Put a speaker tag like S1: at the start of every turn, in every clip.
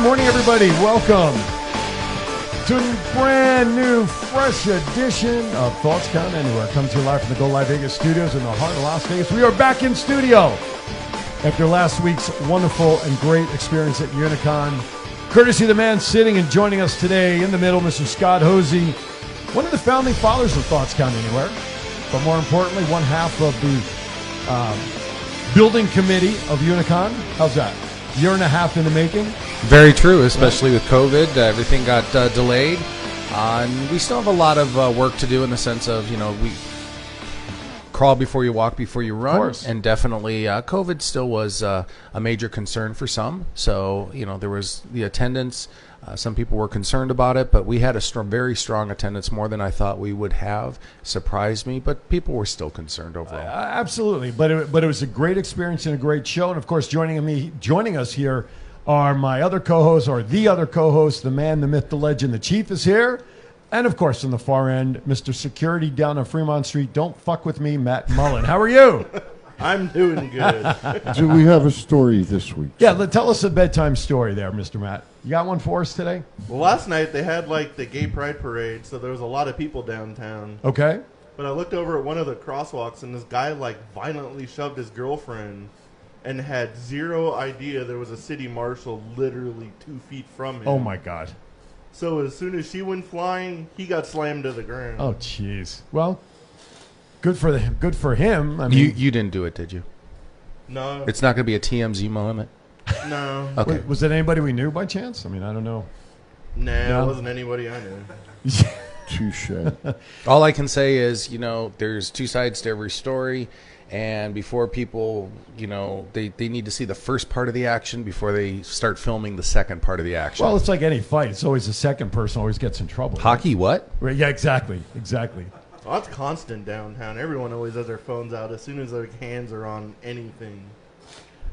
S1: morning, everybody. Welcome to a brand new, fresh edition of Thoughts Count Anywhere. Come to you live from the Go Live Vegas studios in the heart of Las Vegas. We are back in studio after last week's wonderful and great experience at Unicon. Courtesy of the man sitting and joining us today in the middle, Mr. Scott Hosey, one of the founding fathers of Thoughts Count Anywhere, but more importantly, one half of the um, building committee of Unicon. How's that? Year and a half in the making.
S2: Very true, especially with COVID. Uh, everything got uh, delayed. Uh, and we still have a lot of uh, work to do in the sense of, you know, we crawl before you walk, before you run.
S1: course.
S2: And definitely, uh, COVID still was uh, a major concern for some. So, you know, there was the attendance. Uh, some people were concerned about it, but we had a str- very strong attendance, more than I thought we would have. Surprised me, but people were still concerned overall.
S1: Uh, absolutely, but it, but it was a great experience and a great show. And of course, joining me joining us here are my other co-hosts, or the other co-host, the man, the myth, the legend, the chief is here, and of course, on the far end, Mister Security down on Fremont Street. Don't fuck with me, Matt Mullen. How are you?
S3: I'm doing good.
S4: Do we have a story this week?
S1: yeah, let- tell us a bedtime story there, Mister Matt. You got one for us today?
S3: well, last night they had like the gay pride parade, so there was a lot of people downtown.
S1: Okay.
S3: But I looked over at one of the crosswalks, and this guy like violently shoved his girlfriend, and had zero idea there was a city marshal literally two feet from him.
S1: Oh my God.
S3: So as soon as she went flying, he got slammed to the ground.
S1: Oh jeez. Well, good for the, good for him. I mean,
S2: You, you didn't do it, did you?
S3: No,
S2: It's not going to be a TMZ moment.
S3: no,
S2: Okay.
S1: was, was it anybody we knew by chance? I mean, I don't know.
S3: nah,
S1: No.
S3: it wasn't anybody I knew.
S4: Touche.
S2: All I can say is, you know, there's two sides to every story. And before people, you know, they, they need to see the first part of the action before they start filming the second part of the action.
S1: Well, it's like any fight. It's always the second person always gets in trouble.
S2: hockey, what?
S1: Right, yeah, exactly, exactly.
S3: Well, that's constant downtown. Everyone always has their phones out as soon as their hands are on anything.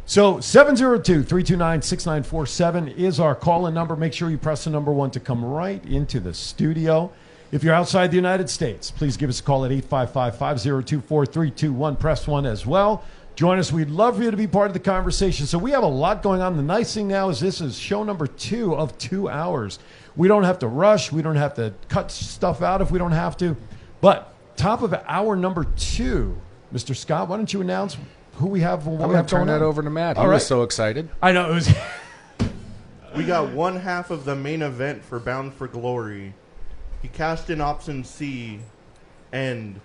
S1: So 702-329-6947 is our call-in number. Make sure you press the number one to come right into the studio. If you're outside the United States, please give us a call at 855-502-4321. Press one as well. Join us. We'd love for you to be part of the conversation. So we have a lot going on. The nice thing now is this is show number two of two hours. We don't have to rush. We don't have to cut stuff out if we don't have to. But top of hour number two, Mr. Scott, why don't you announce who we have? What
S2: I'm
S1: we
S2: going
S1: have
S2: to turn
S1: going
S2: that
S1: on?
S2: over to Matt. He
S1: All right.
S2: was so excited.
S1: I know it was.
S3: We got one half of the main event for Bound for Glory. He cashed in option C and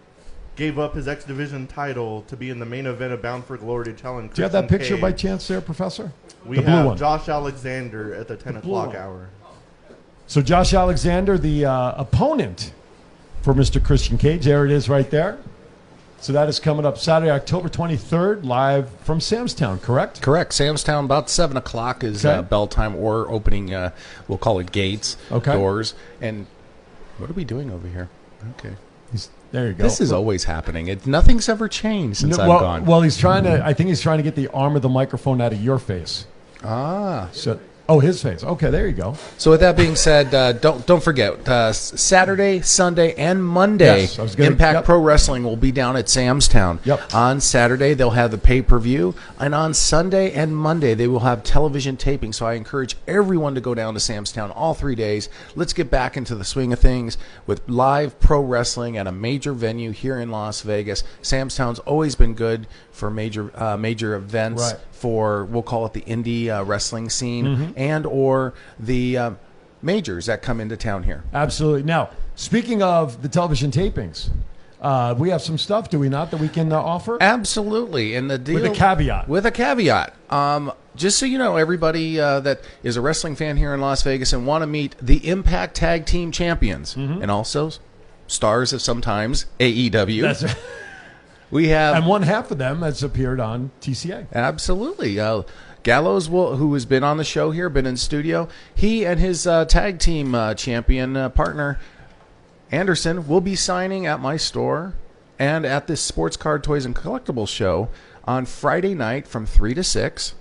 S3: gave up his X Division title to be in the main event of Bound for Glory to challenge
S1: Do you have
S3: Christian
S1: that picture by
S3: Cage.
S1: chance there, Professor?
S3: We
S1: the blue
S3: have
S1: one.
S3: Josh Alexander at the 10
S1: blue
S3: o'clock
S1: one.
S3: hour.
S1: So Josh Alexander, the uh, opponent for Mr. Christian Cage, there it is right there. So that is coming up Saturday, October 23rd, live from Samstown, correct?
S2: Correct. Sam's Town, about 7 o'clock is uh,
S1: Okay.
S2: bell time or opening, uh, we'll call it gates,
S1: Okay.
S2: doors. And what are we doing over here? Okay.
S1: He's, there you go.
S2: This is always happening. It, nothing's ever changed since
S1: No,
S2: I've
S1: well,
S2: gone.
S1: well, he's trying to. I think he's trying to get the arm of the microphone out of your face.
S2: ah.
S1: So, oh, his face. Okay, there you go.
S2: So with that being said, uh, don't don't forget uh, S- Saturday, Sunday, and Monday.
S1: Yes, I was gonna-
S2: Impact
S1: yep.
S2: Pro Wrestling will be down at Sam's Town.
S1: Yep.
S2: On Saturday they'll have the pay per view, and on Sunday and Monday they will have television taping. So I encourage everyone to go down to Sam's Town all three days. Let's get back into the swing of things with live pro wrestling at a major venue here in Las Vegas. Sam's Town's always been good for major uh, major events
S1: Right.
S2: for we'll call it the indie uh, wrestling scene and or the um, majors that come into town here.
S1: Absolutely. Now, speaking of the television tapings, uh, we have some stuff, do we not, that we can uh, offer?
S2: Absolutely, and the deal
S1: a caveat.
S2: With a caveat. Um, just so you know, everybody uh, that is a wrestling fan here in Las Vegas and want to meet the Impact Tag Team Champions and also stars of sometimes AEW.
S1: That's,
S2: we have
S1: and one half of them has appeared on TCA.
S2: Absolutely. Uh, Gallows, will, who has been on the show here, been in studio, he and his uh, tag team uh, champion uh, partner, Anderson, will be signing at my store and at this Sports Card Toys and Collectibles show on Friday night from 3 to 6.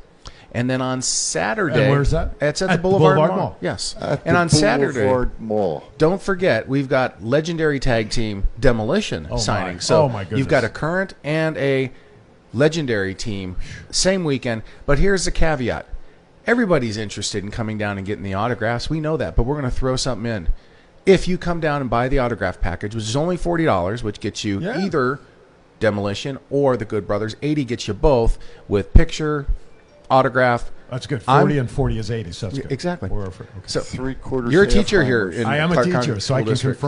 S2: And then on Saturday.
S1: And where's that?
S2: It's at,
S1: At
S2: the Boulevard,
S1: Boulevard
S2: Mall.
S1: Mall.
S2: Yes.
S4: At
S2: and
S4: the
S2: on Saturday.
S4: Boulevard Mall.
S2: Don't forget, we've got legendary tag team Demolition
S1: my.
S2: signing. So
S1: Oh, my goodness.
S2: you've got a current and a legendary team same weekend. But here's the caveat: Everybody's interested in coming down and getting the autographs. We know that, but we're going to throw something in. If you come down and buy the autograph package, which is only forty dollars, which gets you
S1: Yeah.
S2: either Demolition or the Good Brothers, eighty gets you both with picture, autograph.
S1: That's good. 40
S2: I'm-
S1: and 40 is 80, so that's good.
S2: exactly.
S1: We're over- okay.
S2: So
S4: Three quarters.
S2: you're a
S4: half
S2: teacher here.
S4: hours.
S2: In
S1: I am a
S2: Clark
S1: teacher,
S2: County
S1: so I can
S2: School District.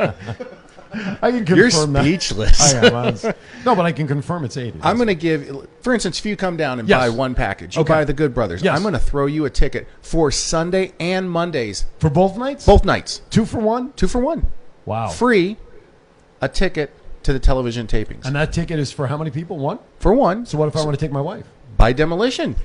S1: confirm. I can confirm
S2: You're
S1: that.
S2: speechless.
S1: I am. I was- no, but I can confirm it's 80.
S2: I'm going to give, for instance, if you come down and
S1: Yes.
S2: buy one package, you
S1: Okay.
S2: buy the Good Brothers.
S1: Yes.
S2: I'm going to throw you a ticket for Sunday and Mondays,
S1: for both nights?
S2: both nights,
S1: Two for one?
S2: two for one,
S1: Wow.
S2: free, a ticket to the television tapings.
S1: and that ticket is for how many people? One?
S2: for one,
S1: So what if I want to take my wife?
S2: by demolition,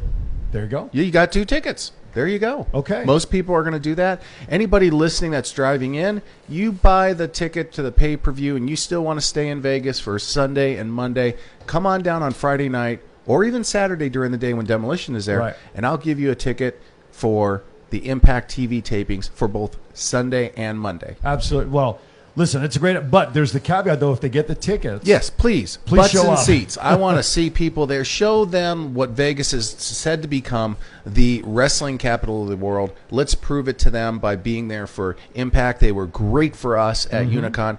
S1: There you go.
S2: you you got two tickets. There you go.
S1: Okay.
S2: Most people are going to do that. Anybody listening that's driving in, you buy the ticket to the pay per view and you still want to stay in Vegas for Sunday and Monday, come on down on Friday night or even Saturday during the day when Demolition is there,
S1: Right.
S2: and I'll give you a ticket for the Impact TV tapings for both Sunday and Monday.
S1: Absolutely. Well, listen, it's a great. But there's the caveat, though, if they get the tickets.
S2: Yes, please.
S1: Please
S2: Butts
S1: show
S2: and
S1: up.
S2: seats. I want to see people there. Show them what Vegas is said to become the wrestling capital of the world. Let's prove it to them by being there for Impact. They were great for us at
S1: Mm-hmm.
S2: Unicon.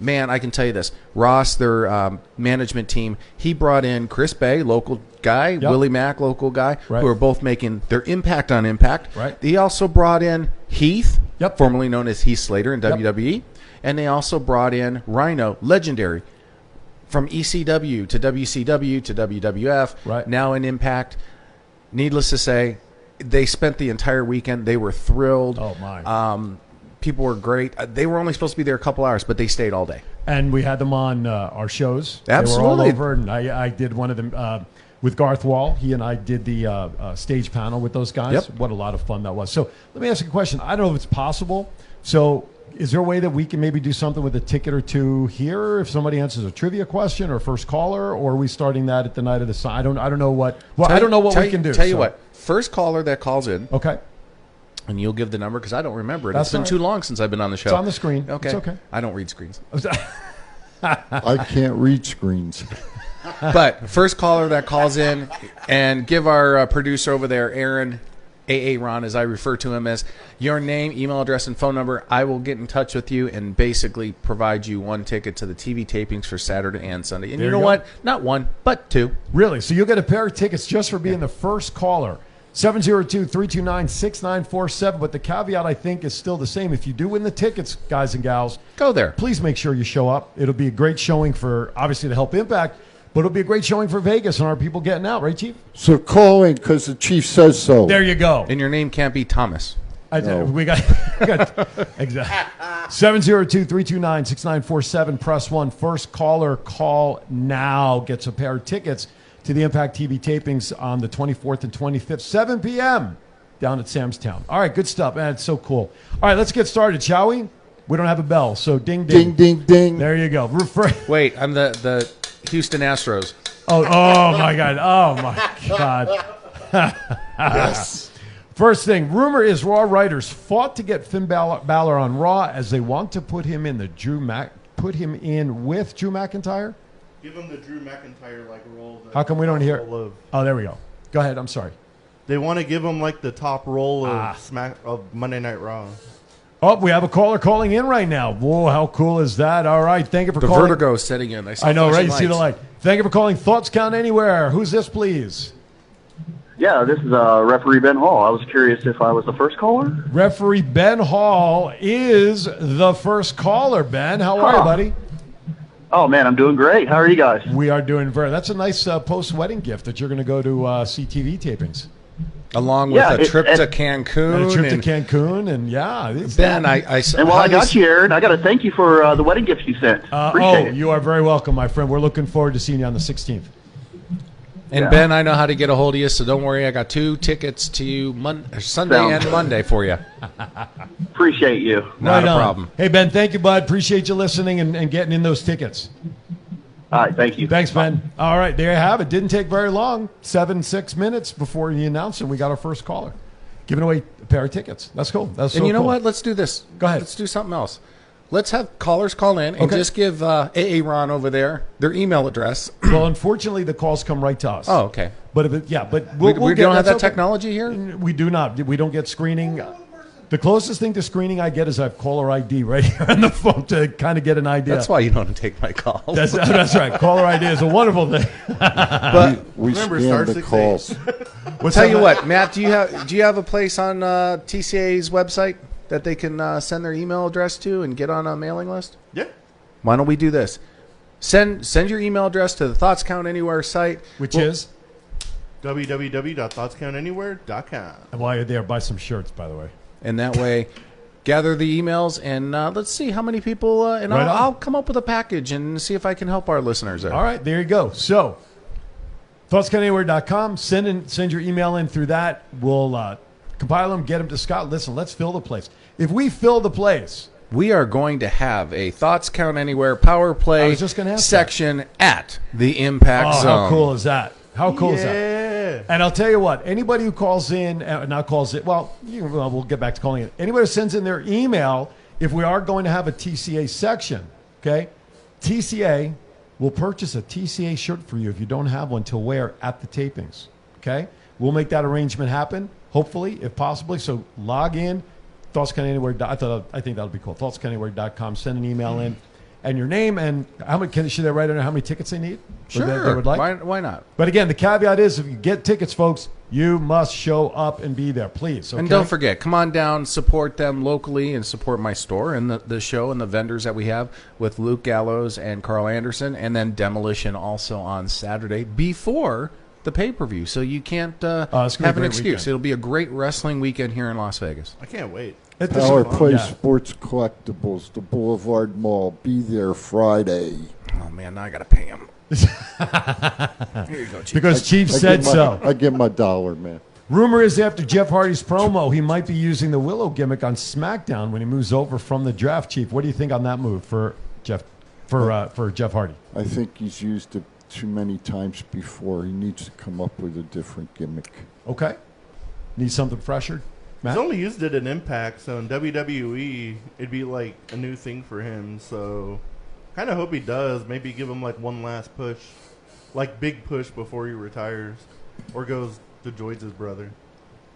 S2: Man, I can tell you this. Ross, their um, management team, he brought in Chris Bay, local guy, Willie Mack, local guy,
S1: Right.
S2: who are both making their impact on impact.
S1: Right.
S2: He also brought in Heath,
S1: Yep.
S2: formerly known as Heath Slater in WWE, and they also brought in Rhino, legendary, from ECW to WCW to WWF,
S1: Right.
S2: now in Impact. Needless to say, they spent the entire weekend. They were thrilled.
S1: Oh, my.
S2: Um, people were great. Uh, They were only supposed to be there a couple hours, but they stayed all day.
S1: and we had them on uh, our shows. They were all
S2: Absolutely.
S1: over, and I, I did one of them uh, with Garth Wall. He and I did the uh, uh, stage panel with those guys.
S2: Yep.
S1: What a lot of fun that was. So let me ask you a question. I don't know if it's possible. So is there a way that we can maybe do something with a ticket or two here if somebody answers a trivia question or first caller, or are we starting that at the night of the sign? I don't. I don't know what. Well, I
S2: Tell-
S1: don't know what
S2: tell
S1: we
S2: you-
S1: can do.
S2: Tell you
S1: so-
S2: what, first caller that calls in,
S1: Okay.
S2: and you'll give the number because I don't remember it.
S1: That's
S2: it's been
S1: all right.
S2: too long since I've been on the show.
S1: on the screen.
S2: Okay.
S1: It's okay.
S2: I don't read screens.
S4: I can't read screens.
S2: but first caller that calls in and give our uh, producer over there, Aaron, AA Ron, as I refer to him as, your name, email address, and phone number. I will get in touch with you and basically provide you one ticket to the TV tapings for Saturday and Sunday. And
S1: There
S2: you
S1: you
S2: know
S1: go.
S2: what? Not one, but two.
S1: Really? So you'll get a pair of tickets just for being the first caller. 702-329-6947. But the caveat, I think, is still the same. If you do win the tickets, guys and gals,
S2: Go there.
S1: please make sure you show up. It'll be a great showing for, obviously, to help Impact, but it'll be a great showing for Vegas and our people getting out, right, Chief?
S4: So call in because the chief says so.
S1: There you go.
S2: And your name can't be Thomas.
S1: I,
S4: No.
S1: We got, we got exactly 702-329-6947. Press one. First caller call now gets a pair of tickets to the Impact TV tapings on the 24th and 25th, 7 p.m. down at Sam's Town. All right, good stuff. Man, it's so cool. All right, let's get started, shall we? We don't have a bell, so ding ding.
S4: ding, ding, ding.
S1: There you go. Refer-
S2: Wait, I'm the, the Houston Astros.
S1: oh, oh my god. Oh my god.
S4: Yes.
S1: First thing, rumor is Raw writers fought to get Finn Bal- Balor on Raw as they want to put him in the Drew Mac, put him in with Drew McIntyre.
S3: Give him the Drew McIntyre like role. that-
S1: How come we don't hear-
S3: role of-
S1: Oh, there we go. Go ahead. I'm sorry.
S3: They want to give him like the top role of
S1: Ah.
S3: Smack of Monday Night Raw.
S1: Oh, we have a caller calling in right now. Whoa, how cool is that? All right, thank you for
S2: The
S1: calling.
S2: vertigo is setting in. saw
S1: I know, right? You
S2: flashing
S1: see the
S2: lights.
S1: light. Thank you for calling. Thoughts count anywhere. Who's this, please?
S5: Yeah, this is uh, referee Ben Hall. I was curious if I was the first caller.
S1: Referee Ben Hall is the first caller. Ben, how are you,
S5: Huh.
S1: buddy?
S5: Oh man, I'm doing great. How are you guys?
S1: We are doing very. That's a nice uh, post-wedding gift that you're going to go to uh, CTV tapings.
S2: Along with
S5: Yeah,
S2: a
S5: it-
S2: trip
S5: it-
S2: to Cancun.
S1: And a trip to
S2: and-
S1: Cancun, and yeah, it's-
S2: Ben, I, I s-
S5: And while I
S2: highly
S5: got you, Aaron, I got to thank you for uh, the wedding gifts you sent.
S1: Uh, oh,
S5: Appreciate it.
S1: you are very welcome, my friend. We're looking forward to seeing you on the 16th.
S2: And
S5: Yeah.
S2: Ben, I know how to get a hold of you, so don't worry. I got two tickets to you Mon- Sunday
S5: Sounds
S2: and
S5: good.
S2: Monday for you.
S5: Appreciate you.
S2: Not
S1: Right
S2: a
S1: on.
S2: problem.
S1: Hey, Ben, thank you, bud. Appreciate you listening and, and getting in those tickets.
S5: All right, thank you.
S1: Thanks, Ben. All right, there you have it. Didn't take very long. Seven, six minutes before you announced it, we got our first caller. Giving away a pair of tickets. That's cool. That's so
S2: and you know
S1: cool.
S2: what? Let's do this.
S1: Go ahead.
S2: Let's do something else. Let's have callers call in and
S1: Okay.
S2: just give uh, AA Ron over there their email address.
S1: well, unfortunately, the calls come right to us.
S2: oh, okay.
S1: But if it, yeah, but we'll,
S2: we
S1: we'll
S2: we
S1: get-
S2: don't have that
S1: that's okay.
S2: technology here.
S1: We do not. We don't get screening. The closest thing to screening I get is I have caller ID right here on the phone to kind of get an idea.
S2: That's why you don't take my calls.
S1: That's, oh, that's right. Caller ID is a wonderful thing.
S2: but
S4: We
S3: Remember,
S4: scan
S3: star
S4: the
S3: 68.
S4: calls.
S1: What's
S2: tell you what, Matt, do you have do you have a place on uh, TCA's website that they can uh, send their email address to and get on a mailing list?
S3: Yeah.
S2: Why don't we do this? Send send your email address to the Thoughts Count Anywhere site.
S1: Which
S2: We'll-
S1: is
S3: www.thoughtscountanywhere.com.
S1: and while you're there, buy some shirts, by the way.
S2: and that way gather the emails and uh, let's see how many people uh, and
S1: Right
S2: I'll,
S1: on.
S2: I'll come up with a package and see if I can help our listeners there.
S1: All right, there you go. So, thoughtscountanywhere.com. Send in, send your email in through that. We'll uh, compile them, get them to Scott. Listen, let's fill the place. If we fill the place,
S2: We are going to have a Thoughts Count Anywhere power
S1: I
S2: play
S1: was just gonna ask
S2: section at the Impact
S1: oh,
S2: Zone.
S1: how cool is that? How cool is that?
S3: Yeah.
S1: And I'll tell you what, anybody who calls in, uh, not calls it, well, you, well, we'll get back to calling it. Anybody who sends in their email, if we are going to have a TCA section, okay, TCA will purchase a TCA shirt for you if you don't have one to wear at the tapings, okay? We'll make that arrangement happen, hopefully, if possibly. So log in, thoughtscananywhere. I thought I think that'll be cool. Thoughtscananywhere.com. Send an email in, and your name and how many can should they write in how many tickets they need? Or
S2: Sure.
S1: that they would like.
S2: why, why not?
S1: But again, the caveat is if you get tickets, folks, you must show up and be there, please. Okay?
S2: And don't forget, come on down, support them locally, and support my store and the, the show and the vendors that we have with Luke Gallows and Carl Anderson, and then Demolition also on Saturday before the pay per view. So you can't uh,
S1: Oh, it's gonna be
S2: have
S1: a
S2: an
S1: great
S2: excuse.
S1: weekend.
S2: It'll be a great wrestling weekend here in Las Vegas.
S3: I can't wait.
S1: It- this is
S4: Power
S1: fun.
S4: Play
S1: Yeah.
S4: Sports Collectibles, the Boulevard Mall. Be there Friday.
S2: Oh man, now I gotta pay him. here you go, Chief.
S1: Because Chief
S4: I
S1: said
S4: give my,
S1: so.
S4: I give my dollar, man.
S1: Rumor is after Jeff Hardy's promo, he might be using the Willow gimmick on SmackDown when he moves over from the draft. Chief, what do you think on that move for Jeff for uh, for Jeff Hardy?
S4: I think he's used it too many times before. He needs to come up with a different gimmick.
S1: Okay, need something fresher,
S3: He's
S1: Matt.
S3: only used it in Impact, so in WWE, it'd be like a new thing for him. So, kind of hope he does. Maybe give him like one last push, like big push before he retires, or goes to Joyd's brother.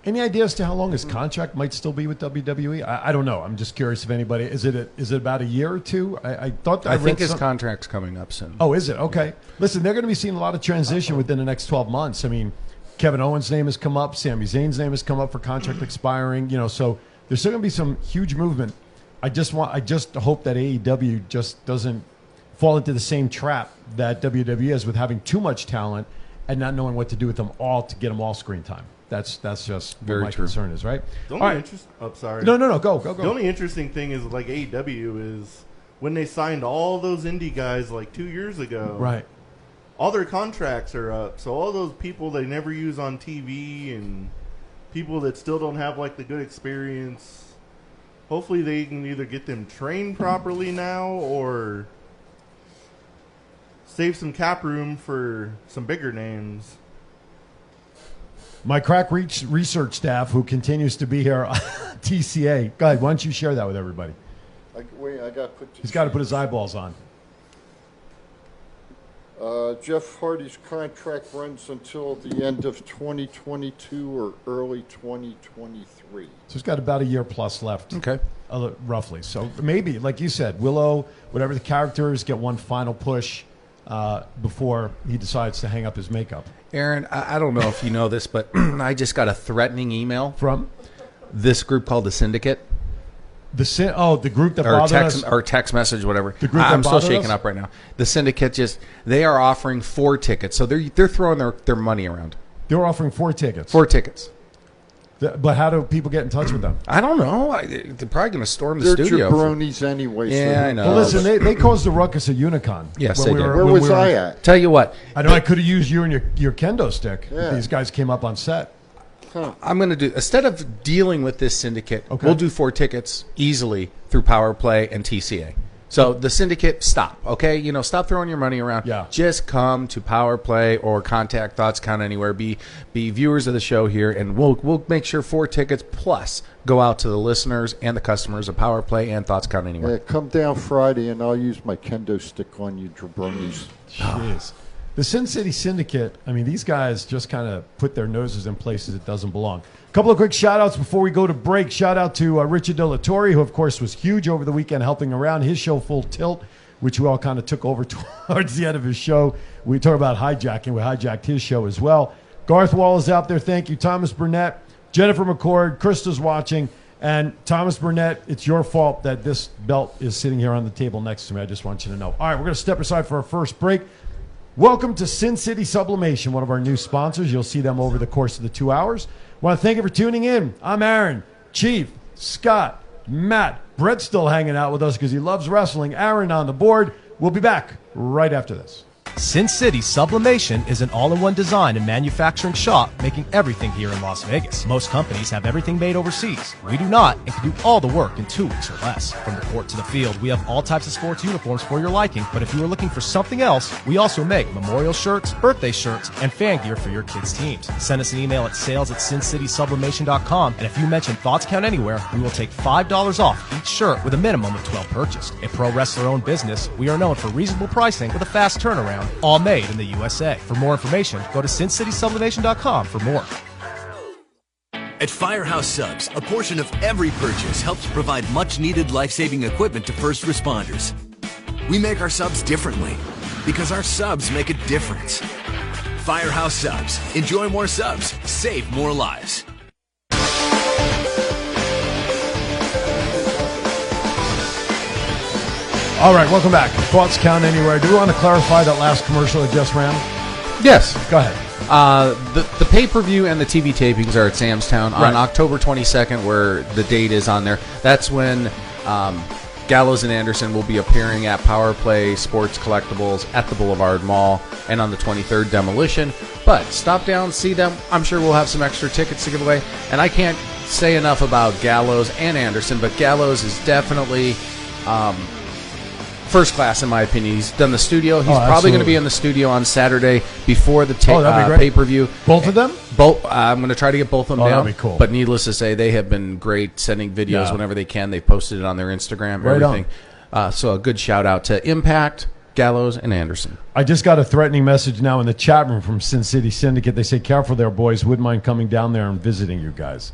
S1: Any idea as to how long his contract might still be with WWE? I, I don't know. I'm just curious if anybody is it a, is it about a year or two? I, I thought
S2: I think
S1: read
S2: his
S1: some-
S2: contract's coming up soon.
S1: Oh, is it? Okay. Listen, they're going to be seeing a lot of transition within the next 12 months. I mean, Kevin Owens' name has come up, Sami Zayn's name has come up for
S2: Mm-hmm.
S1: contract expiring, you know, so there's still going to be some huge movement. I just want I just hope that AEW just doesn't fall into the same trap that WWE is with having too much talent and not knowing what to do with them all to get them all screen time. That's that's just
S2: Very
S1: what my
S2: true.
S1: concern is, right?
S3: The
S1: All
S3: only
S1: right.
S3: interest. Oh, sorry.
S1: No, no, no. Go, go, go.
S3: The only interesting thing is like AEW is when they signed all those indie guys like two years ago.
S1: right.
S3: all their contracts are up. So all those people they never use on TV and people that still don't have like the good experience. Hopefully they can either get them trained properly now or save some cap room for some bigger names.
S1: My crack reach research staff, who continues to be here, TCA. Go ahead, why don't you share that with everybody?
S4: I, wait, I got to put.
S1: He's got to put his eyeballs on.
S4: Uh, Jeff Hardy's contract runs until the end of 2022 or early 2023.
S1: So he's got about a year plus left,
S2: Okay.
S1: uh, roughly. So maybe, like you said, Willow, whatever the character is, get one final push uh, before he decides to hang up his makeup.
S2: Aaron, I, I don't know if you know this, but I just got a threatening email from
S1: From
S2: this group called the Syndicate.
S1: the sin- oh, the group that
S2: or
S1: bothered us.
S2: text or text message, whatever.
S1: The group that
S2: I'm still
S1: bothered
S2: shaken
S1: us?
S2: up right now. The syndicate just they are offering four tickets, so they're they're throwing their, their money around.
S1: they were offering four tickets.
S2: Four tickets.
S1: Th- but how do people get in touch with them?
S2: I don't know. I, they're probably going to storm the
S4: They're
S2: studio.
S4: jabronis anyway.
S2: Yeah,
S4: so
S2: I know.
S1: Well,
S2: Uh,
S1: listen, they, they caused the ruckus at Unicon.
S2: Yes,
S1: when
S2: they did.
S4: Where
S1: when
S4: was
S1: were-
S4: I at?
S2: Tell you what,
S1: I know I could have used you and your, your kendo stick.
S4: Yeah.
S1: These guys came up on set.
S2: I'm going to do instead of dealing with this syndicate,
S1: Okay.
S2: we'll do four tickets easily through Power Play and TCA. So the syndicate, stop. Okay, you know, stop throwing your money around.
S1: Yeah.
S2: Just come to Power Play or contact Thoughts Count Anywhere. Be be viewers of the show here, and we'll we'll make sure four tickets plus go out to the listeners and the customers of Power Play and Thoughts Count Anywhere.
S4: Yeah, come down Friday and I'll use my kendo stick on you jabronis.
S1: Jeez. The Sin City Syndicate, I mean, these guys just kind of put their noses in places it doesn't belong. A couple of quick shout outs before we go to break. Shout out to uh, Richard De La Torre, who, of course, was huge over the weekend helping around his show Full Tilt, which we all kind of took over towards the end of his show. We talk about hijacking, we hijacked his show as well. Garth Wall is out there. Thank you. Thomas Burnett, Jennifer McCord, Krista's watching. And Thomas Burnett, it's your fault that this belt is sitting here on the table next to me. I just want you to know. All right, we're going to step aside for our first break. Welcome to Sin City Sublimation, one of our new sponsors. You'll see them over the course of the two hours. Want to thank you for tuning in. I'm Aaron, Chief, Scott, Matt. Brett's still hanging out with us because he loves wrestling. Aaron on the board. We'll be back right after this.
S6: Sin City Sublimation is an all-in-one design and manufacturing shop making everything here in Las Vegas. Most companies have everything made overseas. We do not and can do all the work in two weeks or less. From the court to the field, we have all types of sports uniforms for your liking. But if you are looking for something else, we also make memorial shirts, birthday shirts, and fan gear for your kids' teams. Send us an email at sales at sincitysublimation.com and if you mention Thoughts Count Anywhere, we will take $5 off each shirt with a minimum of 12 purchased. A pro wrestler-owned business, we are known for reasonable pricing with a fast turnaround, all made in the USA. For more information, go to sincitysublimation.com for more.
S7: At Firehouse Subs, a portion of every purchase helps provide much needed life saving equipment to first responders. We make our subs differently because our subs make a difference. Firehouse Subs. Enjoy more subs, save more lives.
S1: All right, welcome back. Thoughts count anywhere. Do we want to clarify that last commercial that just ran?
S2: Yes.
S1: Go ahead.
S2: Uh, the the pay per view and the TV tapings are at Sam's Town
S1: Right.
S2: on October 22nd, where the date is on there. That's when um, Gallows and Anderson will be appearing at Power Play Sports Collectibles at the Boulevard Mall, and on the 23rd, Demolition. But stop down, see them. I'm sure we'll have some extra tickets to give away. And I can't say enough about Gallows and Anderson, but Gallows is definitely. Um, First class, in my opinion. He's done the studio. He's
S1: Oh,
S2: probably going to
S1: absolutely.
S2: be in the studio on Saturday before the ta-
S1: Oh, that'd be
S2: uh,
S1: great.
S2: pay per view.
S1: Both of them?
S2: Both. Uh, I'm going to try to get both of them
S1: Oh,
S2: down.
S1: that'd be cool.
S2: But needless to say, they have been great sending videos
S1: Yeah.
S2: whenever they can. They posted it on their Instagram.
S1: Right on.
S2: everything. Uh, so a good shout out to Impact, Gallows, and Anderson.
S1: I just got a threatening message now in the chat room from Sin City Syndicate. They say, careful there, boys. Wouldn't mind coming down there and visiting you guys.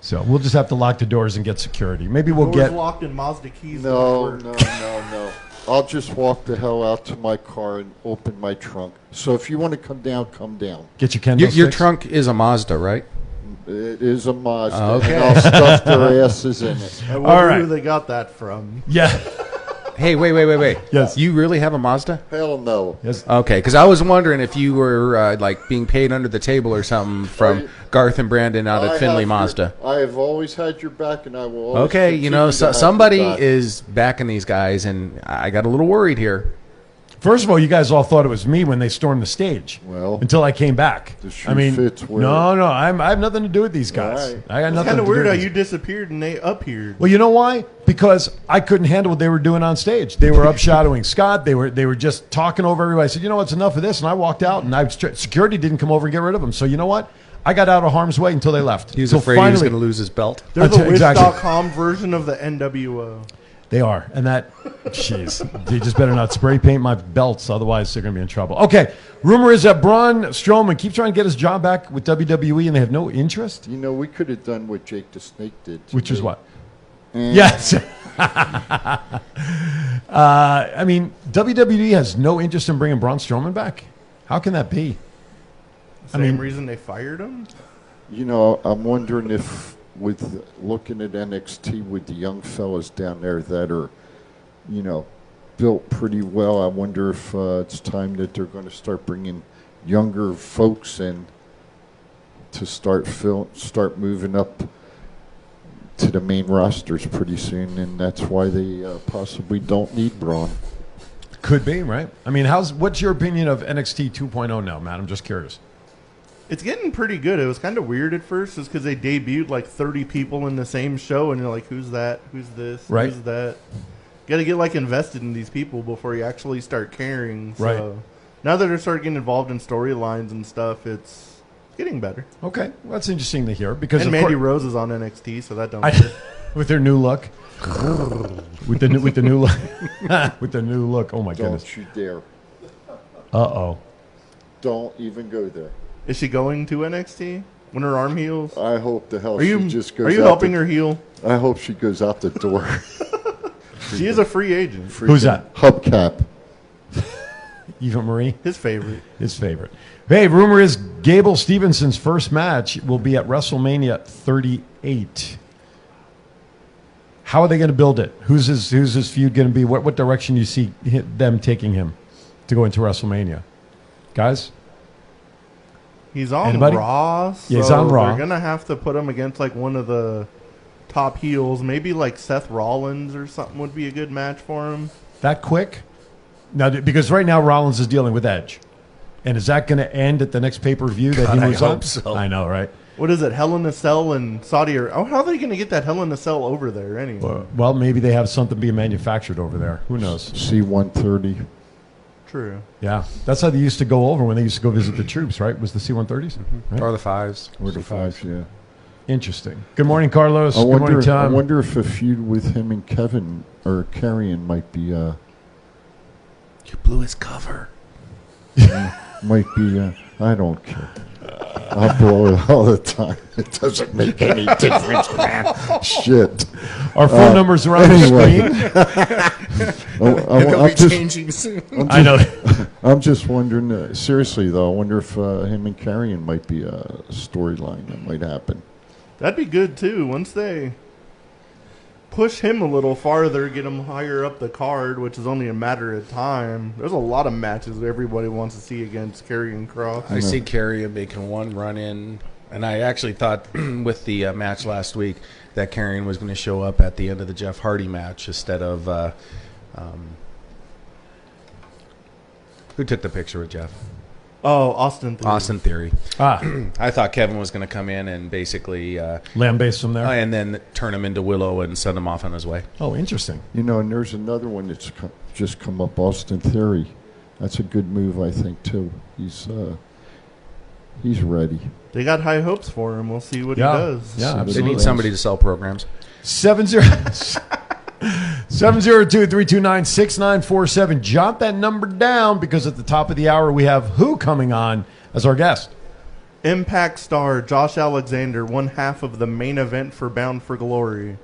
S1: So we'll just have to lock the doors and get security. Maybe we'll
S3: Doors
S1: get.
S3: locked in Mazda keys.
S4: No,
S3: don't
S4: no,
S3: work.
S4: no, no. I'll just walk the hell out to my car and open my trunk. So if you want to come down, come down.
S1: Get your Kendall
S2: Your, your
S1: sticks.
S2: trunk is a Mazda, right? Oh,
S4: It is a Mazda,
S2: Okay.
S4: and I'll stuff their asses in it.
S3: I wonder
S1: right.
S3: who they got that from.
S1: Yeah.
S2: Hey, wait, wait, wait, wait.
S1: Yes.
S2: You really have a Mazda?
S4: Hell no.
S1: Yes.
S2: Okay, because I was wondering if you were uh, like being paid under the table or something from Garth and Brandon out
S4: I
S2: at Finley
S4: have
S2: Mazda.
S4: Your, I have always had your back, and I will. Always
S2: Okay, you know,
S4: continue to
S2: so,
S4: have your
S2: somebody
S4: back.
S2: is backing these guys, and I got a little worried here.
S1: First of all, you guys all thought it was me when they stormed the stage.
S4: Well,
S1: until I came back.
S4: the shoe
S1: I mean,
S4: fits where-
S1: no, no, I'm, I have nothing to do with these guys.
S4: All right.
S1: I got nothing.
S3: Kind of
S1: to
S3: weird
S1: do
S3: how
S1: with
S3: you disappeared and they appeared.
S1: Well, you know why? Because I couldn't handle what they were doing on stage. They were up shadowing Scott. They were they were just talking over everybody. I said, you know what's enough of this, and I walked out. And I stri- security didn't come over and get rid of them. So you know what? I got out of harm's way until they left.
S2: He was
S1: So
S2: afraid he was
S1: finally-
S2: going to lose his belt.
S3: They're the
S1: That's- exactly.
S3: Wish.com version of the NWO.
S1: They are, and that, jeez, they just better not spray paint my belts, otherwise they're going to be in trouble. Okay, rumor is that Braun Strowman keeps trying to get his job back with WWE, and they have no interest,
S4: You know, we could have done what Jake the Snake did. to
S1: which is
S4: me.
S1: what. Yes. uh, I mean, WWE has no interest in bringing Braun Strowman back. How can that be?
S3: Same
S1: mean-
S3: reason they fired him.
S4: You know, I'm wondering if, with looking at NXT with the young fellas down there that are, you know, built pretty well, I wonder if uh, it's time that they're going to start bringing younger folks in to start fill, start moving up to the main rosters pretty soon, and that's why they uh, possibly don't need Braun.
S1: Could be, right? I mean, how's what's your opinion of NXT 2.0 now, Matt? I'm just curious.
S3: It's getting pretty good. It was kind of weird at first, just because they debuted like 30 people in the same show, and you're like, "Who's that? Who's this?
S1: Right.
S3: Who's that?" got to get like invested in these people before you actually start caring. So
S1: Right.
S3: now that they're starting getting involved in storylines and stuff, it's getting better.
S1: Okay, well, that's interesting to hear because
S3: And
S1: of
S3: Mandy
S1: cour-
S3: Rose is on NXT, so that don't.
S1: I, with their new look, with the new, with the new look, with the new look. Oh my goodness!
S4: Don't you dare.
S1: Uh oh.
S4: Don't even go there.
S3: is she going to NXT when her arm heals?
S4: I hope the hell
S3: Are you
S4: she just goes
S3: are you
S4: out
S3: helping
S4: the,
S3: her heal?
S4: I hope she goes out the door.
S3: She is a free agent.
S1: Who's that?
S4: Hubcap.
S1: Eva Marie,
S3: His favorite.
S1: his favorite. Hey, rumor is Gable Stevenson's first match will be at WrestleMania 38. How are they going to build it? Who's his Who's his feud going to be? What What direction you see hi- them taking him to go into WrestleMania, guys?
S3: He's on
S1: Anybody?
S3: Raw. So
S1: Yeah, he's on Raw.
S3: They're gonna have to put him against like one of the top heels. Maybe like Seth Rollins or something would be a good match for him.
S1: That quick? Now, th- because right now Rollins is dealing with Edge, and is that going to end at the next pay per view that he
S2: God, I
S1: was on?
S2: hope so.
S1: I know, right?
S3: What is it? Hell in a Cell and Saudi Arabia. Oh, how are they gonna get that Hell in a Cell over there anyway?
S1: Well, well, maybe they have something being manufactured over there. Who knows?
S4: C130.
S3: True.
S1: Yeah, that's how they used to go over when they used to go visit the troops, right? Was the C-130s?
S4: Mm-hmm.
S1: Right?
S2: Or the fives.
S4: Or the five, yeah.
S1: Interesting. Good morning, Carlos.
S4: I
S1: Good
S4: wonder,
S1: morning,
S4: I
S1: Tom.
S4: wonder if a feud with him and Kevin or Carrion might be uh,
S2: You blew his cover.
S4: might be. Uh, I don't care. I blow it all the time. It doesn't make any difference, man. Shit.
S1: Our phone numbers are on the
S4: anyway.
S1: screen.
S4: I, I,
S2: They'll
S4: I'm,
S2: be
S4: just,
S2: changing soon.
S1: I know.
S4: I'm just wondering. Uh, seriously though, I wonder if uh, him and Carrion might be a storyline that might happen.
S3: That'd be good too. Once they push him a little farther, get him higher up the card, which is only a matter of time. There's a lot of matches that everybody wants to see against Karrion Cross.
S2: I see Carrier making one run in, and I actually thought with the uh, match last week that Carrion was going to show up at the end of the Jeff Hardy match instead of uh, um, who took the picture with Jeff
S3: Oh, Austin. Theory.
S2: Austin Theory.
S1: ah,
S2: I thought Kevin was going to come in and basically uh,
S1: lambaste from there.
S2: and then turn him into Willow and send him off on his way.
S1: Oh, interesting.
S4: You know, and there's another one that's co- just come up, Austin Theory. That's a good move, I think, too. He's uh, he's ready.
S3: They got high hopes for him. We'll see what
S1: Yeah.
S3: he does.
S1: Yeah,
S4: They
S2: They
S1: absolutely.
S2: need somebody to sell programs.
S1: 702 329 6947. Jot that number down because at the top of the hour we have who coming on as our guest.
S3: Impact star Josh Alexander, one half of the main event for Bound for Glory,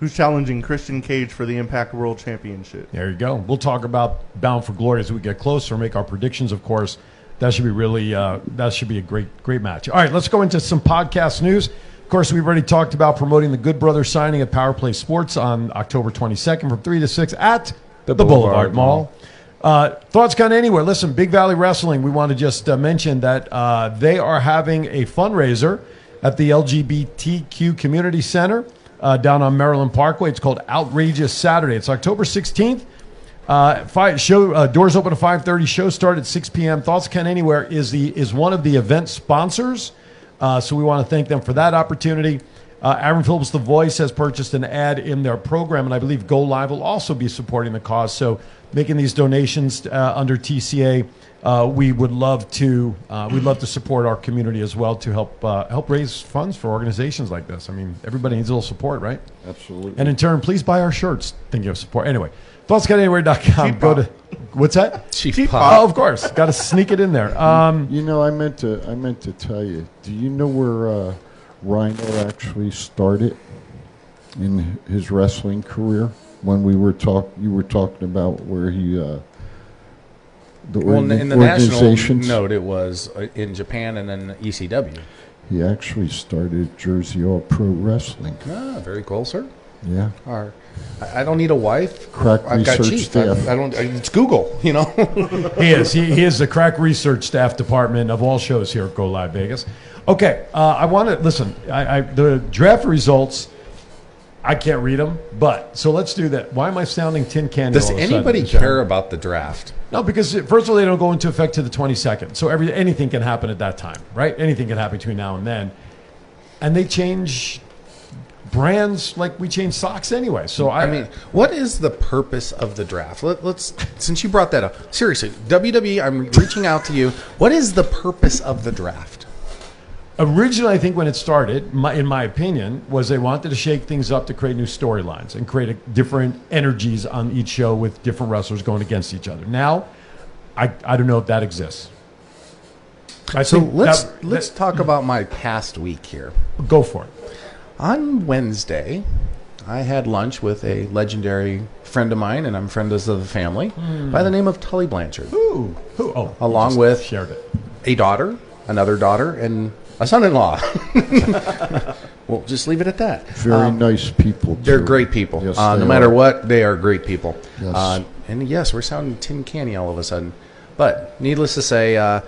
S3: who's challenging Christian Cage for the Impact World Championship.
S1: There you go. We'll talk about Bound for Glory as we get closer, make our predictions, of course. That should be really uh, that should be a great great match. All right, let's go into some podcast news. Of course, we've already talked about promoting the Good Brother signing at Power Play Sports on October 22nd from 3 to 6 at the, Boulevard,
S2: Boulevard
S1: Mall.
S2: Mall.
S1: Uh, thoughts gone anywhere. Listen, Big Valley Wrestling, we want to just uh, mention that uh, they are having a fundraiser at the LGBTQ Community Center uh, down on Maryland Parkway. It's called Outrageous Saturday. It's October 16th. Uh, five, show uh, doors open at 5:30. Show start at 6 p.m. Thoughts Can Anywhere is the is one of the event sponsors, uh, so we want to thank them for that opportunity. Uh, Aaron Phillips, The Voice, has purchased an ad in their program, and I believe Go Live will also be supporting the cause. So, making these donations uh, under TCA, uh, we would love to uh, we'd love to support our community as well to help uh, help raise funds for organizations like this. I mean, everybody needs a little support, right?
S4: Absolutely.
S1: And in turn, please buy our shirts. Thank you for support. Anyway, thoughtsgotanywhere.com.
S3: Cheap
S1: Go
S3: pop.
S1: to what's that?
S2: Cheap,
S3: Cheap
S2: pop.
S3: pop.
S1: Oh, of course. Got to sneak it in there. Um,
S4: You know, I meant to. I meant to tell you. Do you know where uh, Rhino actually started in his wrestling career? When we were talk, you were talking about where he. Uh, the
S2: Well, in,
S4: organ-
S2: the- in the national
S4: organizations.
S2: note, it was uh, in Japan and then E ECW.
S4: He actually started Jersey All Pro Wrestling.
S2: Ah, very cool, sir.
S4: Yeah.
S2: Or, I I don't need a wife.
S4: Crack
S2: I've got
S4: research
S2: cheap. I,
S4: staff.
S2: I don't. I, it's Google. You know.
S1: he is. He, he is the crack research staff department of all shows here at Go Live Vegas. Okay, uh, I want to listen. I, I, the draft results. I can't read them, but so let's do that. Why am I sounding tin can?
S2: Does
S1: all of a
S2: anybody
S1: sudden?
S2: care about the draft?
S1: No, because it- first of all, they don't go into effect to the 22nd. So every anything can happen at that time, right? Anything can happen between now and then. And they change brands like we change socks anyway. So I,
S2: I mean, what is the purpose of the draft? Let, let's since you brought that up. Seriously, WWE, I'm reaching out to you. What is the purpose of the draft?
S1: originally, I think when it started, my, in my opinion, was they wanted to shake things up to create new storylines and create a, different energies on each show with different wrestlers going against each other. Now, I, I don't know if that exists. I
S2: So
S1: think
S2: let's
S1: that-
S2: let's
S1: that-
S2: talk about my past week here.
S1: go for it.
S2: On Wednesday, I had lunch with a legendary friend of mine, and I'm friends of the family, by the name of Tully Blanchard.
S1: Who? Who? Oh, you
S2: Along
S1: just
S2: with-
S1: shared it.
S2: a daughter, another daughter, and a son-in-law. we'll just leave it at that.
S4: Very nice people.
S2: Um, They're
S4: too.
S2: great people.
S4: Yes,
S2: uh,
S4: they
S2: no matter
S4: are.
S2: what, they are great people.
S4: Yes.
S2: Uh, and yes, we're sounding tin canny all of a sudden. But needless to say, uh,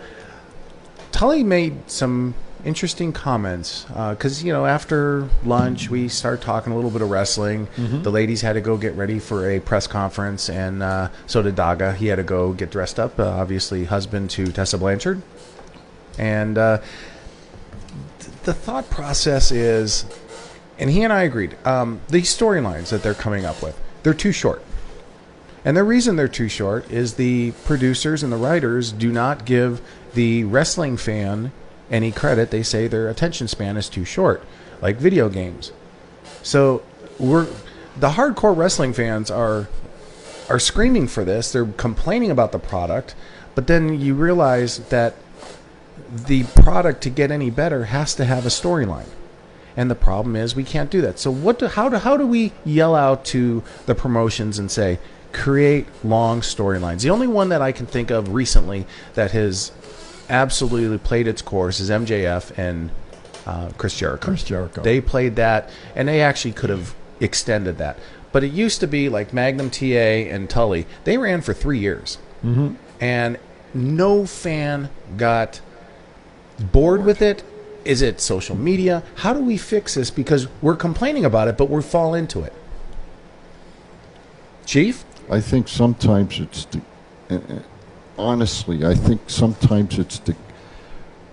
S2: Tully made some interesting comments because you know after lunch we start talking a little bit of wrestling.
S4: Mm-hmm.
S2: The ladies had to go get ready for a press conference, and uh, so did Daga. He had to go get dressed up. Uh, obviously, husband to Tessa Blanchard, and uh, th- the thought process is, and he and I agreed. Um, the storylines that they're coming up with, they're too short. And the reason they're too short is the producers and the writers do not give the wrestling fan any credit. They say their attention span is too short, like video games. So we're the hardcore wrestling fans are are screaming for this. They're complaining about the product, but then you realize that the product to get any better has to have a storyline. And the problem is we can't do that. So what do, how do how do we yell out to the promotions and say create long storylines? The only one that I can think of recently that has absolutely played its course is MJF and uh, Chris Jericho.
S1: Chris Jericho.
S2: They played that, and they actually could have extended that. But it used to be like Magnum TA and Tully. They ran for three years, mm-hmm. and no fan got bored with it? Is it social media? How do we fix this? Because we're complaining about it, but we fall into it. Chief,
S4: I think sometimes it's the, eh, eh, honestly, I think sometimes it's the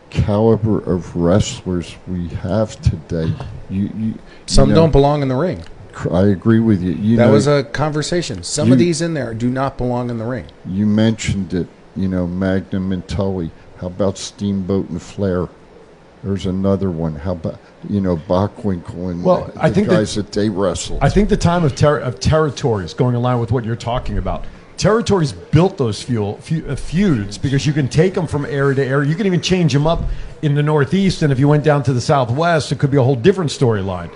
S4: caliber of wrestlers we have today. You, you
S2: some
S4: you know,
S2: don't belong in the ring.
S4: cr- I agree with you. You
S2: That
S4: know,
S2: was a conversation. Some of
S4: you-
S2: these in there do not belong in the ring.
S4: you mentioned it. You know, Magnum and Tully. How about Steamboat and Flair? There's another one. How about you know Bockwinkel and
S1: Well,
S4: the
S1: I think that-
S4: guys that, they wrestled.
S1: I think the time of, ter- of territories going in line with what you're talking about. Territories built those fuel, fe- uh, feuds because you can take them from area to area. You can even change them up in the Northeast, and if you went down to the Southwest, it could be a whole different storyline.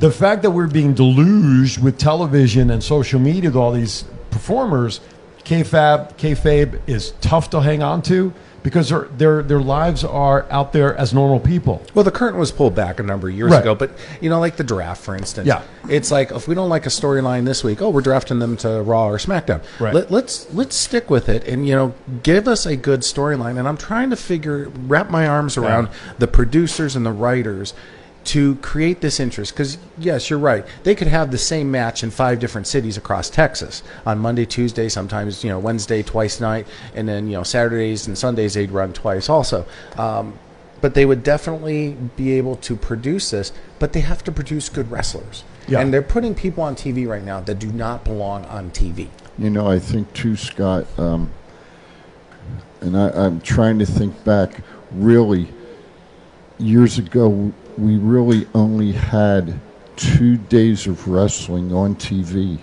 S1: The fact that we're being deluged with television and social media with all these performers, kfab, kfabe is tough to hang on to because their their their lives are out there as normal people.
S2: Well, the curtain was pulled back a number of years
S1: Right.
S2: ago, but you know, like the draft, for instance.
S1: Yeah.
S2: It's like if we don't like a storyline this week, oh, we're drafting them to Raw or SmackDown.
S1: Right.
S2: Let, let's let's stick with it, and you know, give us a good storyline. And I'm trying to figure, wrap my arms around the producers and the writers to create this interest. Because yes, you're right. They could have the same match in five different cities across Texas on Monday, Tuesday, sometimes you know Wednesday twice night, and then you know Saturdays and Sundays they'd run twice also. Um, but they would definitely be able to produce this. But they have to produce good wrestlers,
S1: Yeah.
S2: and they're putting people on TV right now that do not belong on TV.
S4: You know, I think too, Scott, um, and I, I'm trying to think back. Really, years ago, we really only had two days of wrestling on TV.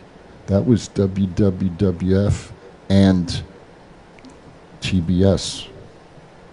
S4: That was WWWF and TBS.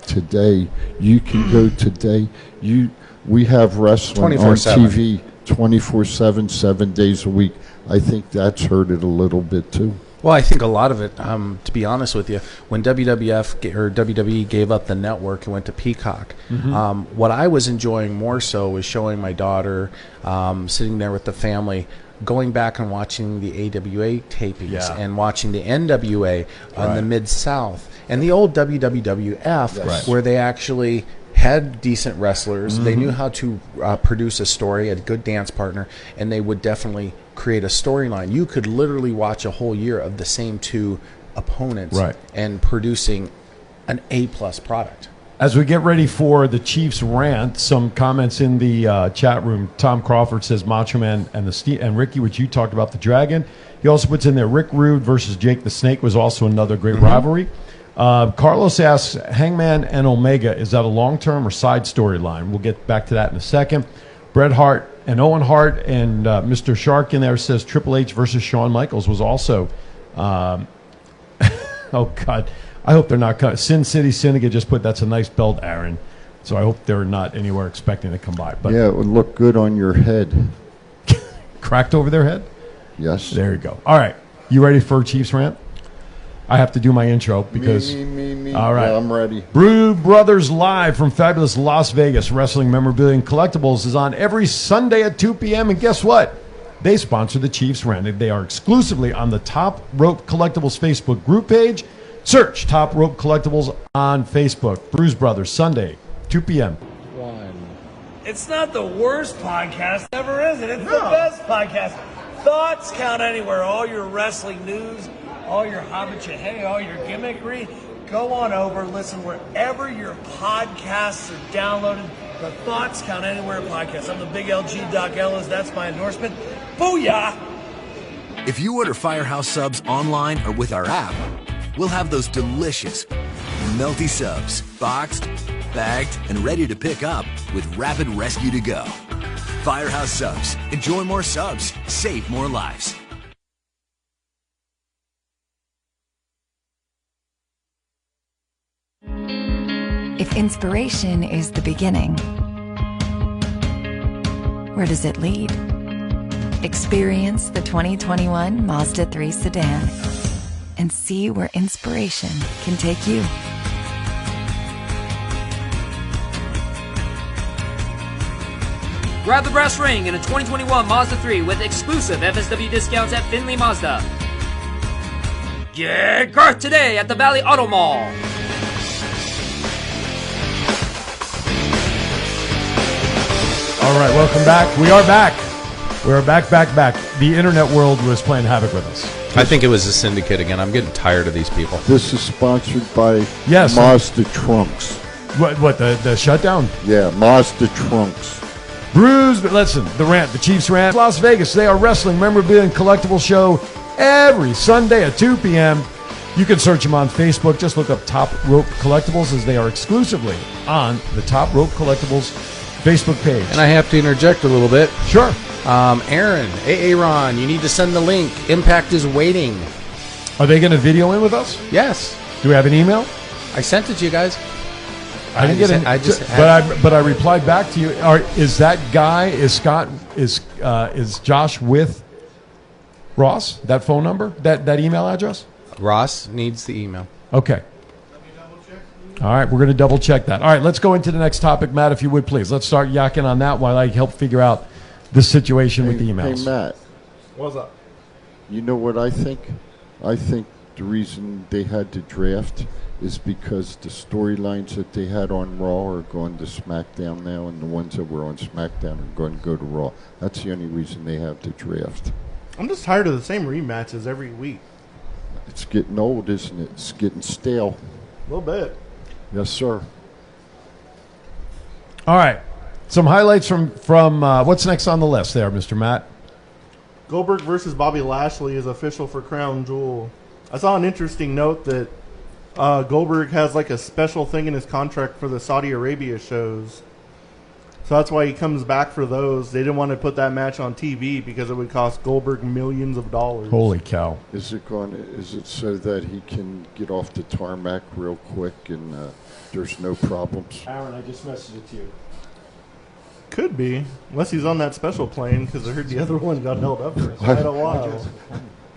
S4: Today, you can go today. You, we have wrestling on
S2: 24/7.
S4: TV 24 7, seven days a week. I think that's hurt it a little bit too.
S2: Well, I think a lot of it, um, to be honest with you, when WWF ga- or WWE gave up the network and went to Peacock, um, what I was enjoying more so was showing my daughter um, sitting there with the family, going back and watching the AWA tapings
S1: Yeah.
S2: and watching the NWA on the Mid South and the old WWWF, where they actually had decent wrestlers. They knew
S1: Mm-hmm.
S2: how to uh, produce a story, a good dance partner, and they would definitely create a storyline. You could literally watch a whole year of the same two opponents
S1: Right.
S2: and producing an A plus product.
S1: As we get ready for the Chiefs rant, some comments in the uh, chat room. Tom Crawford says Macho Man and the Ste- and Ricky, which you talked about the Dragon. He also puts in there Rick Rude versus Jake the Snake was also another great rivalry. Uh, Carlos asks Hangman and Omega is that a long term or side storyline? We'll get back to that in a second. Bret Hart and Owen Hart and uh, Mr. Shark in there says Triple H versus Shawn Michaels was also um, Oh God, I hope they're not. co- Sin City Syndicate just put that's a nice belt, Aaron. So I hope they're not anywhere expecting to come by. But
S4: Yeah, it would look good on your head.
S1: cracked over their head.
S4: Yes.
S1: There you go. All right, you ready for Chiefs rant? I have to do my intro because.
S4: me, me, me, me.
S1: All right.
S4: Yeah, I'm ready.
S1: Brew Brothers Live from fabulous Las Vegas. Wrestling memorabilia and collectibles is on every Sunday at 2 p.m. And guess what? They sponsor the Chiefs Rant. They are exclusively on the Top Rope Collectibles Facebook group page. Search Top Rope Collectibles on Facebook. Brews Brothers, Sunday, 2 p.m.
S8: It's not the worst podcast ever, is it? It's the best podcast. Thoughts count anywhere. All your wrestling news, all your hobbit you hey, all your gimmickry. Go on over, listen wherever your podcasts are downloaded. The Thoughts Count Anywhere podcast. I'm the big LG Doc Ellis. That's my endorsement. Booyah!
S7: If you order Firehouse subs online or with our app, we'll have those delicious, melty subs boxed, bagged, and ready to pick up with Rapid Rescue to Go. Firehouse subs. Enjoy more subs, save more lives.
S9: If inspiration is the beginning, where does it lead? Experience the 2021 Mazda 3 sedan and see where inspiration can take you.
S10: Grab the brass ring in a 2021 Mazda 3 with exclusive FSW discounts at Finley Mazda. Get Garth today at the Valley Auto Mall.
S1: All right, welcome back. We are back. We are back, back, back. The internet world was playing havoc with us.
S2: I think it was the syndicate again. I'm getting tired of these people.
S4: This is sponsored by
S1: Yes.
S4: Mazda Trunks.
S1: What, what the, the shutdown?
S4: Yeah, Mazda Trunks.
S1: Bruise, but listen, the rant, the Chiefs rant, Las Vegas. They are wrestling memorabilia and collectible show every Sunday at 2 p.m. You can search them on Facebook. Just look up Top Rope Collectibles as they are exclusively on the Top Rope Collectibles Facebook page.
S2: And I have to interject a little bit.
S1: sure,
S2: Um, Aaron, Aaron, you need to send the link. Impact is waiting.
S1: are they going to video in with us?
S2: Yes,
S1: Do we have an email?
S2: I sent it to you guys.
S1: I didn't
S2: just-
S1: get an.
S2: I just had-
S1: but I but I replied back to you. Are, is that guy? Is Scott? Is uh, is Josh with Ross? That phone number? That that email address?
S2: Ross needs the email.
S1: Okay. All right, we're going to double check that. All right, let's go into the next topic, Matt, if you would please. Let's start yakking on that while I help figure out the situation with the emails.
S4: Hey, Matt,
S3: What's up?
S4: you know what I think? I think the reason they had to draft is because the storylines that they had on Raw are going to SmackDown now, and the ones that were on SmackDown are going to go to Raw. That's the only reason they have to draft.
S3: I'm just tired of the same rematches every week.
S4: It's getting old, isn't it? It's getting stale.
S3: A little bit.
S4: Yes, sir.
S1: All right, some highlights from from uh, what's next on the list, there, Mr. Matt.
S3: Goldberg versus Bobby Lashley is official for Crown Jewel. I saw an interesting note that uh, Goldberg has like a special thing in his contract for the Saudi Arabia shows. So that's why he comes back for those. They didn't want to put that match on TV because it would cost Goldberg millions of dollars.
S1: Holy cow!
S4: Is it going? Is it so that he can get off the tarmac real quick and uh, there's no problems?
S1: Aaron, I just messaged it to you.
S3: Could be. Unless he's on that special plane because I heard the other one got held up for quite a while.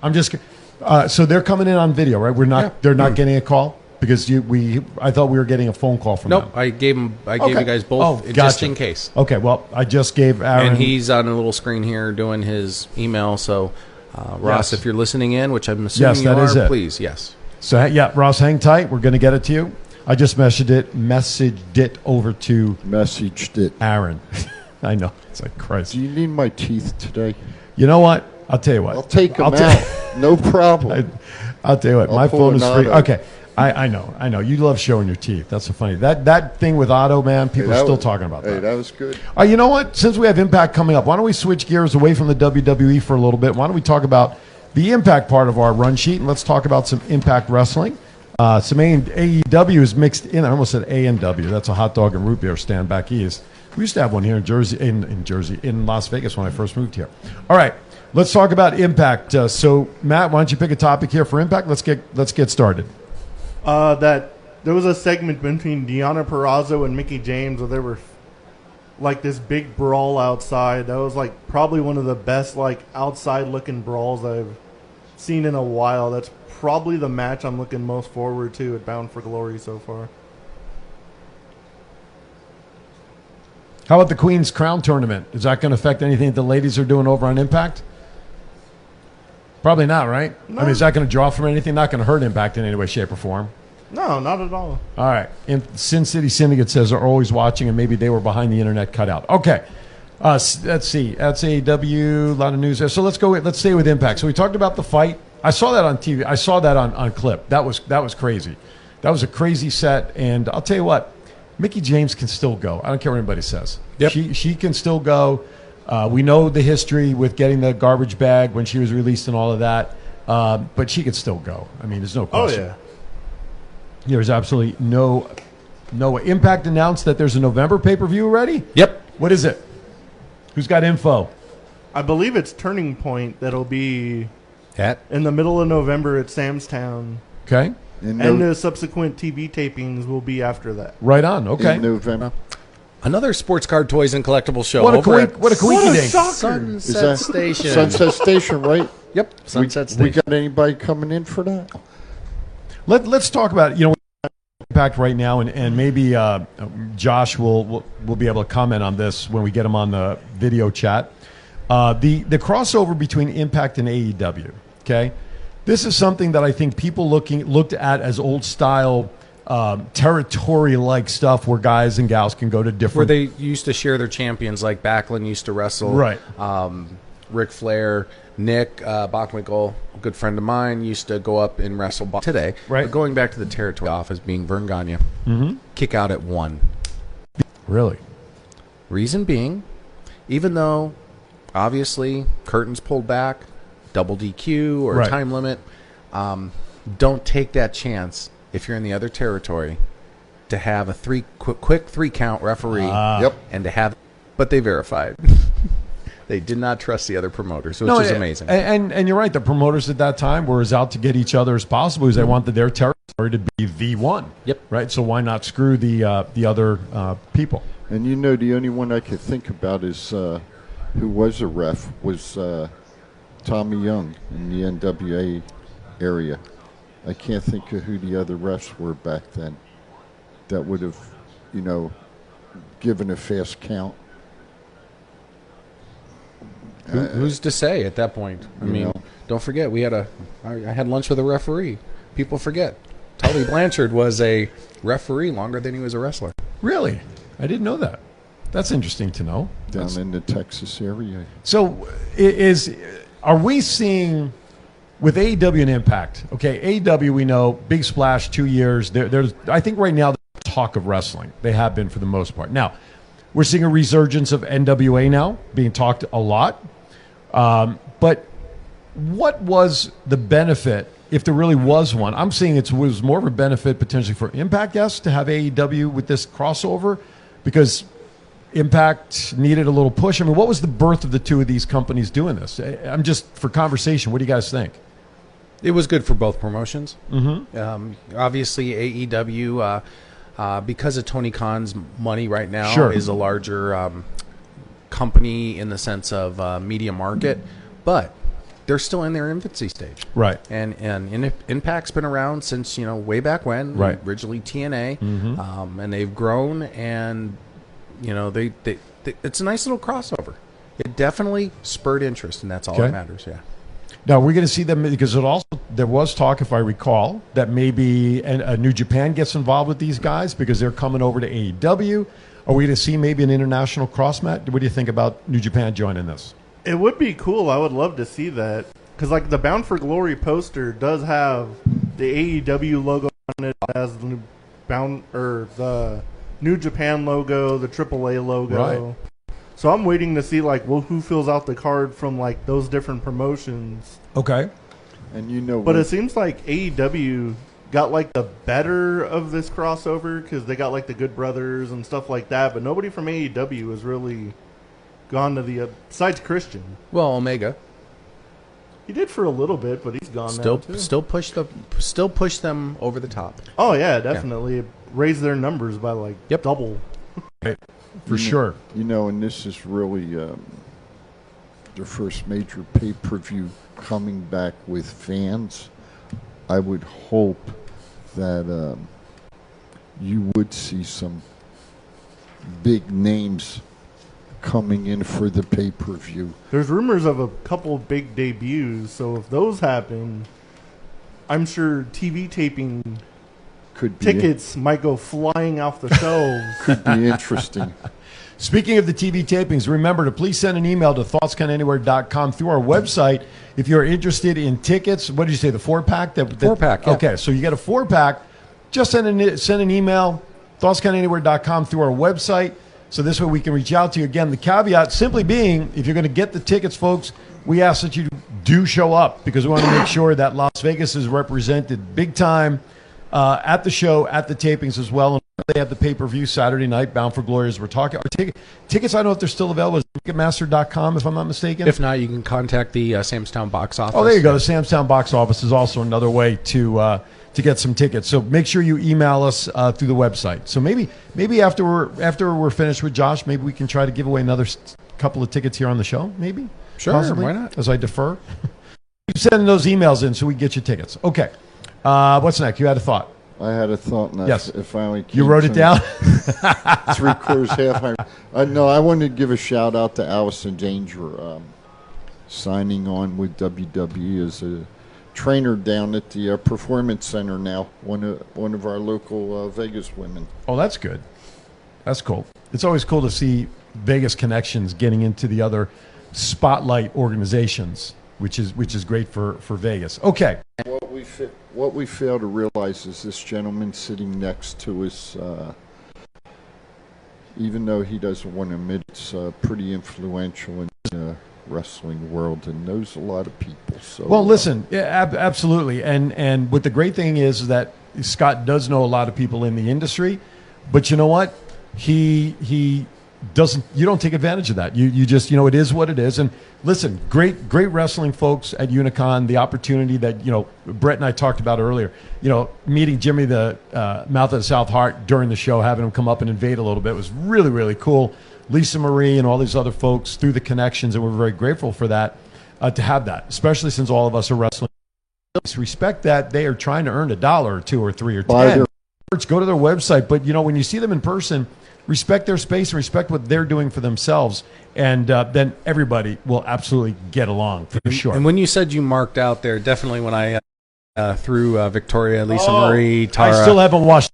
S1: I'm just. Uh, so they're coming in on video, right? We're not. They're not getting a call because you. We. I thought we were getting a phone call from
S2: Nope,
S1: them.
S2: I gave him. I gave you guys both
S1: Oh,
S2: just
S1: gotcha.
S2: in case.
S1: Okay. Well, I just gave Aaron.
S2: and he's on a little screen here doing his email. So, uh, Ross,
S1: Yes.
S2: if you're listening in, which I'm assuming
S1: Yes,
S2: you
S1: that
S2: are,
S1: is it.
S2: please, yes.
S1: So ha- yeah, Ross, hang tight. We're gonna get it to you. I just messaged it. Messaged it over to
S4: Messaged it.
S1: Aaron. I know. It's like Christ.
S4: Do you need my teeth today?
S1: You know what? I'll tell you what.
S4: I'll take them
S1: I'll ta-
S4: out. no problem.
S1: I, I'll tell you what,
S4: I'll
S1: my
S4: pull
S1: phone is
S4: an
S1: free.
S4: auto.
S1: Okay, I, I know, I know. You love showing your teeth. That's so funny. That that thing with Otto, man,
S4: Hey,
S1: people are
S4: that
S1: still
S4: was-
S1: talking about
S4: Hey,
S1: that.
S4: that was good.
S1: Uh, you know what? Since we have Impact coming up, why don't we switch gears away from the WWE for a little bit? Why don't we talk about the Impact part of our run sheet and let's talk about some Impact Wrestling. Uh, some A- AEW is mixed in. I almost said A and W. That's a hot dog and root beer stand back east. We used to have one here in Jersey, in, in Jersey, in Las Vegas when I first moved here. All right, let's talk about Impact. Uh, so, Matt, why don't you pick a topic here for Impact? Let's get let's get started.
S3: Uh, that there was a segment between Deanna Perrazzo and Mickey James where there were like this big brawl outside. That was like probably one of the best like outside looking brawls I've seen in a while. That's probably the match I'm looking most forward to at Bound for Glory so far.
S1: How about the Queen's Crown tournament? Is that going to affect anything that the ladies are doing over on Impact? Probably not, right? I mean, is that going to draw from anything? Not going to hurt Impact in any way, shape, or form.
S3: No, not at all.
S1: All right. And Sin City Syndicate says they're always watching, and maybe they were behind the internet cutout. Okay. Uh, s- let's see. That's AEW. A lot of news there. So let's go. with- Let's stay with Impact. So we talked about the fight. I saw that on TV. I saw that on, on clip. That was that was crazy. That was a crazy set. And I'll tell you what, Mickey James can still go. I don't care what anybody says.
S2: Yep.
S1: She she can still go. Uh, we know the history with getting the garbage bag when she was released and all of that. Uh, but she could still go. I mean, there's no question. There's absolutely no no impact announced that there's a November pay per view already.
S2: Yep.
S1: What is it? Who's got info?
S3: I believe it's Turning Point that'll be
S2: Hat.
S3: in the middle of November at Sam's Town.
S1: Okay,
S4: In,
S3: And
S4: no-
S3: the subsequent TV tapings will be after that.
S1: right on. Okay,
S4: in November.
S2: Another sports card, toys, and collectible show.
S1: what a
S2: over
S1: coink,
S2: at
S1: what a coinky dink.
S4: Is
S2: Sunset
S4: that
S2: Station.
S4: Sunset Station, right?
S2: Yep. Sunset
S4: we, we
S2: Station.
S4: got anybody coming in for that?
S1: Let Let's talk about you know impact right now, and and maybe uh, Josh will, will will be able to comment on this when we get him on the video chat. Uh, the the crossover between Impact and AEW. Okay, this is something that I think people looking looked at as old style. Um, territory like stuff where guys and gals can go to different
S2: Where they used to share their champions, like Backlund used to wrestle.
S1: Right.
S2: Um, Ric Flair, Nick uh, Bockwinkel, a good friend of mine, used to go up and wrestle bo- today.
S1: Right.
S2: But going back to the territory office, being Vern Gagne, kick out at one.
S1: Mm-hmm. Really?
S2: Reason being, even though obviously curtains pulled back, double DQ or
S1: Right.
S2: time limit, um, don't take that chance if you're in the other territory to have a three quick, quick three count referee
S4: yep.
S2: and to have. But they verified. they did not trust the other promoters, which is
S1: and-
S2: amazing.
S1: And, and and you're right. The promoters at that time were as out to get each other as possible because they wanted their territory to be the one.
S2: Mm-hmm. Yep.
S1: Right. So why not screw the uh, the other uh, people?
S4: And you know, the only one I could think about is uh, who was a ref was uh, Tommy Young in the NWA area. I can't think of who the other refs were back then that would have, you know, given a fast count.
S2: Who,
S1: Uh,
S2: who's to say at that point? I mean,
S4: know.
S2: don't forget we had a. I I had lunch with a referee. People forget. Tully Blanchard was a referee longer than he was a wrestler.
S1: Really? I didn't know that. That's interesting to know.
S4: Down in the Texas area.
S1: So i- is are we seeing with AEW and Impact? Okay, AEW we know big splash two years. There, there's I think right now there's talk of wrestling. They have been for the most part. Now we're seeing a resurgence of NWA now being talked a lot. Um, but what was the benefit if there really was one? I'm seeing it was more of a benefit potentially for Impact, yes, to have AEW with this crossover because Impact needed a little push. I mean, what was the birth of the two of these companies doing this? I- I'm just for conversation. What do you guys think?
S2: It was good for both promotions. Mm-hmm. Um, obviously, AEW, uh, uh, because of Tony Khan's money right now,
S1: Sure.
S2: is a larger um, company in the sense of uh, media market, but they're still in their infancy stage.
S1: Right.
S2: And and In- Impact's been around since you know way back when.
S1: Right. Mm-hmm.
S2: Originally TNA, um, and they've grown, and you know they, they, they it's a nice little crossover. It definitely spurred interest, and that's all
S1: Okay.
S2: that matters. Yeah.
S1: Now we're going to see them because it also there was talk, if I recall, that maybe an, a New Japan gets involved with these guys because they're coming over to AEW. Are we going to see maybe an international cross mat? What do you think about New Japan joining this?
S3: It would be cool. I would love to see that Because like the Bound for Glory poster does have the AEW logo on it, it has the new Bound or the New Japan logo, the AAA logo. So I'm waiting to see like well who fills out the card from like those different promotions.
S1: Okay.
S4: And you know,
S3: But
S4: when-
S3: it seems like AEW got like the better of this crossover because they got like the Good Brothers and stuff like that. But nobody from AEW has really gone to the uh, besides Christian.
S2: Well, Omega
S3: He did for a little bit, but he's gone
S2: still
S3: now too.
S2: still push the still push them over the top.
S3: Oh yeah, definitely It raised their numbers by like double.
S1: For sure.
S4: You know, and this is really um, their first major pay per view coming back with fans. I would hope that um, you would see some big names coming in for the pay per view.
S3: There's rumors of a couple big debuts, so if those happen, I'm sure TV taping
S4: Could be
S3: tickets might go flying off the shelves.
S4: could be interesting.
S1: Speaking of the TV tapings, remember to please send an email to thoughtsconanywhere.com through our website if you're interested in tickets. What did you say, the four pack? That, that-
S2: Four pack, yeah.
S1: Okay, so you got a four pack. Just send an, send an email, thoughtsconanywhere.com through our website. So this way we can reach out to you. Again, the caveat simply being if you're going to get the tickets, folks, we ask that you do show up because we want to make sure that Las Vegas is represented big time uh, at the show, at the tapings as well. And they have the pay per view Saturday night, Bound for Glory, as we're talking. Our ticket, tickets, I don't know if they're still available. Is Ticketmaster.com, if I'm not mistaken.
S2: If not, you can contact the uh, Samstown box office.
S1: Oh, there you go. The Samstown box office is also another way to uh, to get some tickets. So make sure you email us uh, through the website. So maybe maybe after we're after we're finished with Josh, maybe we can try to give away another s- couple of tickets here on the show. Maybe
S2: Sure,
S1: Possibly?
S2: why not?
S1: As I defer, keep sending those emails in so we can get you tickets. Okay, uh, what's next? You had a thought.
S4: I had a thought, and I-
S1: Yes.
S4: it finally came
S1: You wrote
S4: to
S1: it
S4: me.
S1: down.
S4: three quarters, half. My, uh, no, I wanted to give a shout out to Allison Danger, um, signing on with WWE as a trainer down at the uh, Performance Center now. One of one of our local uh, Vegas women.
S1: Oh, that's good. That's cool. It's always cool to see Vegas connections getting into the other spotlight organizations, which is which is great for for Vegas. Okay.
S4: What we fa- what we fail to realize is this gentleman sitting next to us. Uh, even though he doesn't want to admit, it's uh, pretty influential in the wrestling world and knows a lot of people. So,
S1: Well,
S4: uh,
S1: listen, yeah, ab- absolutely, and and what the great thing is is that Scott does know a lot of people in the industry, but you know what, he he doesn't. You don't take advantage of that. You you just you know it is what it is. And listen, great great wrestling folks at Unicon. The opportunity that you know Brett and I talked about earlier. You know, meeting Jimmy the uh, Mouth of the South Heart during the show, having him come up and invade a little bit was really really cool. Lisa Marie and all these other folks through the connections, and we're very grateful for that uh, to have that, especially since all of us are wrestling. Just Respect that they are trying to earn a dollar or two or three or
S4: Buy
S1: ten.
S4: their-
S1: Or Go to their website, but you know when you see them in person, respect their space and respect what they're doing for themselves, and uh, then everybody will absolutely get along for sure.
S2: And when you said you marked out there, definitely when I uh, uh, threw uh, Victoria, Lisa
S1: Oh,
S2: Marie,
S1: I
S2: Tara.
S1: still haven't watched.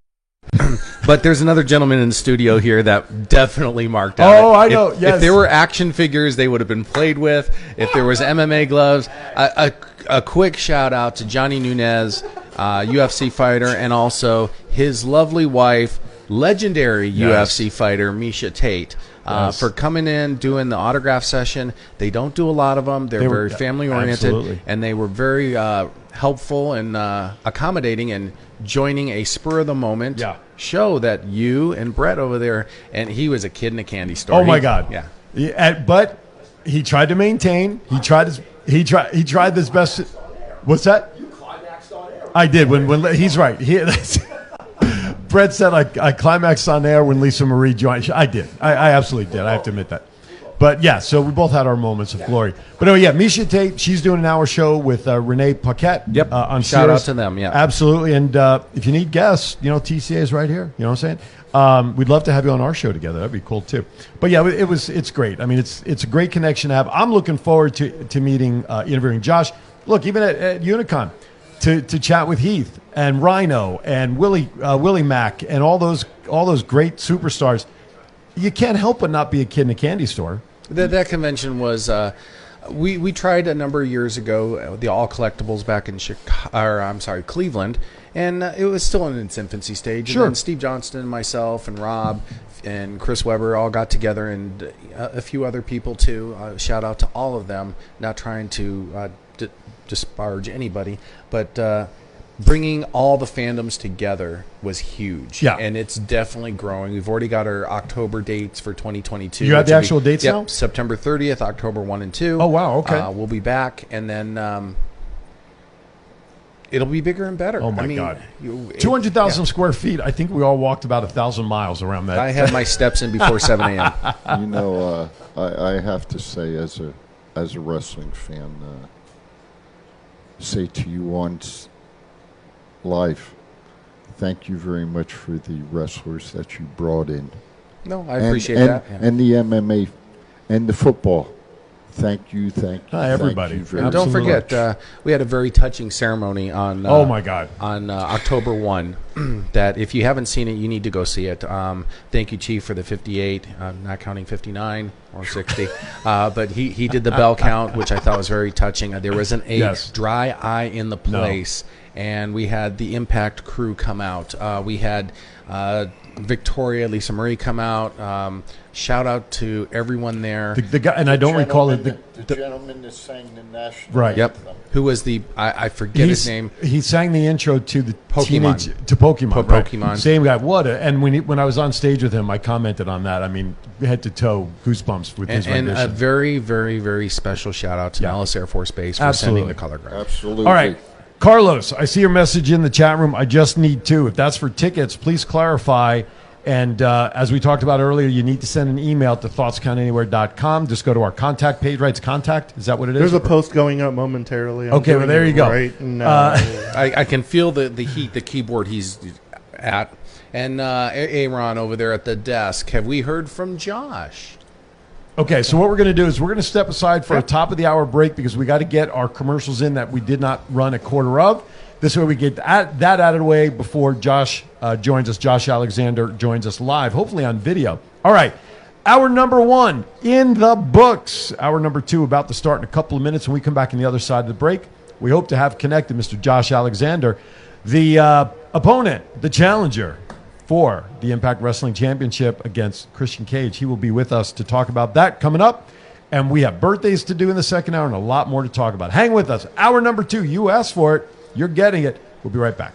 S2: But there's another gentleman in the studio here that definitely marked out.
S1: Oh, I
S2: If-
S1: know, yes.
S2: If there were action figures, they would have been played with. If there was MMA gloves, a, a, a quick shout out to Johnny Nunez, uh, UFC fighter, and also his lovely wife, legendary UFC fighter Misha Tate, uh,
S1: Yes.
S2: for coming in doing the autograph session. They don't do a lot of them. They're
S1: They were-
S2: very family oriented,
S1: Absolutely.
S2: and they were very uh, helpful and uh, accommodating and joining a spur of the moment
S1: Yeah.
S2: show that you and Brett over there, and he was a kid in a candy store.
S1: Oh my
S2: He-
S1: god!
S2: Yeah.
S1: Yeah, and- but he tried to maintain. He tried his. He tried. He tried his best. What's that? I did. When when he's right. He, that's, Brett said I, I climaxed on air when Lisa Marie joined. I did. I, I absolutely did. I have to admit that. But yeah, so we both had our moments of glory. But anyway, yeah, Misha Tate, she's doing an hour show with uh, Renee Paquette.
S2: Yep.
S1: Uh, on
S2: Shout out
S1: Sirius.
S2: to them, yeah.
S1: Absolutely. And uh, if you need guests, you know, TCA is right here. You know what I'm saying? Um, we'd love to have you on our show together. That'd be cool too. But yeah, it was it's great. I mean, it's it's a great connection to have. I'm looking forward to to meeting uh, interviewing Josh. Look, even at, at Unicon, to, to chat with Heath and Rhino and Willie uh, Willie Mack and all those all those great superstars. You can't help but not be a kid in a candy store.
S2: That, that convention was uh, we we tried a number of years ago uh, the all collectibles back in Chicago, or I'm sorry, Cleveland, and uh, it was still in its infancy stage.
S1: Sure.
S2: And then Steve Johnston and myself and Rob and Chris Weber all got together, and uh, a few other people too. Uh, shout out to all of them. Not trying to uh, d- disparage anybody, but. Uh, Bringing all the fandoms together was huge,
S1: Yeah.
S2: and it's definitely growing. We've already got our October dates for 2022.
S1: You have
S2: which
S1: the
S2: will
S1: actual dates
S2: yep,
S1: now?
S2: September 30th, October 1 and 2.
S1: Oh, wow, okay.
S2: Uh, we'll be back, and then um, it'll be bigger and better.
S1: Oh my
S2: I mean,
S1: God.
S2: you- it-
S1: Two hundred thousand
S2: yeah.
S1: square feet. I think we all walked about a thousand miles around that.
S2: I had my steps in before 7 a.m.
S4: you know, uh, I, I have to say, as a as a wrestling fan, uh, say to you once live, thank you very much for the wrestlers that you brought in.
S2: No, I
S4: And-
S2: appreciate
S4: and,
S2: that. yeah.
S4: And the MMA, and the football. Thank you, thank you,
S1: Hi,
S4: thank
S1: everybody.
S4: you very
S2: And don't
S1: Absolutely.
S2: forget, uh, we had a very touching ceremony on. Uh,
S1: Oh, my God.
S2: On uh, October one, that if you haven't seen it, you need to go see it. Um, thank you, Chief, for the fifty-eight. uh not counting fifty-nine or sixty, uh, but he he did the bell count, which I thought was very touching. Uh, There wasn't a
S1: Yes.
S2: dry eye in the place, and we had the Impact crew come out. Uh, we had. Uh, Victoria, Lisa Marie come out. Um, shout out to everyone there.
S1: The, the guy, and I don't recall it. The,
S4: the, gentleman that sang the national
S1: Right.
S2: Yep. Who was the I, I forget his
S1: he's-
S2: name.
S1: He sang the intro to the
S2: Pokemon.
S1: teenage to Pokemon.
S2: Po-
S1: right.
S2: Pokemon.
S1: Same guy. What? A, and when he, when I was on stage with him, I commented on that. I mean, head to toe, goosebumps with his
S2: And, and a
S1: rendition.
S2: very, very, very special shout out to
S1: Yeah.
S2: Nellis Air Force Base for
S1: Absolutely.
S2: sending the color graph. Uh,
S4: Absolutely.
S1: All right. Carlos, I see your message in the chat room. I just need two. If that's for tickets, please clarify. And uh, as we talked about earlier, you need to send an email to thoughtscountanywhere.com. Just go to our contact page. Right, it's contact. Is that what it is?
S3: There's a post going up momentarily. I'm
S1: Okay, well,
S3: doing
S1: there
S3: it
S1: you go. Uh,
S3: Right now.
S2: I, I can feel the, the heat, the keyboard he's at. And uh, A- Aaron over there at the desk. Have we heard from Josh?
S1: Okay, so what we're going to do is we're going to step aside for a top of the hour break because we got to get our commercials in that we did not run a quarter of. This way we get that, that out of the way before Josh uh, joins us. Josh Alexander joins us live, hopefully on video. All right, hour number one in the books. Hour number two about to start in a couple of minutes when we come back on the other side of the break. We hope to have connected Mr. Josh Alexander, the uh, opponent, the challenger for the Impact Wrestling Championship against Christian Cage. He will be with us to talk about that coming up. And we have birthdays to do in the second hour and a lot more to talk about. Hang with us. Hour number two, you asked for it. You're getting it. We'll be right back.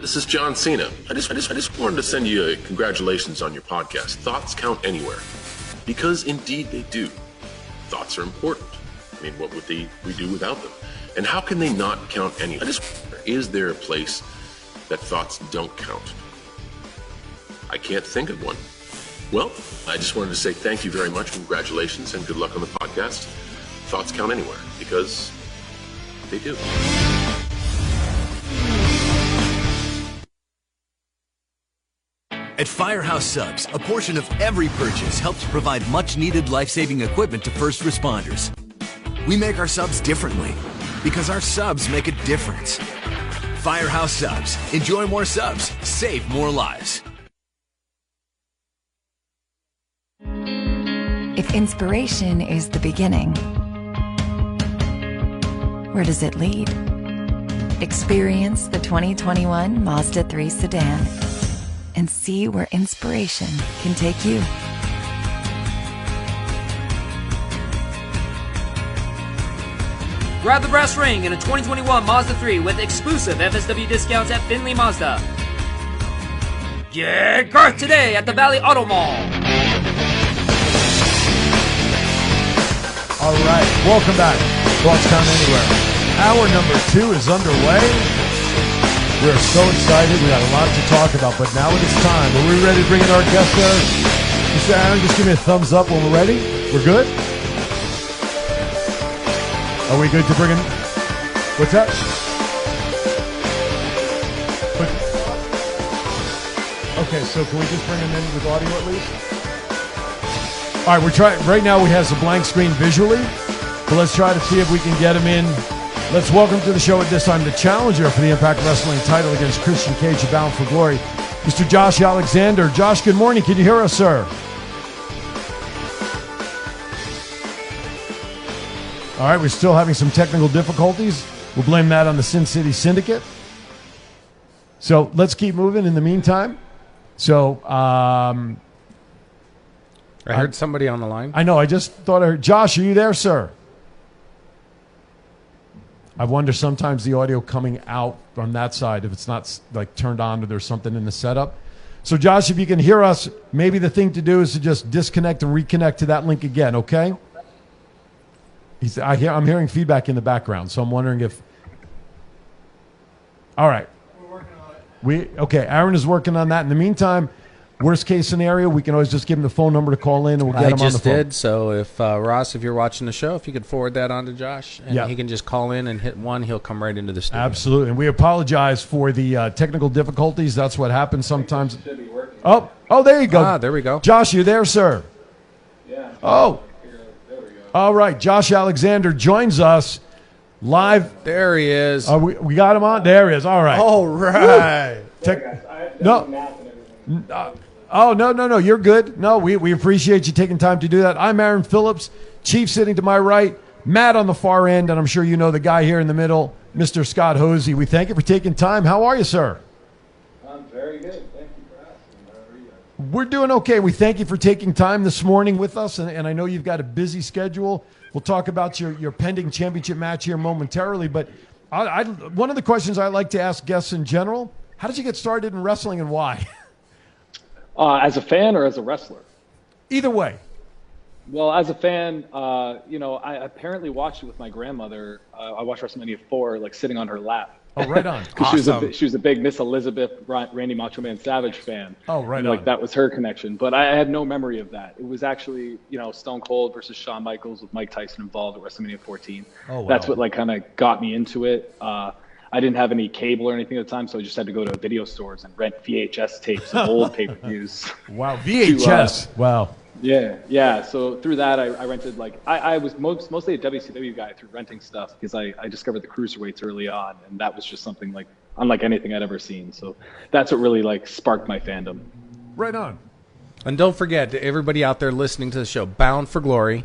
S11: This is John Cena. I just, I just, I just wanted to send you a congratulations on your podcast. Thoughts count anywhere, because indeed they do. Thoughts are important. I mean, what would they we do without them? And how can they not count anywhere? I just wonder, is there a place that thoughts don't count? I can't think of one. Well, I just wanted to say thank you very much, congratulations, and good luck on the podcast. Thoughts count anywhere because they do.
S7: At Firehouse Subs, a portion of every purchase helps provide much needed life saving equipment to first responders. We make our subs differently because our subs make a difference. Firehouse Subs. Enjoy more subs, save more lives.
S9: If inspiration is the beginning, where does it lead? Experience the 2021 Mazda 3 sedan and see where inspiration can take you.
S10: Grab the brass ring in a 2021 Mazda 3 with exclusive FSW discounts at Finley Mazda. Get Garth today at the Valley Auto Mall.
S1: All right. Welcome back. Thoughts Count Anywhere. Hour number two is underway. We're so excited. We got a lot to talk about, but now it is time. Are we ready to bring in our guest, Aaron? Mr. Aaron, just give me a thumbs up when we're ready. We're good? Are we good to bring in? What's that? But- Okay, so can we just bring him in with audio at least? All right, we're trying right now. We have a blank screen visually, but let's try to see if we can get him in. Let's welcome to the show at this time the challenger for the Impact Wrestling title against Christian Cage of Bound for Glory, Mr. Josh Alexander. Josh, good morning. Can you hear us, sir? All right, we're still having some technical difficulties. We'll blame that on the Sin City Syndicate. So let's keep moving in the meantime. So, um,
S2: I heard somebody on the line.
S1: I know. I just thought I heard. Josh, are you there, sir? I wonder sometimes the audio coming out from that side, if it's not like turned on or there's something in the setup. So, Josh, if you can hear us, maybe the thing to do is to just disconnect and reconnect to that link again, okay? He's, I hear, I'm hearing feedback in the background, so I'm wondering if. All right. We okay. Aaron is working on that. In the meantime, worst case scenario, we can always just give him the phone number to call in, and we'll get
S2: I
S1: him on
S2: just
S1: the phone.
S2: did. So if uh, Ross, if you're watching the show, if you could forward that on to Josh, and
S1: Yeah.
S2: he can just call in and hit one, he'll come right into the studio.
S1: Absolutely, and we apologize for the uh, technical difficulties. That's what happens sometimes. Oh, oh, there you go.
S2: Ah, there we go.
S1: Josh, you there, sir? Yeah. Oh. All right, Josh Alexander joins us live. Uh,
S2: There he is.
S1: we, we got him on. There he is. All right.
S2: All right.
S1: Woo. Tech- no. N- uh, oh no no no! You're good. No, we we appreciate you taking time to do that. I'm Aaron Phillips, chief sitting to my right, Matt on the far end, and I'm sure you know the guy here in the middle, Mr. Scott Hosey. We thank you for taking time. How are you, sir?
S12: I'm very good. Thank you for
S1: We're doing okay. We thank you for taking time this morning with us, and, and I know you've got a busy schedule. We'll talk about your, your pending championship match here momentarily, but I, I, one of the questions I like to ask guests in general: How did you get started in wrestling, and why?
S12: Uh, as a fan or as a wrestler?
S1: Either way,
S12: Well, as a fan, uh, you know, I apparently watched it with my grandmother. Uh, I watched WrestleMania 4, like sitting on her lap.
S1: Oh, right on.
S12: 'Cause she, was a,
S1: Awesome.
S12: bi- she was a big Miss Elizabeth Ra- Randy Macho Man Savage fan.
S1: Oh, right
S12: And, Like
S1: on.
S12: that was her connection. But I, I had no memory of that. It was actually, you know, Stone Cold versus Shawn Michaels with Mike Tyson involved at WrestleMania 14.
S1: Oh, wow.
S12: That's what like kind of got me into it. Uh, I didn't have any cable or anything at the time, so I just had to go to video stores and rent VHS tapes of old pay-per-views. uh,
S1: Wow,
S12: VHS.
S1: uh, wow.
S12: Yeah, yeah. So through that, I, I rented like I, I was most, mostly a WCW guy through renting stuff because I, I discovered the cruiserweights early on, and that was just something like unlike anything I'd ever seen. So that's what really like sparked my fandom.
S1: Right on.
S2: And don't forget to everybody out there listening to the show, Bound for Glory,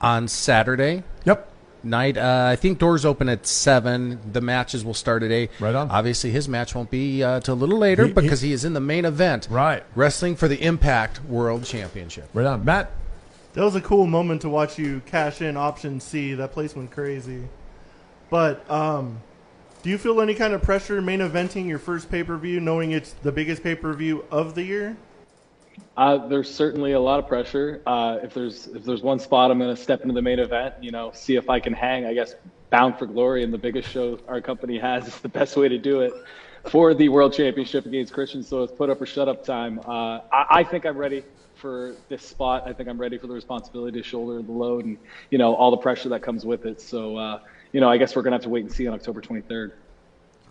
S2: on Saturday.
S1: Yep.
S2: Night. Uh, I think doors open at seven. The matches will start at eight. Right on. Obviously, his match won't be uh, till a little later
S1: He- he-
S2: because he, is in the main event.
S1: Right.
S2: Wrestling for the Impact World Championship.
S1: Right on, Matt.
S3: That was a cool moment to watch you cash in option C. That place went crazy. But um, do you feel any kind of pressure main eventing your first pay per view, knowing it's the biggest pay per view of the year?
S12: Uh, there's certainly a lot of pressure. Uh, if there's if there's one spot, I'm gonna step into the main event. You know, see if I can hang. I guess Bound for Glory and the biggest show our company has is the best way to do it for the World Championship against Christian. So it's put up or shut up time. Uh, I, I think I'm ready for this spot. I think I'm ready for the responsibility to shoulder the load and you know all the pressure that comes with it. So uh, you know, I guess we're gonna have to wait and see on October 23rd.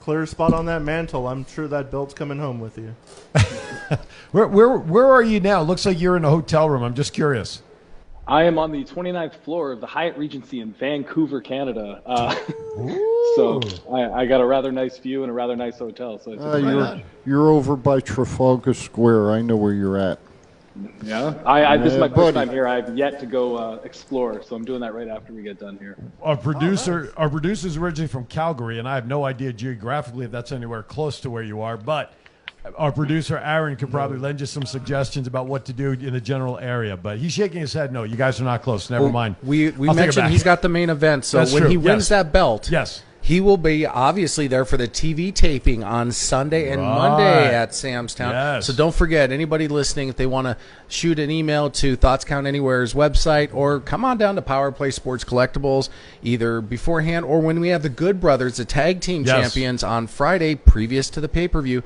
S3: Clear spot on that mantle. I'm sure that belt's coming home with you.
S1: Where where where are you now? Looks like you're in a hotel room. I'm just curious.
S12: I am on the 29th floor of the Hyatt Regency in Vancouver, Canada. Uh, so I, I got a rather nice view and a rather nice hotel. So it's
S4: Uh, you're, you're over by Trafalgar Square. I know where you're at.
S12: yeah. I, I, this is my
S4: Yeah,
S12: first
S4: buddy.
S12: time here. I've yet to go uh, explore, so I'm doing that right after we get done here.
S1: Our producer, our producer's originally from Calgary, and I have no idea geographically if that's anywhere close to where you are. But our producer Aaron could probably lend you some suggestions about what to do in the general area. But he's shaking his head. No, you guys are not close. Never
S2: Well,
S1: mind.
S2: We we
S1: I'll take it
S2: mentioned
S1: back.
S2: he's got the main event, so
S1: That's
S2: when
S1: true,
S2: he wins
S1: yes.
S2: that belt,
S1: yes,
S2: he will be obviously there for the TV taping on Sunday and Monday
S1: Right.
S2: at Sam's Town.
S1: Yes.
S2: So don't forget anybody listening if they want to shoot an email to Thoughts Count Anywhere's website or come on down to Power Play Sports Collectibles either beforehand or when we have the Good Brothers, the tag team
S1: Yes.
S2: champions on Friday previous to the pay-per-view.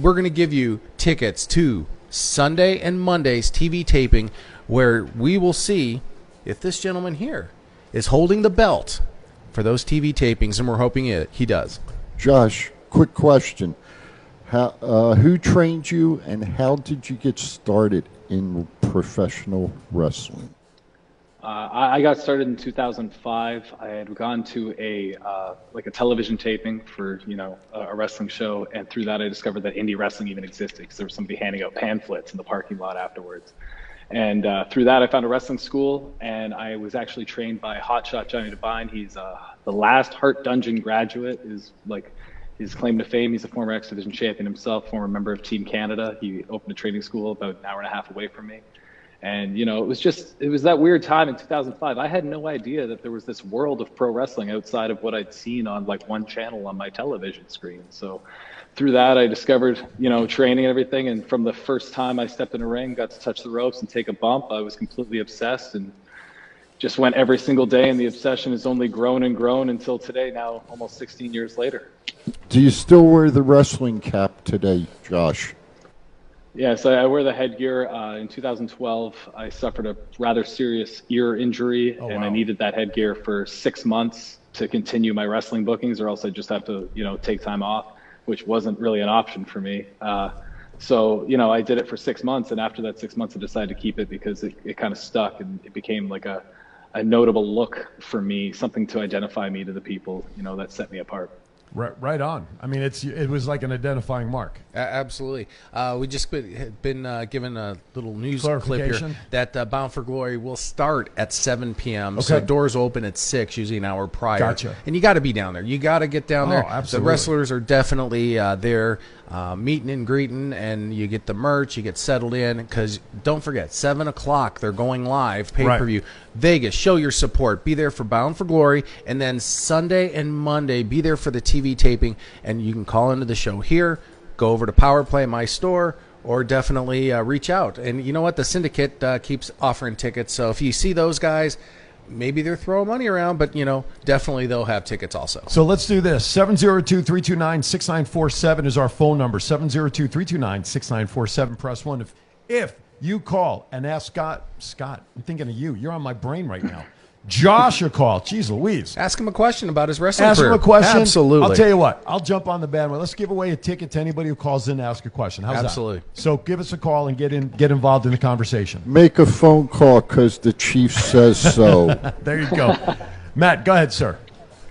S2: We're going to give you tickets to Sunday and Monday's TV taping where we will see if this gentleman here is holding the belt for those TV tapings, and we're hoping it, he does.
S4: Josh, quick question. How, uh, who trained you and how did you get started in professional wrestling?
S12: Uh, I, I got started in 2005. I had gone to a uh, like a television taping for you know a, a wrestling show, and through that I discovered that indie wrestling even existed because there was somebody handing out pamphlets in the parking lot afterwards. And uh, through that, I found a wrestling school, and I was actually trained by hotshot Johnny Devine. He's uh, the last Heart Dungeon graduate. Is like his claim to fame. He's a former X Division champion himself, former member of Team Canada. He opened a training school about an hour and a half away from me. And you know, it was just it was that weird time in 2005. I had no idea that there was this world of pro wrestling outside of what I'd seen on like one channel on my television screen. So through that, I discovered you know training and everything. And from the first time I stepped in a ring, got to touch the ropes and take a bump, I was completely obsessed and just went every single day. And the obsession has only grown and grown until today. Now, almost 16 years later.
S4: Do you still wear the wrestling cap today, Josh?
S12: Yeah, so I wear the headgear. Uh, in 2012, I suffered a rather serious ear injury,
S1: Oh,
S12: and
S1: wow.
S12: I needed that headgear for six months to continue my wrestling bookings, or else I just have to, you know, take time off, which wasn't really an option for me. Uh, so, you know, I did it for six months, and after that six months, I decided to keep it because it, it kind of stuck, and it became like a, a notable look for me, something to identify me to the people, you know, that set me apart.
S1: Right, right on. I mean, it's it was like an identifying mark.
S2: absolutely. Uh, we just been, been uh, given a little news clip here
S1: Clarification?
S2: that uh, Bound for Glory will start at 7 p.m. So
S1: Okay.
S2: doors open at 6, usually an hour prior.
S1: Gotcha.
S2: And you got to be down there. You got to get down
S1: Oh,
S2: there.
S1: absolutely.
S2: The wrestlers are definitely uh, there uh, meeting and greeting, and you get the merch, you get settled in. Because don't forget, 7 o'clock, they're going live pay
S1: Right.
S2: per view. Vegas, show your support. Be there for Bound for Glory. And then Sunday and Monday, be there for the TV taping. And you can call into the show here, go over to Power Play, my store, or definitely uh, reach out. And you know what? The syndicate uh, keeps offering tickets. So if you see those guys, maybe they're throwing money around, but you know, definitely they'll have tickets also.
S1: So let's do this. 702 329 6947 is our phone number. 702 329 6947. Press 1. If, if you call and ask Scott, Scott, I'm thinking of you. You're on my brain right now. Josh, a call. Jeez Louise.
S2: Ask him a question about his wrestling
S1: Ask him
S2: career.
S1: a question.
S2: Absolutely.
S1: I'll tell you what, I'll jump on the bandwagon. Let's give away a ticket to anybody who calls in to ask a question. How's
S2: Absolutely.
S1: that? So give us a call and get in, get involved in the conversation.
S4: Make a phone call because the chief says so.
S1: there you go. Matt, go ahead, sir.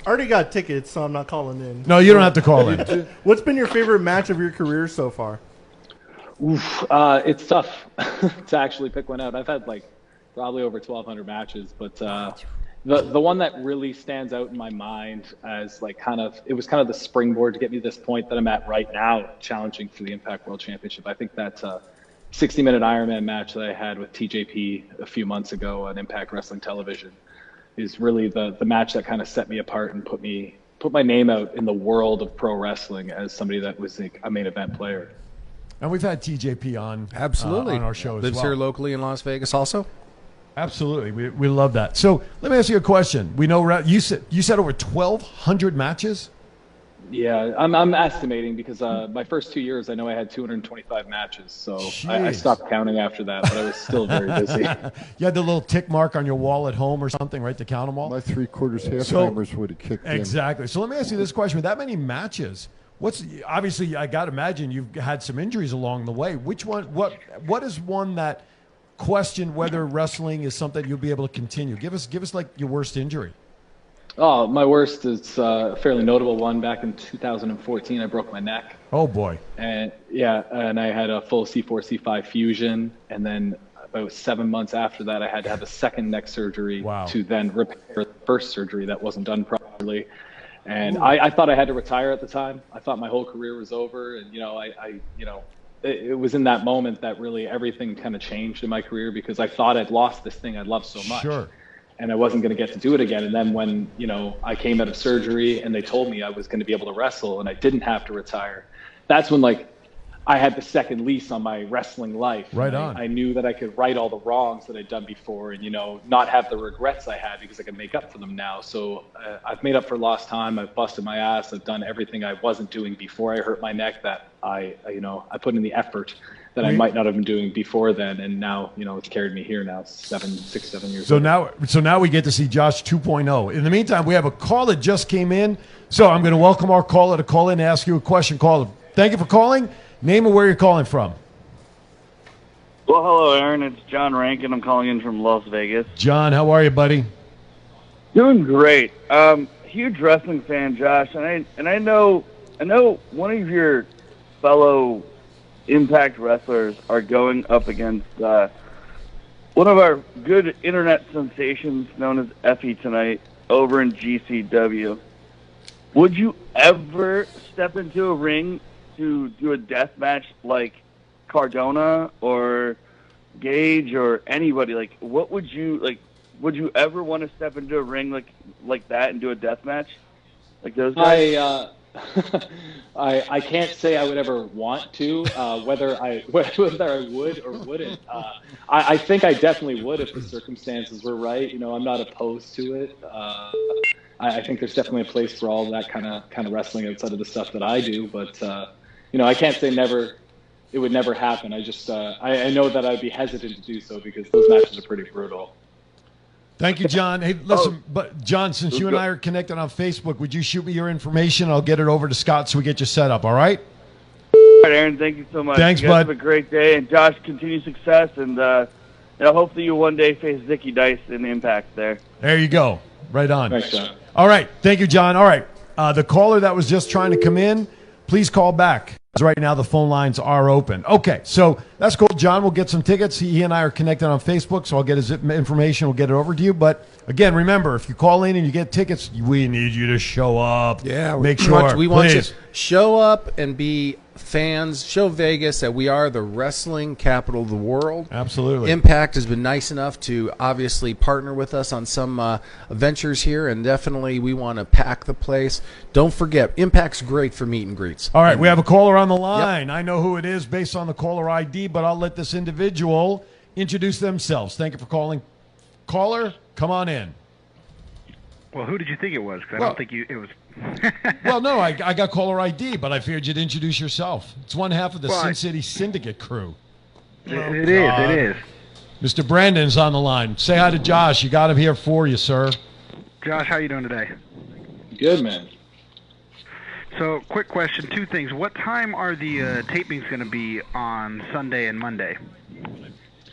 S3: I already got tickets, so I'm not calling in.
S1: No, you don't have to call in.
S3: What's been your favorite match of your career so far?
S12: Oof, uh, it's tough to actually pick one out. I've had like probably over 1,200 matches, but uh, the the one that really stands out in my mind as like kind of it was kind of the springboard to get me to this point that I'm at right now, challenging for the Impact World Championship. I think that uh, 60 minute Ironman match that I had with TJP a few months ago on Impact Wrestling Television is really the the match that kind of set me apart and put me put my name out in the world of pro wrestling as somebody that was like a main event player.
S1: And we've had TJP on uh,
S2: Absolutely.
S1: on our show as
S2: Lives
S1: well.
S2: here locally in Las Vegas also.
S1: Absolutely, we, we love that. So let me ask you a question. We know ra- you said you said over twelve hundred matches.
S12: Yeah, I'm, I'm estimating because uh, my first two years, I know I had 225 matches, so I, I
S1: Jeez.
S12: stopped counting after that. But I was still very busy.
S1: you had the little tick mark on your wall at home or something, right? To count them all. My
S4: three quarters half timers would have kicked in.
S1: Exactly. So let me ask you this question: With that many matches, what's obviously I got to imagine you've had some injuries along the way. Which one? What? What is one that question whether wrestling is something you'll be able to continue? Give us give us like your worst injury.
S12: oh, my worst is uh, a fairly notable one. Back in 2014, I broke my neck,
S1: Oh boy.
S12: and yeah, and I had a full C4 C5 fusion, and then about seven months after that, I had to have a second neck surgery to then repair the first surgery that wasn't done properly. And
S13: Ooh.
S12: I, I thought I had to retire at the time. I thought my whole career was over, and you know, I, I you know, it, it was in that moment that really everything kind of changed in my career because I thought I'd lost this thing I loved so much,
S1: Sure.
S12: and I wasn't going to get to do it again. And then when you know I came out of surgery and they told me I was going to be able to wrestle and I didn't have to retire, that's when like I had the second lease on my wrestling life.
S1: Right
S12: I-
S1: on.
S12: I knew that I could right all the wrongs that I'd done before, and you know, not have the regrets I had because I can make up for them now. So uh, I've made up for lost time. I've busted my ass. I've done everything I wasn't doing before I hurt my neck. That I, I, you know, I put in the effort that I
S1: We-
S12: might not have been doing before then, and now, you know, it's carried me here now, seven, six, seven years.
S1: So
S12: later.
S1: now, so now we get to see Josh 2.0. In the meantime, we have a call that just came in. So I'm going to welcome our caller to call in and ask you a question. Caller, thank you for calling. Name and where you're calling from.
S5: Well, hello, Aaron. It's John Rankin. I'm calling in from Las Vegas.
S1: John, how are you, buddy?
S5: Doing great. Um, huge wrestling fan, Josh, and I and I know I know one of your fellow Impact wrestlers are going up against uh, one of our good internet sensations known as Effie tonight over in GCW. Would you ever step into a ring to do a death match like Cardona or Gage or anybody? Like, what would you like? Would you ever want to step into a ring like like that and do a death match like those guys?
S12: I uh, I I can't say I would ever want to. Uh, whether I whether I would or wouldn't. Uh, I, I think I definitely would if the circumstances were right. You know, I'm not opposed to it. Uh, I, I think there's definitely a place for all that kind of kind of wrestling outside of the stuff that I do. But uh, you know, I can't say never. It would never happen. I just uh, I, I know that I'd be hesitant to do so because those matches are pretty brutal.
S1: Thank you, John. Hey,
S5: Oh.
S1: listen, but John, since you and I are connected on Facebook, would you shoot me your information? I'll get it over to Scott so we get you set up. All right.
S5: All right, Aaron, thank you so much.
S1: Thanks,
S5: you guys
S1: bud.
S5: Have a great day, and Josh, continue success, and uh, you know, hopefully you one day face Zicky Dice in Impact there.
S1: There you go. Right on.
S5: Thanks, John.
S1: All right. Thank you, John. All right. Uh, the caller that was just trying to come in, please call back. 'Cause Right now, the phone lines are open. Okay. So that's cool. John will get some tickets. He and I are connected on Facebook, so I'll get his information. We'll get it over to you. But again, remember, if you call in and you get tickets, we need you to show up.
S2: Yeah,
S1: Make
S2: we
S1: sure.
S2: want- we want you
S1: please.
S2: to show up and be fans. Show Vegas that we are the wrestling capital of the world.
S1: Absolutely.
S2: Impact has been nice enough to obviously partner with us on some uh, ventures here, and definitely we want to pack the place. Don't forget, Impact's great for meet and greets.
S1: All right, we have a caller on the line. I know who it is based on the caller ID, but I'll let this individual introduce themselves. Thank you for calling. Caller, come on in.
S13: Well, who did you think it was? 'Cause I
S1: Well-
S13: don't think you. It was.
S1: well, no, I, I got caller ID, but I figured you'd introduce yourself. It's one half of the
S13: Well, I-
S1: Sin City Syndicate crew.
S3: Oh,
S13: It, it is.
S1: God.
S13: It is.
S1: Mr. Brandon's on the line. Say hi to Josh. You got him here for you, sir. Oh,
S13: Josh, how you doing today?
S12: Good man.
S13: So, quick question: two things. What time are the uh, tapings going to be on Sunday and Monday?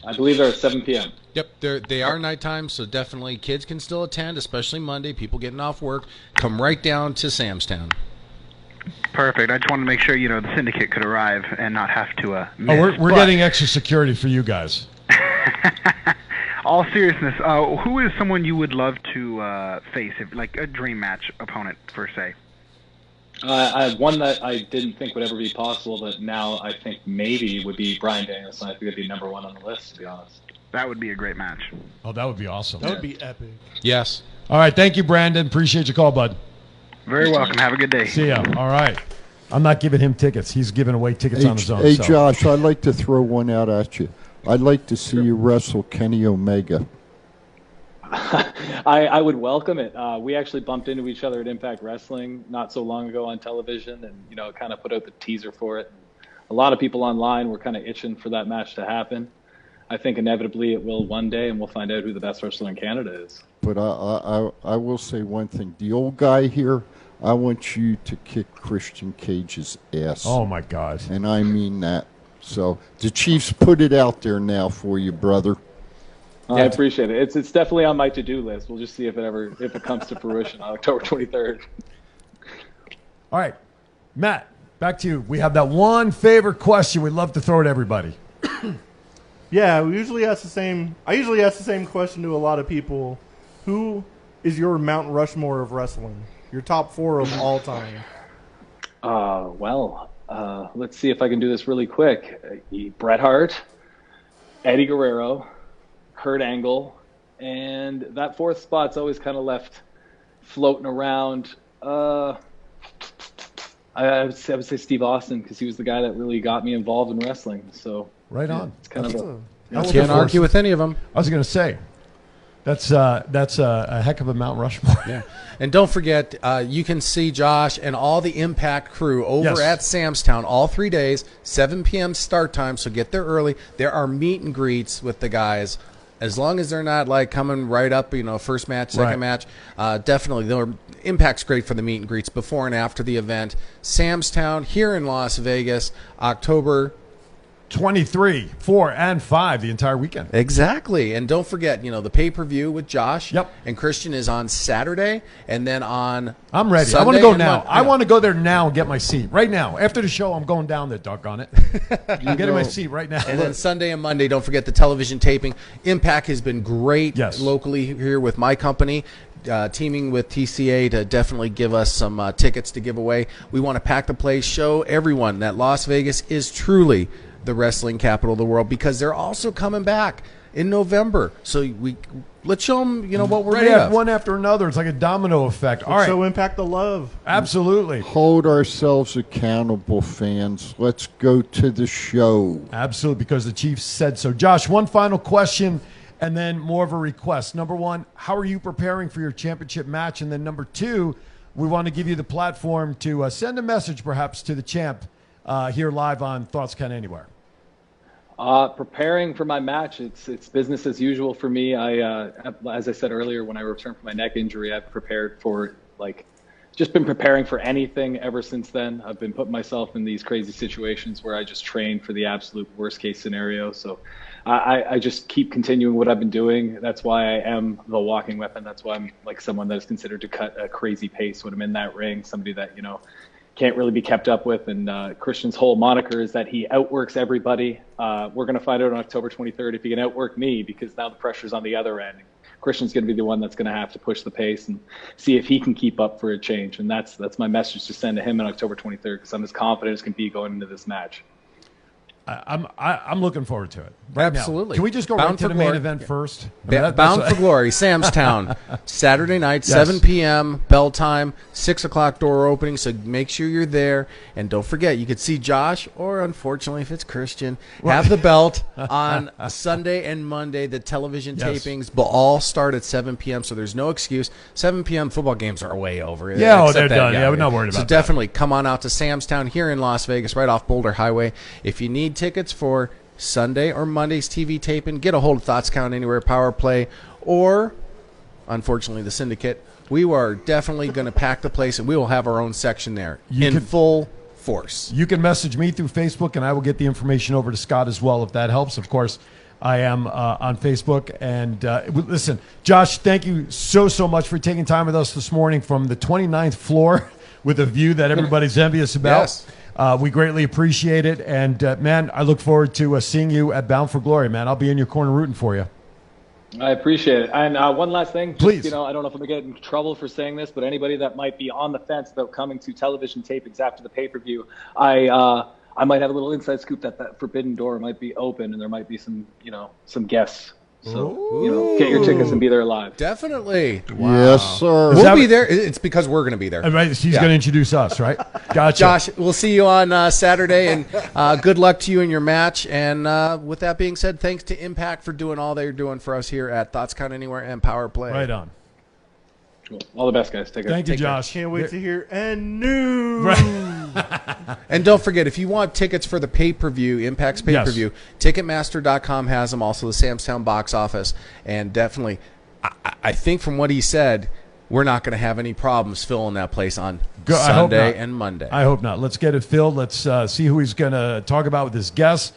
S12: I believe they're at 7 p.m.
S2: Yep, they're, they are nighttime, so definitely kids can still attend, especially Monday. People getting off work, come right down to Samstown.
S13: Perfect. I just wanted to make sure you know the syndicate could arrive and not have to. Uh,
S1: Oh,
S13: miss.
S1: we're we're
S13: But,
S1: getting extra security for you guys.
S13: All seriousness, uh, who is someone you would love to uh, face, if, like a dream match opponent per se?
S12: Uh, I, one that I didn't think would ever be possible, but now I think maybe would be Brian Danielson. I think that'd be number one on the list, to be honest.
S13: That would be a great match.
S1: Oh, that would be awesome.
S13: That would
S12: be epic.
S2: Yes.
S1: All right, thank you, Brandon. Appreciate your call, bud.
S13: Very welcome. Have a good day.
S1: See ya. All right. I'm not giving him tickets. He's giving away tickets
S4: hey,
S1: on his own.
S4: hey,
S1: so.
S4: Josh, I'd like to throw one out at you. I'd like to see you wrestle Kenny Omega.
S12: I, I would welcome it. Uh, we actually bumped into each other at Impact Wrestling not so long ago on television, and you know, kind of put out the teaser for it. A lot of people online were kind of itching for that match to happen. I think inevitably it will one day, and we'll find out who the best wrestler in Canada is.
S4: But I, I, I, I will say one thing. The old guy here, I want you to kick Christian Cage's ass.
S1: Oh, my God.
S4: And I mean that. So the Chiefs put it out there now for you, brother.
S12: Uh, I appreciate it. It's it's definitely on my to do list. We'll just see if it ever if it comes to fruition on October 23rd.
S1: All right, Matt, back to you. We have that one favorite question we love to throw at everybody.
S3: Yeah, we usually ask the same. I usually ask the same question to a lot of people. Who is your Mount Rushmore of wrestling? Your top four of all time.
S12: Uh, well, uh, let's see if I can do this really quick. Uh, Bret Hart, Eddie Guerrero, Kurt Angle, and that fourth spot's always kind of left floating around. Uh, I, I, would say, I would say Steve Austin because he was the guy that really got me involved in wrestling. So
S1: Right on.
S12: It's kind of
S1: That's
S12: a-
S1: a-
S12: yeah.
S1: that's a good force.
S2: any of them.
S1: I was going to say, that's uh, that's uh, a heck of a Mount Rushmore.
S2: Yeah. And don't forget, uh, you can see Josh and all the Impact crew over
S1: Yes.
S2: at Samstown all three days, 7 p.m. start time. So get there early. There are meet and greets with the guys. As long as they're not like coming right up, you know, first match, second
S1: Right.
S2: match, uh, definitely. they'll- Impact's great for the meet and greets before and after the event. Samstown here in Las Vegas, October
S1: 23, 4, and 5 the entire weekend.
S2: Exactly. And don't forget, you know, the pay per view with Josh yep. and Christian is on Saturday and then on.
S1: I'm ready. I
S2: Sunday
S1: want to go
S2: and
S1: now.
S2: Mon-
S1: I want to go there now and get my seat right now. After the show, I'm going down there, Duck on it. I'm getting my
S2: know.
S1: seat right now.
S2: And then Sunday and Monday, don't forget the television taping. Impact has been great locally here with my company, uh, teaming with TCA to definitely give us some uh, tickets to give away. We want to pack the place, show everyone that Las Vegas is truly the wrestling capital of the world because they're also coming back in November. So we let's show them, you know, what we're
S1: Right
S2: made
S1: af-
S2: of.
S1: one after another. It's like a domino effect. All right.
S3: So impact the love.
S1: Absolutely.
S4: Hold ourselves accountable, fans. Let's go to the show.
S1: Absolutely, because the Chiefs said so. Josh, one final question and then more of a request. Number one, how are you preparing for your championship match? And then number two, we want to give you the platform to uh, send a message perhaps to the champ uh, here live on Thoughts Count Anywhere.
S12: Uh, preparing for my match, it's it's business as usual for me. I, uh, as I said earlier, when I returned from my neck injury, I've prepared for like, just been preparing for anything ever since then. I've been putting myself in these crazy situations where I just train for the absolute worst case scenario. So, I, I, I just keep continuing what I've been doing. That's why I am the walking weapon. That's why I'm like someone that is considered to cut a crazy pace when I'm in that ring. Somebody that you know can't really be kept up with. And uh, Christian's whole moniker is that he outworks everybody. Uh, we're going to find out on October 23rd if he can outwork me because now the pressure's on the other end. Christian's going to be the one that's going to have to push the pace and see if he can keep up for a change. And that's that's my message to send to him on October 23rd because I'm as confident as can be going into this match.
S1: I, I'm I, I'm looking forward to it. Right now.
S2: Absolutely.
S1: Can we just go
S2: Bound
S1: right to
S2: for
S1: the main
S2: glory.
S1: event first? I
S2: Ba-
S1: mean, that- that's
S2: Bound
S1: what-
S2: for Glory, Sam's Town, Saturday night,
S1: Yes.
S2: 7 p.m. bell time, six o'clock door opening. So make sure you're there, and don't forget you could see Josh, or unfortunately if it's Christian, have the belt on Sunday and Monday. The television
S1: Yes.
S2: tapings, but all start at 7 p.m. So there's no excuse. 7 p.m. football games are way over.
S1: Yeah, oh,
S2: Except
S1: they're
S2: that
S1: done. Yeah, we're
S2: we-
S1: not worried
S2: So
S1: about that.
S2: definitely come on out to Sam's Town here in Las Vegas, right off Boulder Highway. If you need tickets for Sunday or Monday's TV taping, get a hold of Thoughts Count Anywhere Power Play or, unfortunately, the Syndicate. We are definitely going to pack the place, and we will have our own section there
S1: You
S2: in
S1: could-
S2: full force.
S1: You can message me through Facebook, and I will get the information over to Scott as well if that helps. Of course, I am uh, on Facebook. And uh, w- listen, Josh, thank you so, so much for taking time with us this morning from the 29th floor with a view that everybody's envious about.
S2: Yes.
S1: Uh, we greatly appreciate it. And uh, man, I look forward to uh, seeing you at Bound for Glory, man. I'll be in your corner rooting for you.
S12: I appreciate it. And uh, one last thing, just,
S1: Please.
S12: You know, I don't know if I'm gonna get in trouble for saying this, but anybody that might be on the fence about coming to television tapings after the pay per view, I uh, I might have a little inside scoop that that forbidden door might be open and there might be some you know some guests. So you know, get your tickets and be there live.
S2: Definitely.
S4: Yes, sir.
S2: We'll be there. It- It's because we're going to be there.
S1: All right, he's
S2: Yeah.
S1: going to introduce us, right? Gotcha.
S2: Josh, we'll see you on uh, Saturday, and uh, good luck to you in your match. And uh, with that being said, thanks to Impact for doing all they're doing for us here at Thoughts Count Anywhere and Power Play.
S1: Right on.
S12: Cool. All the best, guys. Take care.
S1: Thank you,
S12: Take care.
S1: Josh.
S3: Can't wait to hear and news.
S2: And don't forget, if you want tickets for the pay per view, Impact's pay per view, Ticketmaster.com has them, also the Samstown box office. And definitely, I, I- I think from what he said, we're not going to have any problems filling that place on
S1: Go- I hope
S2: Sunday
S1: not.
S2: and Monday.
S1: I hope not. Let's get it filled. Let's uh, see who he's going to talk about with his guests.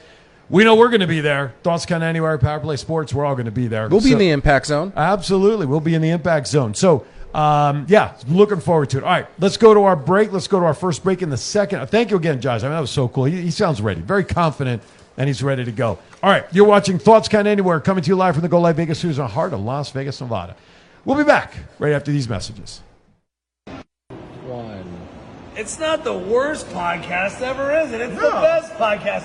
S1: We know we're going to be there. Thoughts Count Anywhere, Power Play Sports, we're all going to be there.
S2: We'll be in
S1: So-
S2: the impact zone.
S1: Absolutely. We'll be in the impact zone. So, um, yeah, looking forward to it. All right, let's go to our break. Let's go to our first break in the second. uh, Thank you again, Josh. I mean, that was so cool. He, he sounds ready, very confident, and he's ready to go. All right, you're watching Thoughts Count Anywhere coming to you live from the Go Live Vegas Studios in the heart of Las Vegas, Nevada. We'll be back right after these messages.
S8: It's not the worst podcast ever, is it? It's the best podcast.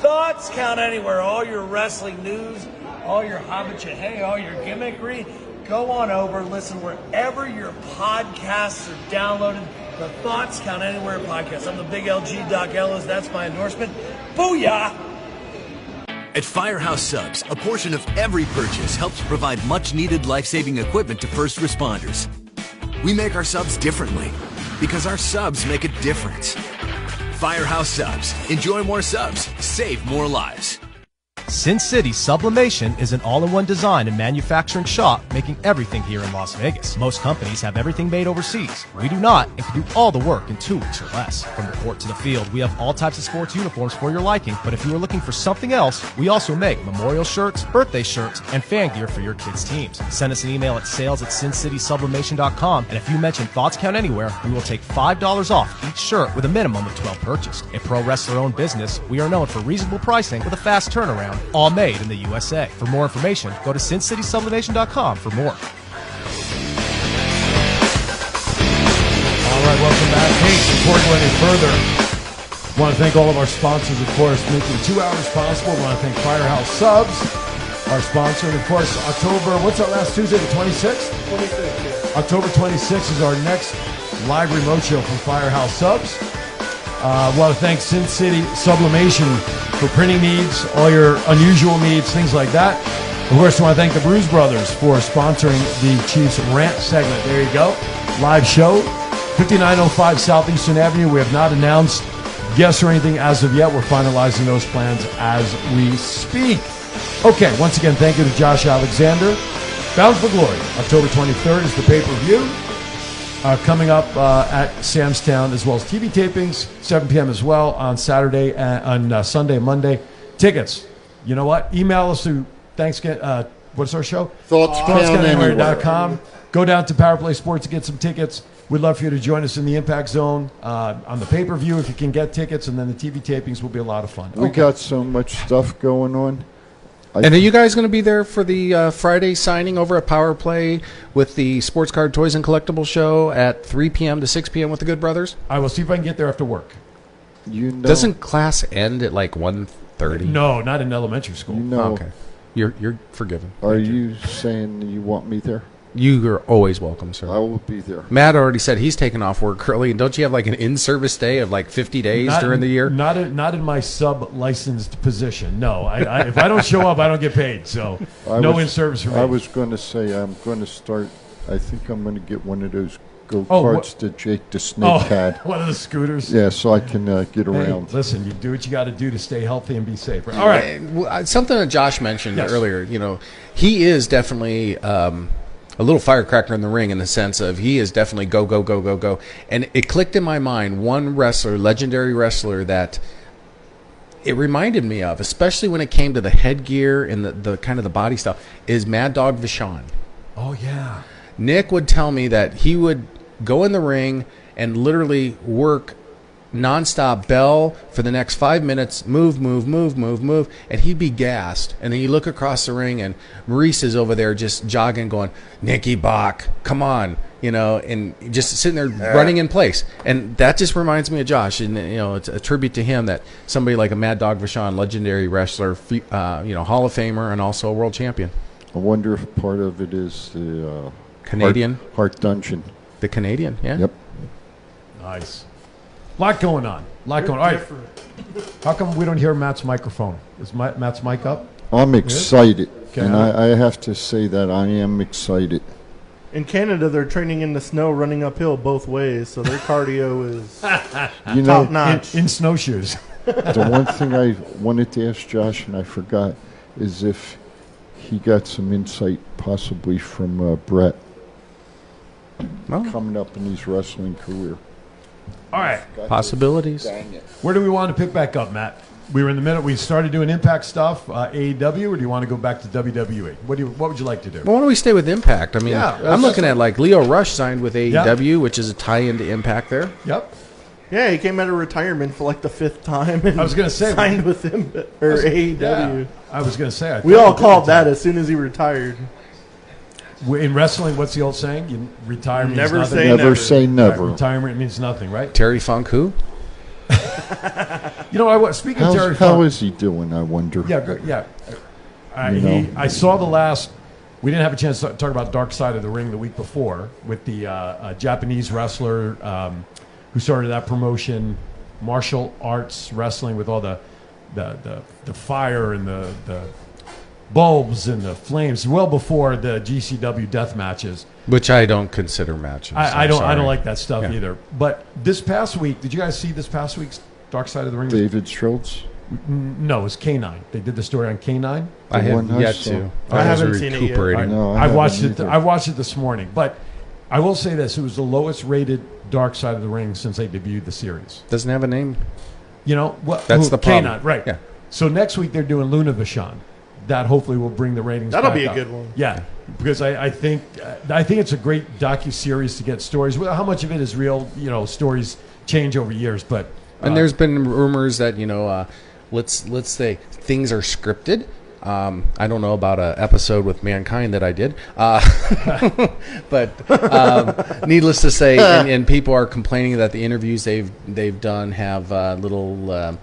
S8: Thoughts count anywhere. All your wrestling news, all your hobbitcha hey, all your gimmickry. Go on over, listen wherever your podcasts are downloaded. The Thoughts Count Anywhere podcast. I'm the big LG Doc Ellis. That's my endorsement. Booyah!
S7: At Firehouse Subs, a portion of every purchase helps provide much needed life saving equipment to first responders. We make our subs differently because our subs make a difference. Firehouse Subs. Enjoy more subs, save more lives.
S6: Sin City Sublimation is an all-in-one design and manufacturing shop making everything here in Las Vegas. Most companies have everything made overseas. We do not and can do all the work in two weeks or less. From the court to the field, we have all types of sports uniforms for your liking. But if you are looking for something else, we also make memorial shirts, birthday shirts, and fan gear for your kids' teams. Send us an email at sales at sincitysublimation.com and if you mention Thoughts Count Anywhere, we will take $5 off each shirt with a minimum of 12 purchased. A pro wrestler-owned business, we are known for reasonable pricing with a fast turnaround, all made in the USA. For more information, go to sincitysublimation.com for more.
S1: All right, welcome back. Hey, before we go any further, want to thank all of our sponsors, of course, making two hours possible. want to thank Firehouse Subs, our sponsor, and of course, October, what's that last Tuesday, the 26th?
S14: 26th,
S1: October 26th is our next live remote show from Firehouse Subs. Uh, want to thank Sin City Sublimation for printing needs, all your unusual needs, things like that. Of course, want to thank the Bruise Brothers for sponsoring the Chiefs rant segment. There you go, live show, 5905 Southeastern Avenue. We have not announced guests or anything as of yet. We're finalizing those plans as we speak. Okay, once again, thank you to Josh Alexander. Bound for Glory, October 23rd is the pay per view uh, coming up uh, at Sam's Town, as well as TV tapings, 7 p.m. as well on Saturday, and, on uh, Sunday, and Monday. Tickets. You know what? Email us through thanks. Uh, what's our show?
S4: Thoughts Count Anywhere.
S1: com. Go down to Power Play Sports to get some tickets. We'd love for you to join us in the Impact Zone uh, on the pay per view if you can get tickets, and then the TV tapings will be a lot of fun.
S4: We got so much stuff going on. I
S2: and are you guys going to be there for the uh, Friday signing over at Power Play with the Sports Card Toys and Collectibles show at 3 p.m. to 6 p.m. with the Good Brothers?
S1: I will see if I can get there after work.
S4: You know,
S2: Doesn't class end at like 1.30?
S1: No, not in elementary school.
S4: No.
S2: Okay. You're, you're forgiven.
S4: Are you saying you want me there?
S2: You are always welcome, sir.
S4: I will be there.
S2: Matt already said he's taking off work early, and don't you have like an in-service day of like 50 days
S1: Not
S2: during
S1: in-
S2: the year?
S1: Not in, not in my sub licensed position. No, I, I, if I don't show up, I don't get paid. So
S4: I
S1: no
S4: was-
S1: in service for me.
S4: I was going to say I'm going to start. I think I'm going to get one of those go
S1: Oh, wha-
S4: karts that Jake the Snake
S1: Oh,
S4: had.
S1: one of the scooters?
S4: Yeah, so I can uh, get
S1: Hey,
S4: around.
S1: listen, you do what you got to do to stay healthy and be safe. All right.
S2: Uh, well, uh, Something that Josh mentioned
S1: Yes.
S2: earlier, you know, he is definitely um, a little firecracker in the ring in the sense of he is definitely go, go, go, go, go. And it clicked in my mind one wrestler, legendary wrestler, that it reminded me of, especially when it came to the headgear and the, the kind of the body stuff, is Mad Dog Vachon.
S1: Oh yeah.
S2: Nick would tell me that he would go in the ring and literally work nonstop bell for the next five minutes, move, move, move, move, move, and he'd be gassed. And then you look across the ring and Maurice is over there just jogging, going, Nicky Bach, come on, you know, and just sitting there running in place. And that just reminds me of Josh. And, you know, it's a tribute to him that somebody like a Mad Dog Vachon, legendary wrestler, fe- uh, you know, Hall of Famer and also a world champion.
S4: I wonder if part of it is the uh,
S2: Canadian?
S4: Heart, Heart Dungeon.
S2: The Canadian, yeah.
S4: Yep.
S1: Nice. Lot going on. Lot going. on. All right. How come we don't hear Matt's microphone? Is Mi- Matt's mic up?
S4: I'm
S1: Yes?
S4: excited,
S1: Okay.
S4: and I, I have to say that I am excited.
S3: In Canada, they're training in the snow, running uphill both ways, so their cardio is
S4: You know-
S3: top notch.
S1: in, in snowshoes.
S4: the one thing I wanted to ask Josh and I forgot is if he got some insight possibly from uh, Brett coming up in his wrestling career.
S1: All right.
S2: Possibilities.
S1: Where do we want to pick back up, Matt? We were in the middle. We started doing Impact stuff, uh, AEW, or do you want to go back to WWE? What do you, What would you like to do?
S2: Well, why don't we stay with Impact? I mean,
S1: Yeah,
S2: I'm
S1: that's-
S2: looking at like Leo Rush signed with AEW, which is a tie-in to Impact there.
S1: Yep.
S3: Yeah, he came out of retirement for like the fifth time. And
S1: I was gonna say-
S3: signed with him or
S1: was-
S3: AEW.
S1: yeah, I was gonna say, I
S3: we
S1: thought
S3: all
S1: he
S3: called
S1: did
S3: that as soon as he retired.
S1: In wrestling, what's the old saying? You retire means
S3: Never
S1: nothing.
S3: say Never never. say
S1: Right,
S4: never.
S1: retirement means nothing, right?
S2: Terry Funk, who?
S1: You know, I was speaking of
S4: How's,
S1: Terry
S4: how
S1: Funk-
S4: is he doing, I wonder?
S1: Yeah, gr- yeah. I,
S4: You
S1: he,
S4: know.
S1: I saw the last. We didn't have a chance to talk about Dark Side of the Ring the week before with the uh, uh, Japanese wrestler um, who started that promotion, martial arts wrestling with all the the, the, the fire and the, the bulbs and the flames, well before the GCW death matches.
S2: Which I don't consider matches.
S1: I, I
S2: I'm
S1: don't I
S2: sorry.
S1: don't like that stuff
S2: Yeah.
S1: either. But this past week, did you guys see this past week's Dark Side of the Ring?
S4: David Schultz?
S1: No, it was K9. They did the story on K9.
S2: I The have one I yet saw. to. I
S1: I, haven't
S2: was
S1: seen it yet.
S2: recuperating. No, I
S1: I, watched
S2: haven't
S1: it. th-
S2: either.
S1: I watched it this morning, but I will say this: it was the lowest rated Dark Side of the Ring since they debuted the series.
S2: Doesn't have a name.
S1: You know what?
S2: That's
S1: who-
S2: the problem.
S1: K9, right? Yeah. So next week they're doing Luna Vachon. That hopefully will bring the ratings.
S3: That'll
S1: back
S3: be a
S1: up.
S3: good one.
S1: Yeah, because I, I think I think it's a great docu series to get stories. Well, How much of it is real? You know, stories change over years, but
S2: And
S1: uh,
S2: there's been rumors that you know, uh, let's let's say things are scripted. Um, I don't know about a episode with mankind that I did, uh, but um, needless to say, and, and people are complaining that the interviews they've they've done have uh, little uh,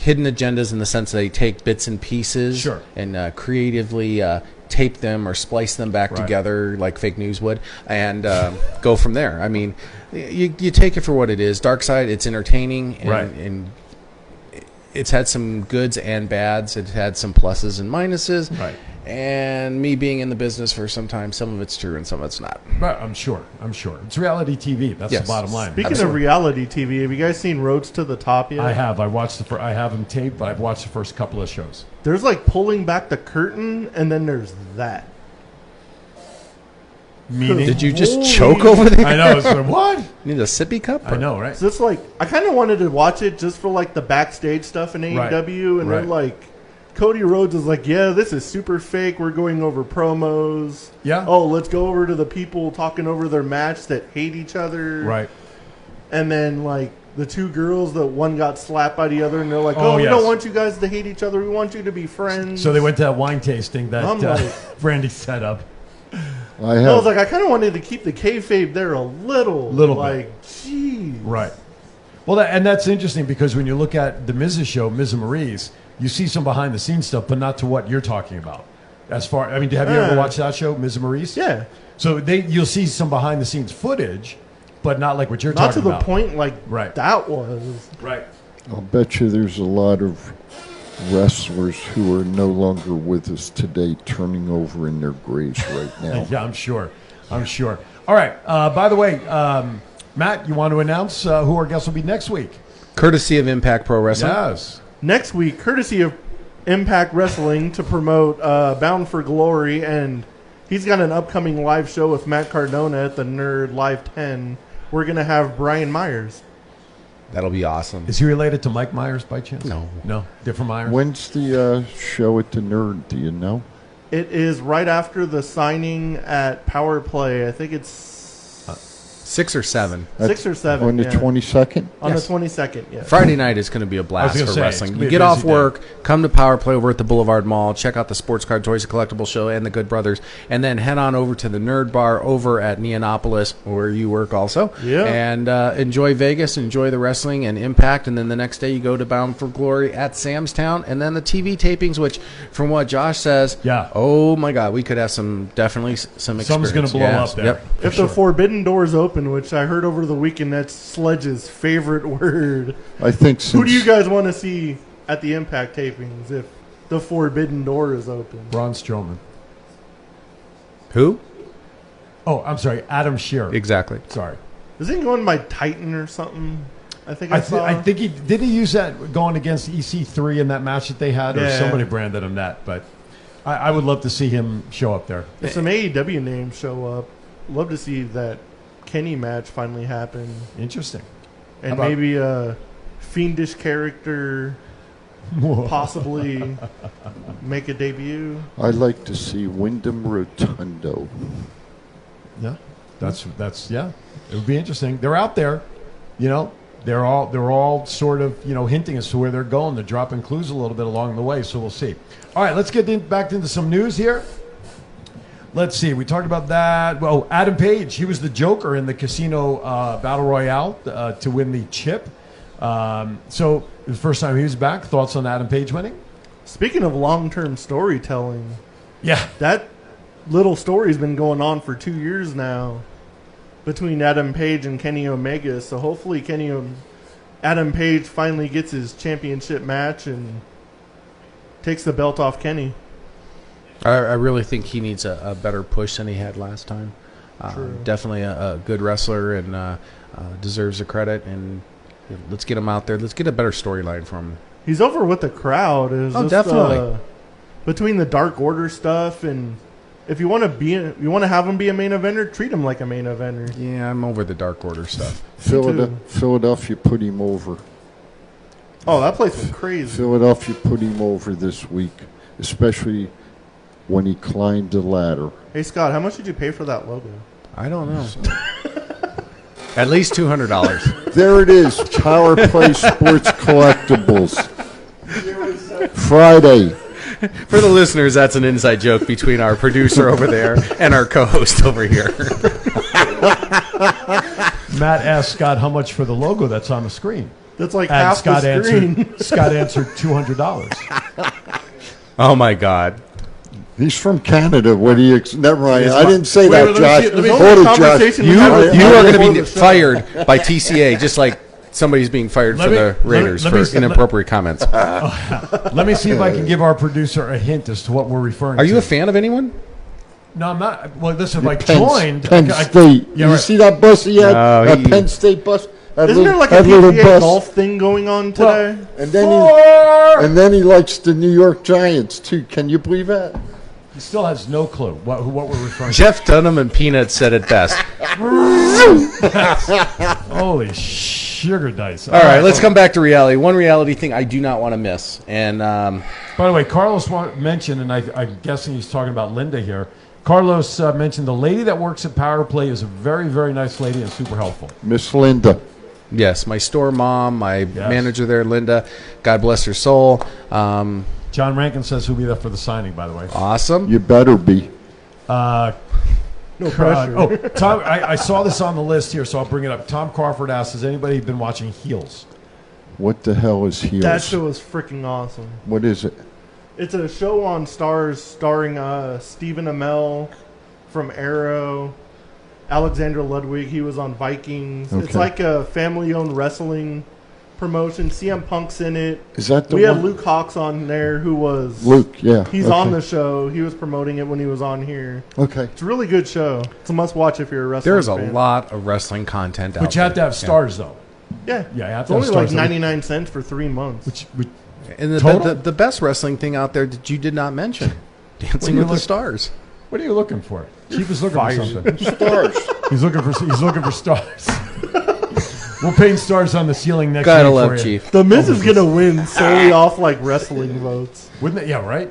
S2: hidden agendas in the sense they take bits and pieces and uh, creatively uh, tape them or splice them back
S1: Right.
S2: together like fake news would and uh, go from there. I mean, you, you take it for what it is. Dark Side, it's entertaining and,
S1: Right.
S2: and it's had some goods and bads. It's had some pluses and minuses.
S1: Right.
S2: And me being in the business for some time, some of it's true and some of it's not.
S1: But I'm sure. I'm sure. It's reality TV. That's
S2: Yes.
S1: the bottom line.
S2: Speaking
S3: Speaking of reality TV, have you guys seen Roads to the Top yet?
S1: I have. I watched the. Fir- I have them taped, but I've watched the first couple of shows.
S3: There's like pulling back the curtain, and then there's that.
S1: Meaning,
S2: Did you just
S3: Holy-
S2: choke over there?
S3: I know, it's like, what?
S2: Need a sippy cup? or-
S3: So it's like I kind of wanted to watch it just for like the backstage stuff in AEW,
S2: Right.
S3: and
S2: Right.
S3: then like Cody Rhodes is like, "Yeah, this is super fake. We're going over promos.
S1: Yeah.
S3: Oh, let's go over to the people talking over their match that hate each other.
S1: Right.
S3: And then like the two girls, that one got slapped by the other, and they're like,
S1: Oh,
S3: "Oh, we
S1: yes.
S3: don't want you guys to hate each other. We want you to be friends."
S1: So they went to that wine tasting that
S3: I'm
S1: uh,
S3: like-
S1: Brandy set up.
S4: I
S3: And I was
S4: have
S3: like, I kind of wanted to keep the kayfabe there a little,
S1: Little bit.
S3: like, jeez.
S1: Right. Well, that, and that's interesting because when you look at the Mrs. show, Mrs. Marie's, you see some behind the scenes stuff, but not to what you're talking about. As far, I mean, have you ever
S3: Yeah.
S1: watched that show, Mrs. Marie's?
S3: Yeah.
S1: So they, you'll see some behind the scenes footage, but not like what you're
S3: Not to
S1: talking
S3: the
S1: about.
S3: point like
S1: Right.
S3: that was.
S1: Right.
S4: I'll bet you there's a lot of wrestlers who are no longer with us today turning over in their graves right now.
S1: Yeah, I'm sure. I'm sure. All right. Uh, by the way, um, Matt, you want to announce uh, who our guest will be next week?
S2: Courtesy of Impact Pro Wrestling.
S1: Yes.
S3: Next week, courtesy of Impact Wrestling to promote uh, Bound for Glory, and he's got an upcoming live show with Matt Cardona at the Nerd Live 10. We're going to have Brian Myers.
S2: That'll be awesome.
S1: Is he related to Mike Myers by chance? No. No. Different Myers?
S4: When's the uh, show at the Nerd? Do you know?
S3: It is right after the signing at Power Play. I think it's
S2: Six or seven.
S3: six or seven.
S4: On the
S3: yeah.
S4: 22nd?
S3: On
S2: Yes.
S3: the 22nd, yeah.
S2: Friday night is going to be a blast
S1: gonna
S2: for
S1: say, it's
S2: wrestling.
S1: gonna be
S2: You
S1: a
S2: get
S1: busy
S2: off
S1: day.
S2: work, come to Power Play over at the Boulevard Mall, check out the Sports Card Toys and Collectible Show and the Good Brothers, and then head on over to the Nerd Bar over at Neonopolis, where you work also.
S3: Yeah.
S2: And uh, enjoy Vegas, enjoy the wrestling and Impact, and then the next day you go to Bound for Glory at Sam's Town, and then the TV tapings, which, from what Josh says, yeah. oh my God, we could have some definitely s- some experience.
S1: Something's gonna blow
S2: Yes.
S1: up there.
S2: Yep.
S3: If the forbidden doors open, which I heard over the weekend, that's Sledge's favorite word.
S4: I think
S3: Who do
S4: since-
S3: you guys want to see at the Impact tapings if the forbidden door is open?
S1: Braun Strowman.
S2: Who?
S1: Oh, I'm sorry. Adam Shearer.
S2: Exactly.
S1: Sorry.
S3: Isn't he going by Titan or something? I think I,
S1: I, th-
S3: saw.
S1: I think he did he use that going against EC3 in that match that they had, or
S3: Yeah.
S1: somebody branded him that. But I, I would love to see him show up there.
S3: if some AEW names show up, love to see that Kenny match finally happen,
S1: Interesting.
S3: and
S1: About-
S3: maybe a fiendish character
S1: Whoa.
S3: possibly make a debut.
S4: I'd like to see Wyndham Rotundo.
S1: Yeah, that's that's yeah. It would be interesting. They're out there, you know. They're all they're all sort of you know hinting as to where they're going. They're dropping clues a little bit along the way, so we'll see. All right, let's get in, back into some news here. Let's see. We talked about that. Well, Adam Page, he was the Joker in the casino uh, battle royale uh, to win the chip. Um, so the first time he was back. Thoughts on Adam Page winning?
S3: Speaking of long-term storytelling,
S1: Yeah.
S3: that little story's been going on for two years now between Adam Page and Kenny Omega. So hopefully, Kenny Om- Adam Page finally gets his championship match and takes the belt off Kenny.
S2: I, I really think he needs a, a better push than he had last time. Uh,
S3: True.
S2: definitely a, a good wrestler and uh, uh, deserves the credit. And you know, let's get him out there. Let's get a better storyline from him.
S3: He's over with the crowd. It was
S2: Oh,
S3: just,
S2: definitely.
S3: uh, between the Dark Order stuff and if you want to be, in- you want to have him be a main eventer, treat him like a main eventer.
S2: Yeah, I'm over the Dark Order stuff.
S4: Philadelphia, Philadelphia put him over.
S3: Oh, that place was crazy.
S4: Philadelphia put him over this week, especially when he climbed the ladder.
S3: Hey Scott, how much did you pay for that logo?
S2: I don't know. At least two hundred dollars.
S4: There it is, Power Play Sports Collectibles. Friday.
S2: For the listeners, that's an inside joke between our producer over there and our co-host over here.
S1: Matt asked Scott how much for the logo that's on the screen.
S3: That's like
S1: and
S3: half
S1: Scott
S3: the screen.
S1: answered. Scott answered two hundred dollars.
S2: Oh my God.
S4: He's from Canada. What do you? Ex- Never mind. I didn't say
S2: Wait, wait,
S4: that,
S2: let
S4: Josh.
S2: me see- let me-
S4: Hold it, Josh.
S2: You, you are going to be fired by TCA, just like somebody's being fired
S1: Let
S2: for
S1: me-
S2: the
S1: let me-
S2: Raiders
S1: let me
S2: for
S1: see- let-
S2: inappropriate comments.
S1: Let me see if I can give our producer a hint as to what we're referring.
S2: Are
S1: to.
S2: you a fan of anyone?
S1: No, I'm not. Well, listen, if I
S4: Penn,
S1: joined
S4: Penn
S1: I- I-
S4: State.
S1: Yeah,
S4: you
S1: right.
S4: see that bus he had?
S2: No,
S4: that
S2: he-
S4: Penn State bus. That
S3: Isn't
S4: little,
S3: there like a
S4: that little
S3: PGA
S4: bus.
S3: golf thing going on today?
S4: And then he and then he likes the New York Giants too. Can you believe that?
S1: He still has no clue what, who- what we're referring to.
S2: Jeff Dunham and Peanut said it best.
S1: Holy sugar dice!
S2: All right, let's come back to reality. One reality thing I do not want to miss, and um,
S1: By the way, Carlos wa- mentioned, and I, I'm guessing he's talking about Linda here. Carlos uh, mentioned the lady that works at Power Play is a very, very nice lady and super helpful.
S4: Miss Linda.
S2: yes, my store mom, my manager there, Linda, God bless her soul. Um,
S1: John Rankin says he'll be there for the signing. By the way,
S2: awesome.
S4: You better be.
S1: Uh,
S3: no
S1: pressure. oh, Tom, I, I saw this on the list here, so I'll bring it up. Tom Crawford asks, "Has anybody been watching Heels?"
S4: What the hell is heels?
S3: That show was freaking awesome.
S4: what is it?
S3: It's a show on Stars starring uh, Stephen Amell from Arrow, Alexander Ludwig. He was on Vikings. It's
S4: Okay.
S3: like a family-owned wrestling promotion. CM Punk's in it.
S4: Is that the
S3: we
S4: one-
S3: had Luke Hawks on there, who was
S4: Luke, yeah,
S3: He's
S4: okay.
S3: on the show. He was promoting it when he was on here.
S4: Okay.
S3: It's a really good show. It's a must-watch if you're a wrestling.
S2: There's a
S3: fan.
S2: lot of wrestling content out
S1: But you have to
S2: there.
S1: have stars, though.
S3: Yeah,
S1: Yeah, you have
S3: It's
S1: to have
S3: only
S1: stars.
S3: like ninety-nine cents for three months.
S1: Which, which
S2: And the,
S1: Total?
S2: the, the best wrestling thing out there that you did not mention Dancing
S1: you
S2: with the
S1: look-
S2: Stars.
S1: What are you looking for? Chief is looking
S2: fired.
S1: for something.
S4: Stars.
S1: He's looking for he's looking for stars. We'll paint stars on the ceiling next
S2: Gotta
S1: week
S2: love
S1: for you.
S2: Chief.
S3: The Miz is gonna win solely off like wrestling votes.
S1: Wouldn't it? Yeah, right.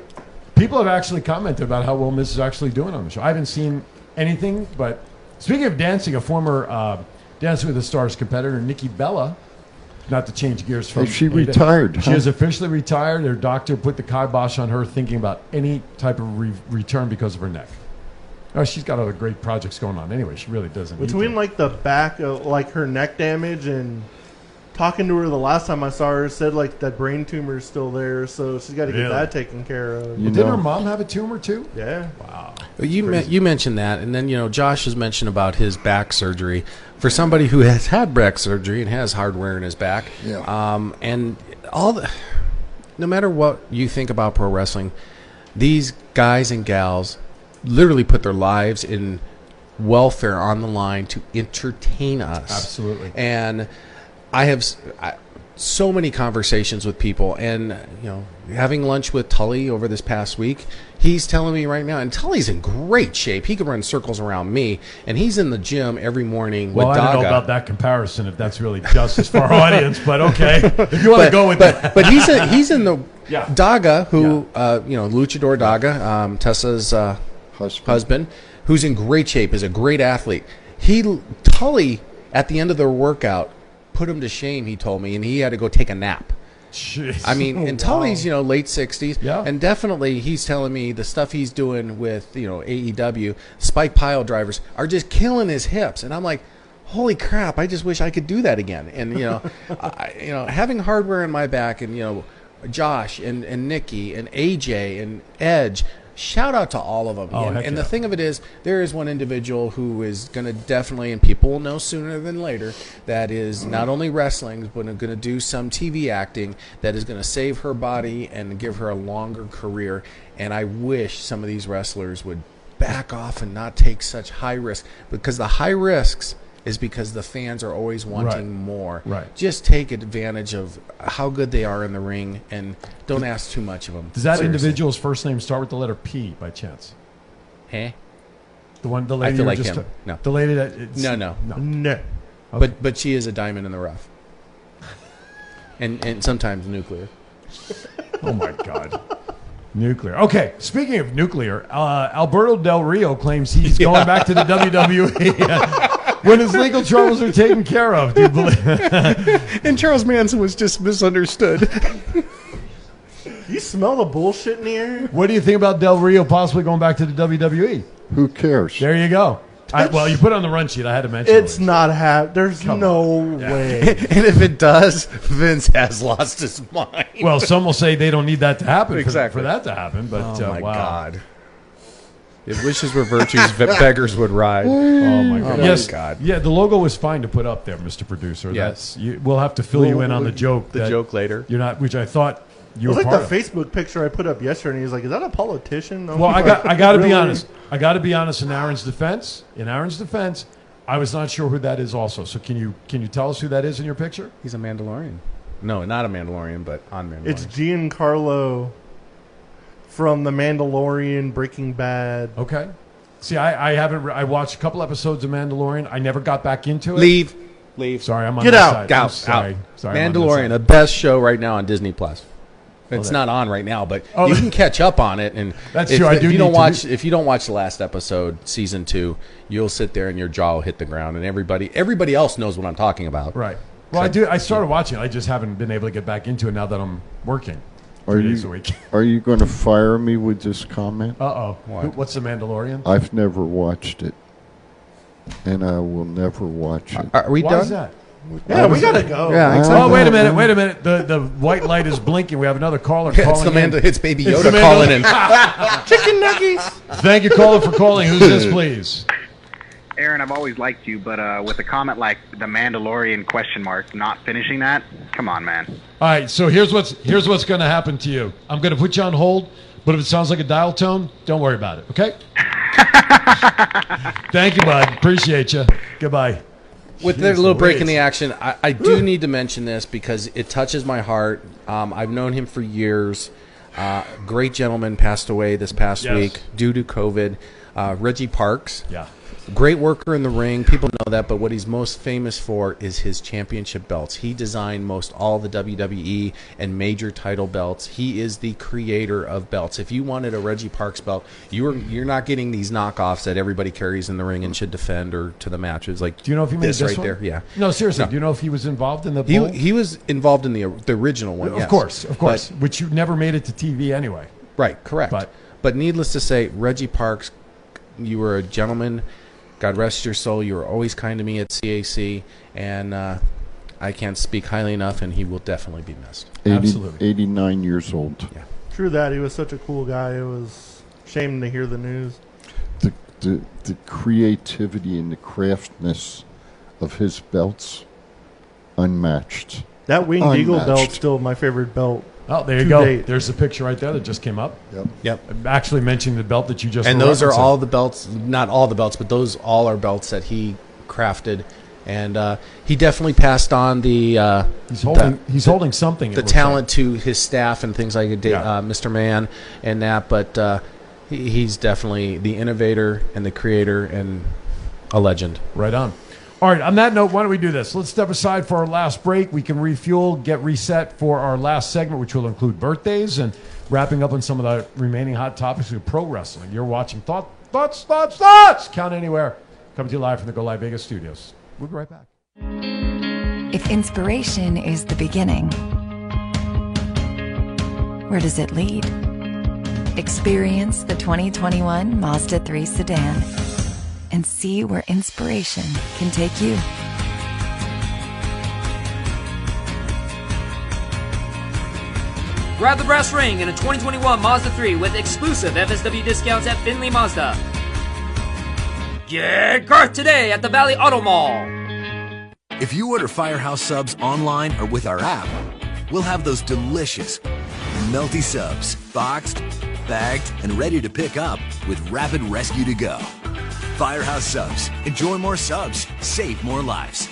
S1: People have actually commented about how well Miz is actually doing on the show. I haven't seen anything, but speaking of dancing, a former uh, Dancing with the Stars competitor, Nikki Bella, not to change gears from.
S4: Is she
S1: Ada,
S4: retired,
S1: She
S4: huh?
S1: is officially retired. Her doctor put the kibosh on her thinking about any type of re- return because of her neck. Oh, she's got other great projects going on anyway. She really doesn't. need
S3: Between
S1: to.
S3: like the back of like her neck damage and talking to her the last time I saw her said like that brain tumor is still there, so she's got to
S1: Really?
S3: get that taken care of.
S4: You
S1: Didn't
S4: know.
S1: her mom have a tumor too?
S3: Yeah.
S1: Wow.
S2: Well, You men- you mentioned that, and then you know Josh has mentioned about his back surgery. For somebody who has had back surgery and has hardware in his back,
S4: Yeah.
S2: um, and all the, no matter what you think about pro wrestling, these guys and gals literally put their lives in welfare on the line to entertain us.
S1: Absolutely.
S2: And I have s I so many conversations with people, and you know, having lunch with Tully over this past week, he's telling me right now, and Tully's in great shape. He can run circles around me, and he's in the gym every morning
S1: Well,
S2: with
S1: I don't
S2: Daga.
S1: know about that comparison if that's really justice for our audience, but okay. If you want to
S2: but,
S1: go with
S2: but,
S1: that.
S2: but he's in, he's in the
S1: Yeah.
S2: Daga, who uh, you know, Luchador Daga, um, Tessa's uh,
S4: Husband.
S2: husband, who's in great shape, is a great athlete. He Tully at the end of their workout put him to shame. He told me, and he had to go take a nap.
S1: Jeez.
S2: I mean, and Tully's you know late sixties,
S1: Yeah.
S2: and definitely he's telling me the stuff he's doing with you know AEW spike pile drivers are just killing his hips, and I'm like, holy crap! I just wish I could do that again. And you know, I, you know, having hardware in my back, and you know, Josh and and Nikki and AJ and Edge. Shout out to all of them.
S1: Oh,
S2: and
S1: heck
S2: and
S1: yeah.
S2: the thing of it is, there is one individual who is going to definitely, and people will know sooner than later, that is not only wrestling, but going to do some TV acting that is going to save her body and give her a longer career. And I wish some of these wrestlers would back off and not take such high risk because the high risks is because the fans are always wanting more.
S1: Right.
S2: Just take advantage of how good they are in the ring and don't ask too much of them.
S1: Does that individual's first name start with the letter P by chance?
S2: Eh?
S1: The one, the lady
S2: I feel
S1: you were
S2: like
S1: just
S2: him. no.
S1: The lady that it's-
S2: no, no,
S1: no,
S2: But but she is a diamond in the rough. And and sometimes nuclear.
S1: Oh my God. Nuclear. Okay, speaking of nuclear, uh, Alberto Del Rio claims he's
S2: Yeah.
S1: going back to the WWE when his legal troubles are taken care of. Do you believe?
S2: and Charles Manson was just misunderstood.
S3: You smell the bullshit in the air?
S1: what do you think about Del Rio possibly going back to the WWE?
S4: Who cares?
S1: There you go. I, well, you put it on the run sheet. I had to mention
S3: It's not hap. There's no way.
S2: and if it does, Vince has lost his mind.
S1: it. Well, some will say they don't need that to happen for-
S2: Exactly.
S1: for, that to happen. But
S2: Oh
S1: uh,
S2: my
S1: wow.
S2: God. If wishes were virtues, ve- beggars would ride.
S1: Oh my god! yes,
S2: God.
S1: yeah. The logo was fine to put up there, Mr. Producer.
S2: Yes.
S1: That's, you, we'll have to fill you in on the joke.
S2: The
S1: that
S2: joke later.
S1: You're not, which I thought you
S3: it
S1: were
S3: was
S1: part
S3: like
S1: of.
S3: the Facebook picture I put up yesterday, and he's like, "Is that a politician?" I'm
S1: Well, I
S3: like,
S1: got, I got to be
S3: "Really?"
S1: honest. I got to be honest. In Aaron's defense, in Aaron's defense, I was not sure who that is. Also, so can you can you tell us who that is in your picture?
S2: He's a Mandalorian. No, not a Mandalorian, but on Mandalorian.
S3: It's Giancarlo from The Mandalorian, Breaking Bad.
S1: Okay. See, I, I haven't. Re- I watched a couple episodes of Mandalorian. I never got back into it.
S2: Leave. Leave.
S1: Sorry, I'm on
S2: Get
S1: this
S2: out.
S1: side.
S2: Out.
S1: I'm sorry.
S2: Out.
S1: Sorry, I'm on this
S2: Mandalorian,
S1: side.
S2: the best show right now on Disney Plus. It's
S1: that-
S2: not on right now, but
S1: Oh,
S2: you can catch up on it. And
S1: That's
S2: if,
S1: true, I
S2: if
S1: do
S2: you don't
S1: need to
S2: watch,
S1: do-
S2: if you don't watch the last episode, season two, you'll sit there and your jaw will hit the ground, and everybody, everybody else knows what I'm talking about.
S1: Right. Well, I do. I started watching. it. I just haven't been able to get back into it now that I'm working
S4: Are
S1: three days a
S4: you,
S1: week.
S4: are you going to fire me with this comment?
S1: Uh oh. What's the Mandalorian?
S4: I've never watched it, and I will never watch it.
S2: Are we
S1: Why
S2: done?
S1: is that?
S3: Yeah, we gotta go.
S4: Yeah, exactly.
S1: Oh, wait a minute. Wait a minute. The the white light is blinking. We have another caller
S2: Yeah, it's
S1: calling.
S2: the Mando-
S1: in.
S2: it's Baby
S1: the
S2: Yoda calling in.
S3: Chicken nuggets.
S1: Thank you, caller, for calling. Who's this, please?
S13: Aaron, I've always liked you, but uh, with a comment like the Mandalorian question mark, not finishing that, come on, man.
S1: All right. So here's what's here's what's going to happen to you. I'm going to put you on hold. But if it sounds like a dial tone, don't worry about it. Okay. Thank you, bud. Appreciate you. Goodbye.
S2: With the
S1: Jeez
S2: little break in
S1: Louise.
S2: the action, I, I do need to mention this because it touches my heart. Um, I've known him for years. Uh, great gentleman passed away this past
S1: Yes.
S2: week due to COVID. Uh, Reggie Parks.
S1: Yeah.
S2: Great worker in the ring. People know that, but what he's most famous for is his championship belts. He designed most all the WWE and major title belts. He is the creator of belts. If you wanted a Reggie Parks belt, you're you're not getting these knockoffs that everybody carries in the ring and should defend or to the matches. Like,
S1: Do you know if he made
S2: this
S1: this,
S2: right
S1: one?
S2: there? Yeah.
S1: No, seriously. Do you know if he was involved in the?
S2: He,
S1: bowl?
S2: he was involved in the, the original one.
S1: Of
S2: yes.
S1: course, of course.
S2: But-
S1: which you never made it to TV anyway.
S2: right, correct. But, needless to say, Reggie Parks, you were a gentleman. God rest your soul. You were always kind to me at CAC, and uh, I can't speak highly enough. And he will definitely be missed.
S4: 80
S1: Absolutely.
S4: 89 years old.
S3: True that. He was such a cool guy. It was a shame to hear the news.
S4: The, the, the creativity and the craftness of his belts, unmatched.
S3: That winged eagle
S4: Unmatched.
S3: belt's still my favorite belt.
S1: Oh, there you
S3: to
S1: go.
S3: date.
S1: There's the picture right there that just came up.
S4: Yep.
S2: Yep.
S1: I'm actually mentioning the belt that you just
S2: and
S1: were
S2: those are
S1: referencing.
S2: all the belts not all the belts but those all are belts that he crafted and uh, he definitely passed on the uh,
S1: He's holding.
S2: the,
S1: he's holding something. it
S2: the
S1: looks
S2: talent to his staff and things like it,
S1: Yeah.
S2: uh, mr mann and that but uh, he, he's definitely the innovator and the creator and a legend
S1: like. Right on. All right. On that note, why don't we do this? Let's step aside for our last break. We can refuel, get reset for our last segment, which will include birthdays and wrapping up on some of the remaining hot topics with pro wrestling. You're watching thought, thoughts, thoughts, thoughts. Count anywhere. Coming to you live from the Go Live Vegas studios. We'll be right back.
S9: If inspiration is the beginning, where does it lead? Experience the 2021 Mazda 3 sedan and see where inspiration can take you.
S10: Grab the brass ring in a 2021 Mazda 3 with exclusive FSW discounts at Finley Mazda. Get Garth today at the Valley Auto Mall.
S7: If you order Firehouse subs online or with our app, we'll have those delicious, melty subs boxed, bagged, and ready to pick up with Rapid Rescue to Go. Firehouse Subs. Enjoy more subs, save more lives.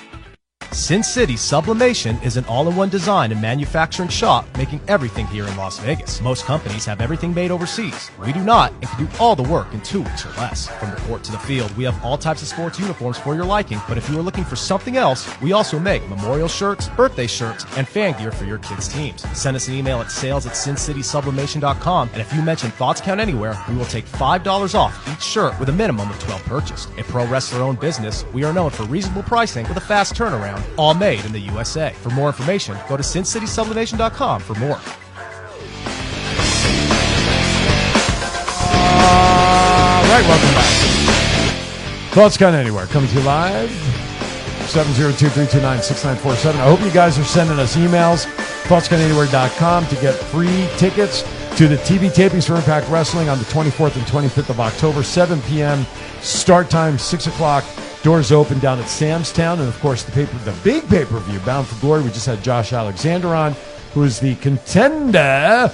S6: Sin City Sublimation is an all-in-one design and manufacturing shop making everything here in Las Vegas. Most companies have everything made overseas. We do not and can do all the work in two weeks or less. From the court to the field, we have all types of sports uniforms for your liking. But if you are looking for something else, we also make memorial shirts, birthday shirts, and fan gear for your kids' teams. Send us an email at sales at sincitysublimation.com and if you mention Thoughts Count Anywhere, we will take $5 off each shirt with a minimum of 12 purchased. A pro wrestler-owned business, we are known for reasonable pricing with a fast turnaround, all made in the USA. For more information, go to sincitysublimation.com for more.
S1: All right, welcome back. Thoughts Count Anywhere coming to you live 702 329 6947. I hope you guys are sending us emails, thoughtscountanywhere.com to get free tickets to the TV tapings for Impact Wrestling on the 24th and 25th of October, 7 p.m. Start time, 6 o'clock. Doors open down at Sam's Town. And of course, the, paper, the big pay per view, Bound for Glory. We just had Josh Alexander on, who is the contender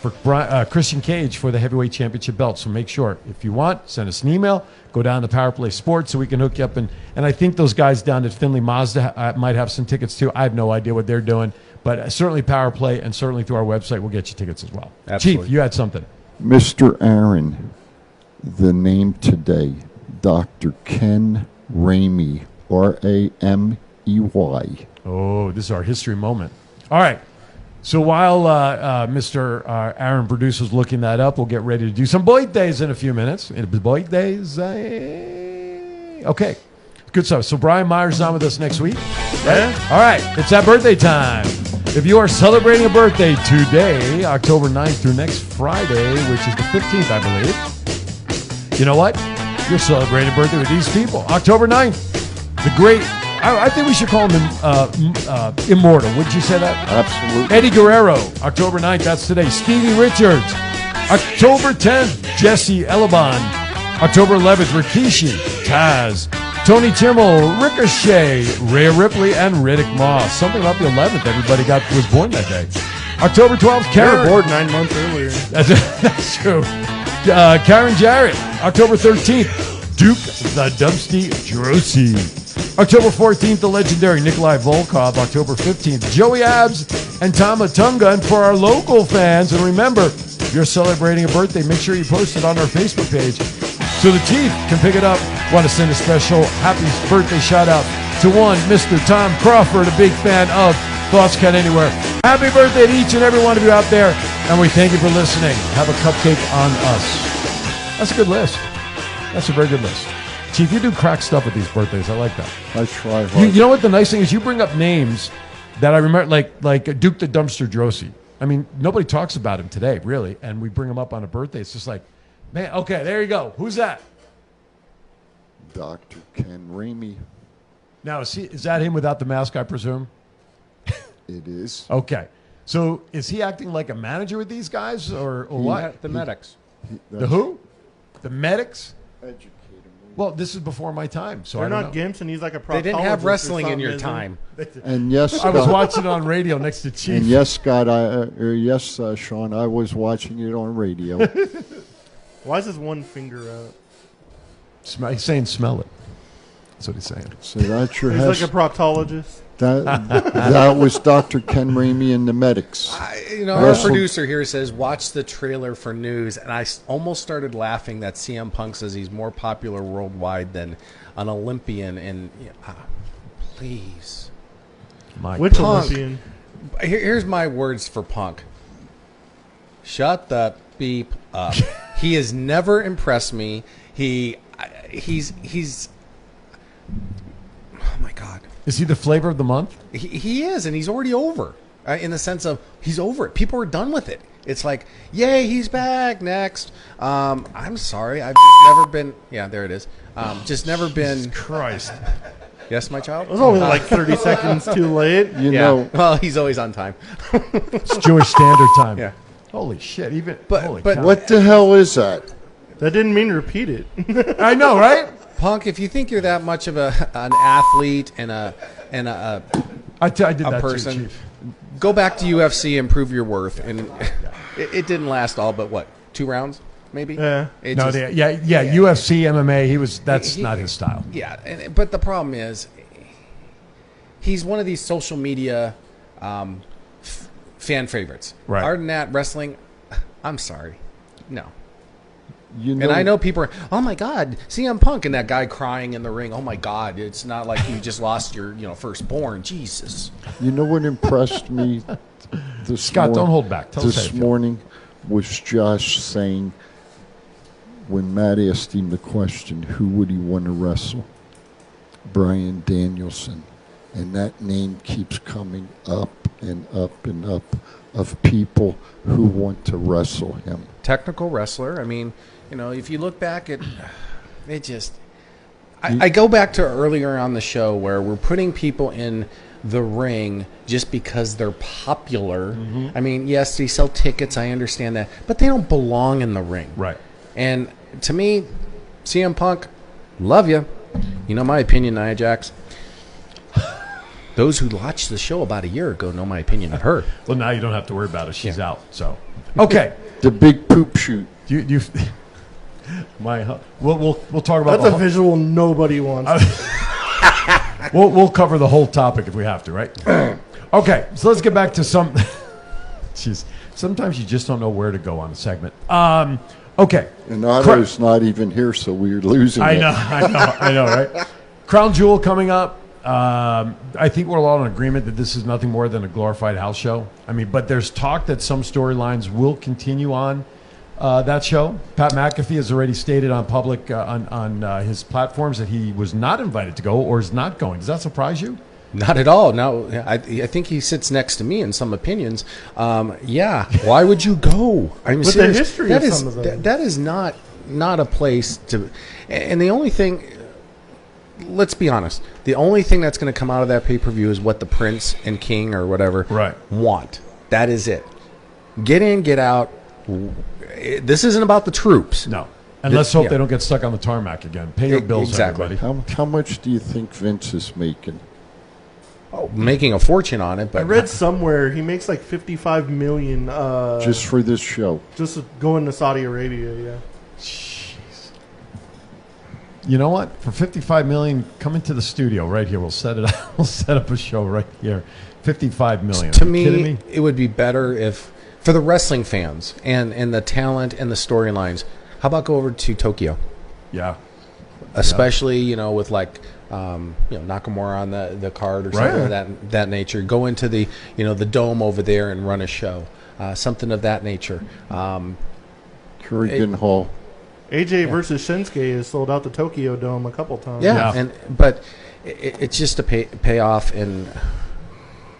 S1: for Bri- uh, Christian Cage for the heavyweight championship belt. So make sure if you want, send us an email. Go down to Power Play Sports so we can hook you up. And and I think those guys down at Finley Mazda uh, might have some tickets too. I have no idea what they're doing, but certainly Power Play and certainly through our website we'll get you tickets as well. Chief, you had something.
S4: Mr. Aaron, the name today, Dr. Ken Ramey, R A M E Y.
S1: Oh, this is our history moment. All right. So while uh, uh, Mr. Uh, Aaron Produce is looking that up, we'll get ready to do some birthdays in a few minutes. It- Birthdays. eh? Okay. Good stuff. So Brian Myers on with us next week. Right? All right. It's that birthday time. If you are celebrating a birthday today, October 9th through next Friday, which is the 15th, I believe, you know what? You're celebrating a birthday with these people. October 9th, the great, I, I think we should call him uh, m- uh, immortal. Would you say that?
S4: Absolutely.
S1: Eddie Guerrero, October 9th, that's today. Stevie Richards, October 10th, Jesse Elaban. October 11th, Rikishi, Taz, Tony Timmel, Ricochet, Rhea Ripley, and Riddick Moss. Something about the 11th, everybody got was born that day. October 12th, Karen.
S3: We were born nine months earlier.
S1: That's, that's true. Uh, Karen Jarrett, October 13th. Duke the Dumpsty Drosy. October 14th, the legendary Nikolai Volkov. October 15th, Joey Abs and Tama Tunga. And for our local fans, and remember, if you're celebrating a birthday, make sure you post it on our Facebook page so the Chief can pick it up. Want to send a special happy birthday shout out to one, Mr. Tom Crawford, a big fan of Thoughts Cut Anywhere. Happy birthday to each and every one of you out there, and we thank you for listening. Have a cupcake on us. That's a good list. That's a very good list. Chief, you do crack stuff with these birthdays. I like that.
S4: I try
S1: You,
S4: hard.
S1: you know what the nice thing is? You bring up names that I remember, like like Duke the Dumpster Drosy. I mean, nobody talks about him today, really, and we bring him up on a birthday. It's just like, man, okay, there you go. Who's that?
S4: Dr. Ken Ramey.
S1: Now, is, he, is that him without the mask, I presume?
S4: It is.
S1: Okay. So is he acting like a manager with these guys or, or
S4: He-
S1: Oh, what?
S4: The medics. he-
S1: the who? The medics?
S4: Educate him.
S1: Well, this is before my time, so I
S3: They're
S1: don't
S3: not
S1: know.
S3: gimps, and he's like a
S1: They didn't
S3: proctologist
S1: have
S3: or
S1: wrestling in
S3: something,
S1: your
S3: isn't
S1: time.
S3: he?
S4: And yes,
S1: I was
S4: Scott-
S1: watching it on radio next to Chief.
S4: And yes, Scott, I, uh, or yes, uh, Sean, I was watching it on radio.
S3: Why is his one finger out?
S1: Sm- He's saying smell it. That's what he's saying.
S4: so that's your
S3: He's
S4: has-
S3: like a proctologist.
S4: that, that was Dr. Ken Ramey and the medics.
S2: You know, our
S4: Wrestled-
S2: producer here says, watch the trailer for news. And I s- almost started laughing that CM Punk says he's more popular worldwide than an Olympian. And you know, ah, please.
S1: My
S3: Which
S2: Punk.
S3: Olympian?
S2: Here- here's my words for Punk. Shut the beep up. he has never impressed me. He, I- he's, he's, oh
S1: Is he the flavor of the month?
S2: he, he is, and he's already over uh, in the sense of he's over it. People are done with it. It's like, yay, he's back next. Um, I'm sorry, I've just never been. Yeah, there it is. Um, just never been.
S1: Christ.
S2: Yes, my child. It
S3: was only like 30 seconds too late. You know-
S2: Well, he's always on time.
S1: It's Jewish Standard Time.
S2: Yeah.
S1: Holy shit! Even
S2: But-
S1: holy
S2: but-
S1: cow.
S4: What the hell is that?
S3: That didn't mean repeat it.
S1: I know, right?
S2: Punk, if you think you're that much of a an athlete and a and a, a
S1: I, t- I did
S2: a
S1: that too,
S2: person,
S1: Chief.
S2: go back to UFC and prove your worth. And it, it didn't last all but what two rounds. maybe.
S3: Yeah.
S2: It
S1: no,
S2: just-
S1: they- yeah, yeah, UFC, MMA. He was. That's
S2: He- he-
S1: not his style.
S2: Yeah, and, but the problem is, he's one of these social media um, f- fan favorites.
S1: Right.
S2: Ardenat wrestling. I'm sorry, no.
S4: You
S2: and I know people are. Oh my God, CM Punk and that guy crying in the ring. Oh my God, it's not like you just lost your you know firstborn. Jesus.
S4: You know what impressed me this
S2: Scott,
S4: morning,
S2: don't hold back. Tell us how
S4: this
S2: you feel.
S4: morning was Josh saying when Matt asked him the question, who would he want to wrestle? Brian Danielson. And that name keeps coming up and up and up of people who want to wrestle him.
S2: technical wrestler. I mean, you know, if you look back at it, just I, I go back to earlier on the show where we're putting people in the ring just because they're popular.
S1: Mm-hmm.
S2: I mean, yes, they sell tickets. I understand that, but they don't belong in the ring,
S1: right?
S2: And to me, CM Punk, love you. You know my opinion, Nia Jax. Those who watched the show about a year ago know my opinion of her.
S1: Well, now you don't have to worry about it. She's out. So, okay.
S4: the big poop shoot.
S1: You, you, my, hu- we'll, we'll, we'll talk about
S3: That's
S1: the
S3: a
S1: whole-
S3: visual nobody wants.
S1: we'll, we'll cover the whole topic if we have to, right? okay, so let's get back to some. Jeez, sometimes you just don't know where to go on a segment. Um, okay,
S4: And Otto's not even here, so we're losing
S1: I
S4: it.
S1: know, I know, I know, right? Crown Jewel coming up. Um, I think we're all in agreement that this is nothing more than a glorified house show. I mean, but there's talk that some storylines will continue on uh, that show. Pat McAfee has already stated on public uh, on on uh, his platforms that he was not invited to go or is not going. Does that surprise you?
S2: Not at all. No, I, I think he sits next to me in some opinions. Um, yeah, why would you go? I'm
S3: But the
S2: serious.
S3: history
S2: That
S3: of
S2: is-
S3: some of them.
S2: that- that is not not a place to. And the only thing, let's be honest, the only thing that's going to come out of that pay per view is what the prince and king or whatever right. want. That is it. Get in, get out. eh, This isn't about the troops.
S1: No, And let's hope
S2: Yeah.
S1: they don't get stuck on the tarmac again. Pay your
S2: E-
S1: bills,
S2: exactly.
S1: everybody.
S4: How, how much do you think Vince is making?
S2: Oh, making a fortune on it,
S3: I
S2: but
S3: read somewhere he makes like 55 million uh,
S4: Just for this show.
S3: just going to Saudi Arabia. Yeah.
S1: You know what? For fifty-five million, come into the studio right here. We'll set it up. We'll set up a show right here. Fifty-five million.
S2: to
S1: Are you
S2: me,
S1: kidding me?
S2: it would be better if for the wrestling fans and and the talent and the storylines how about go over to tokyo
S1: yeah
S2: especially you know with like um, you know nakamura on the, the card or something
S1: Right.
S2: of that that nature go into the you know the dome over there and run a show uh, something of that nature um,
S4: Hurricane Hall.
S3: AJ versus Shinsuke has sold out the Tokyo Dome a couple times.
S2: yeah, and but it, it's just a pay, payoff and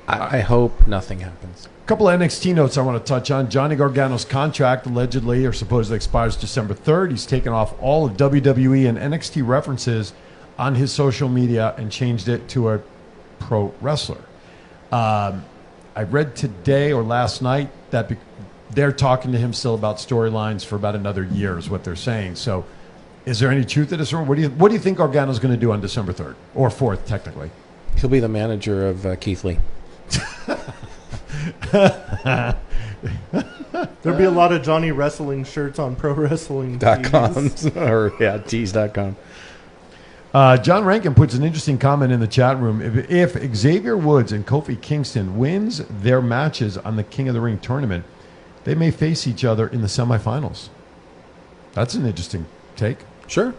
S2: I, I hope nothing happens
S1: couple of NXT notes I want to touch on. Johnny Gargano's contract allegedly or supposedly expires December 3rd. He's taken off all of WWE and NXT references on his social media and changed it to a pro wrestler. Um, I read today or last night that be- they're talking to him still about storylines for about another year, is what they're saying. So, is there any truth to this? Or what do you what do you think Gargano's going to do on December 3rd or 4th, technically?
S2: he'll be the manager of uh, keith lee
S3: There'd be a lot of Johnny Wrestling shirts on pro wrestling.
S2: dot
S3: tees.
S2: coms or yeah tees dot com
S1: Uh, John Rankin puts an interesting comment in the chat room. If, if Xavier Woods and Kofi Kingston wins their matches on the King of the Ring tournament, they may face each other in the semifinals. That's an interesting take.
S2: Sure.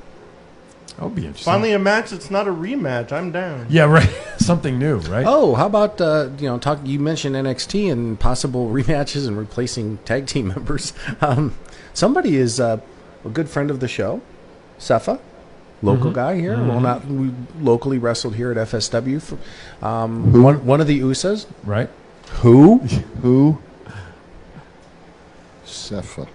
S1: That would be interesting.
S3: Finally, a match that's not a rematch. I'm down.
S1: Yeah, right. Something new, right?
S2: Oh, how about uh, you know talk? You mentioned NXT and possible rematches and replacing tag team members. Um, somebody is uh, a good friend of the show, Sefa, local
S1: Mhm.
S2: guy here. Well,
S1: Mhm.
S2: not we locally wrestled here at FSW. For, um,
S1: Who?
S2: One one of the Usas,
S1: right?
S2: Who?
S4: Who? Sepha.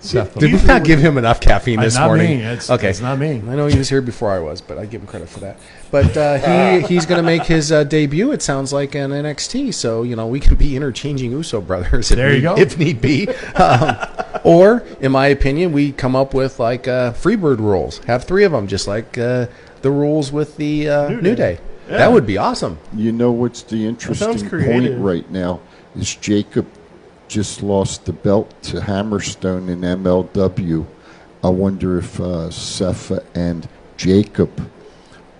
S1: Sepha.
S2: Did we not give him enough caffeine
S1: Uh,
S2: this
S1: not
S2: morning?
S1: me. It's-
S2: okay,
S1: it's not me.
S2: I know he was here before I was, but I give him credit for that. But uh, he he's going to make his uh, debut. It sounds like in NXT, so you know we can be interchanging USO brothers. If
S1: There you
S2: need,
S1: go.
S2: if need be. Um, or, in my opinion, we come up with like uh, Freebird rules. Have three of them, just like uh, the rules with the uh, New Day.
S4: Yeah.
S2: That would be awesome.
S4: You know what's the interesting point
S2: creative.
S4: right now is Jacob just lost the belt to Hammerstone in MLW. I wonder if uh, Sepha and Jacob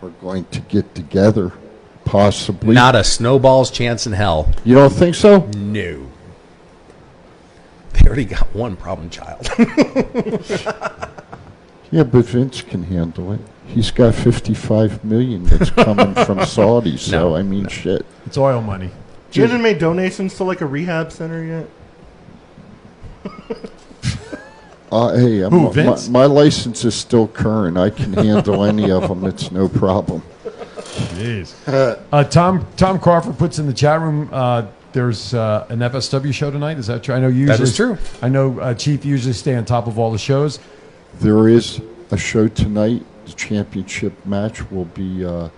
S4: are going to get together, possibly.
S2: Not a snowball's chance in hell.
S4: You don't think so?
S2: No. They already got one problem child.
S4: Yeah, but Vince can handle it. He's got 55 million that's coming from Saudi, so I mean, shit.
S1: It's oil money.
S3: You haven't made donations to like a rehab center yet?
S4: Uh, hey, I'm,
S3: Who,
S4: my,
S3: Vince?
S4: my license is still current. I can handle any of them. It's no problem.
S1: Jeez. Uh, Tom Tom Crawford puts in the chat room. Uh, there's uh, an FSW show tonight. Is that true? I know you. Usually,
S4: That is true.
S1: I know uh, Chief usually stay on top of all the shows.
S4: There is a show tonight. The championship match will be uh,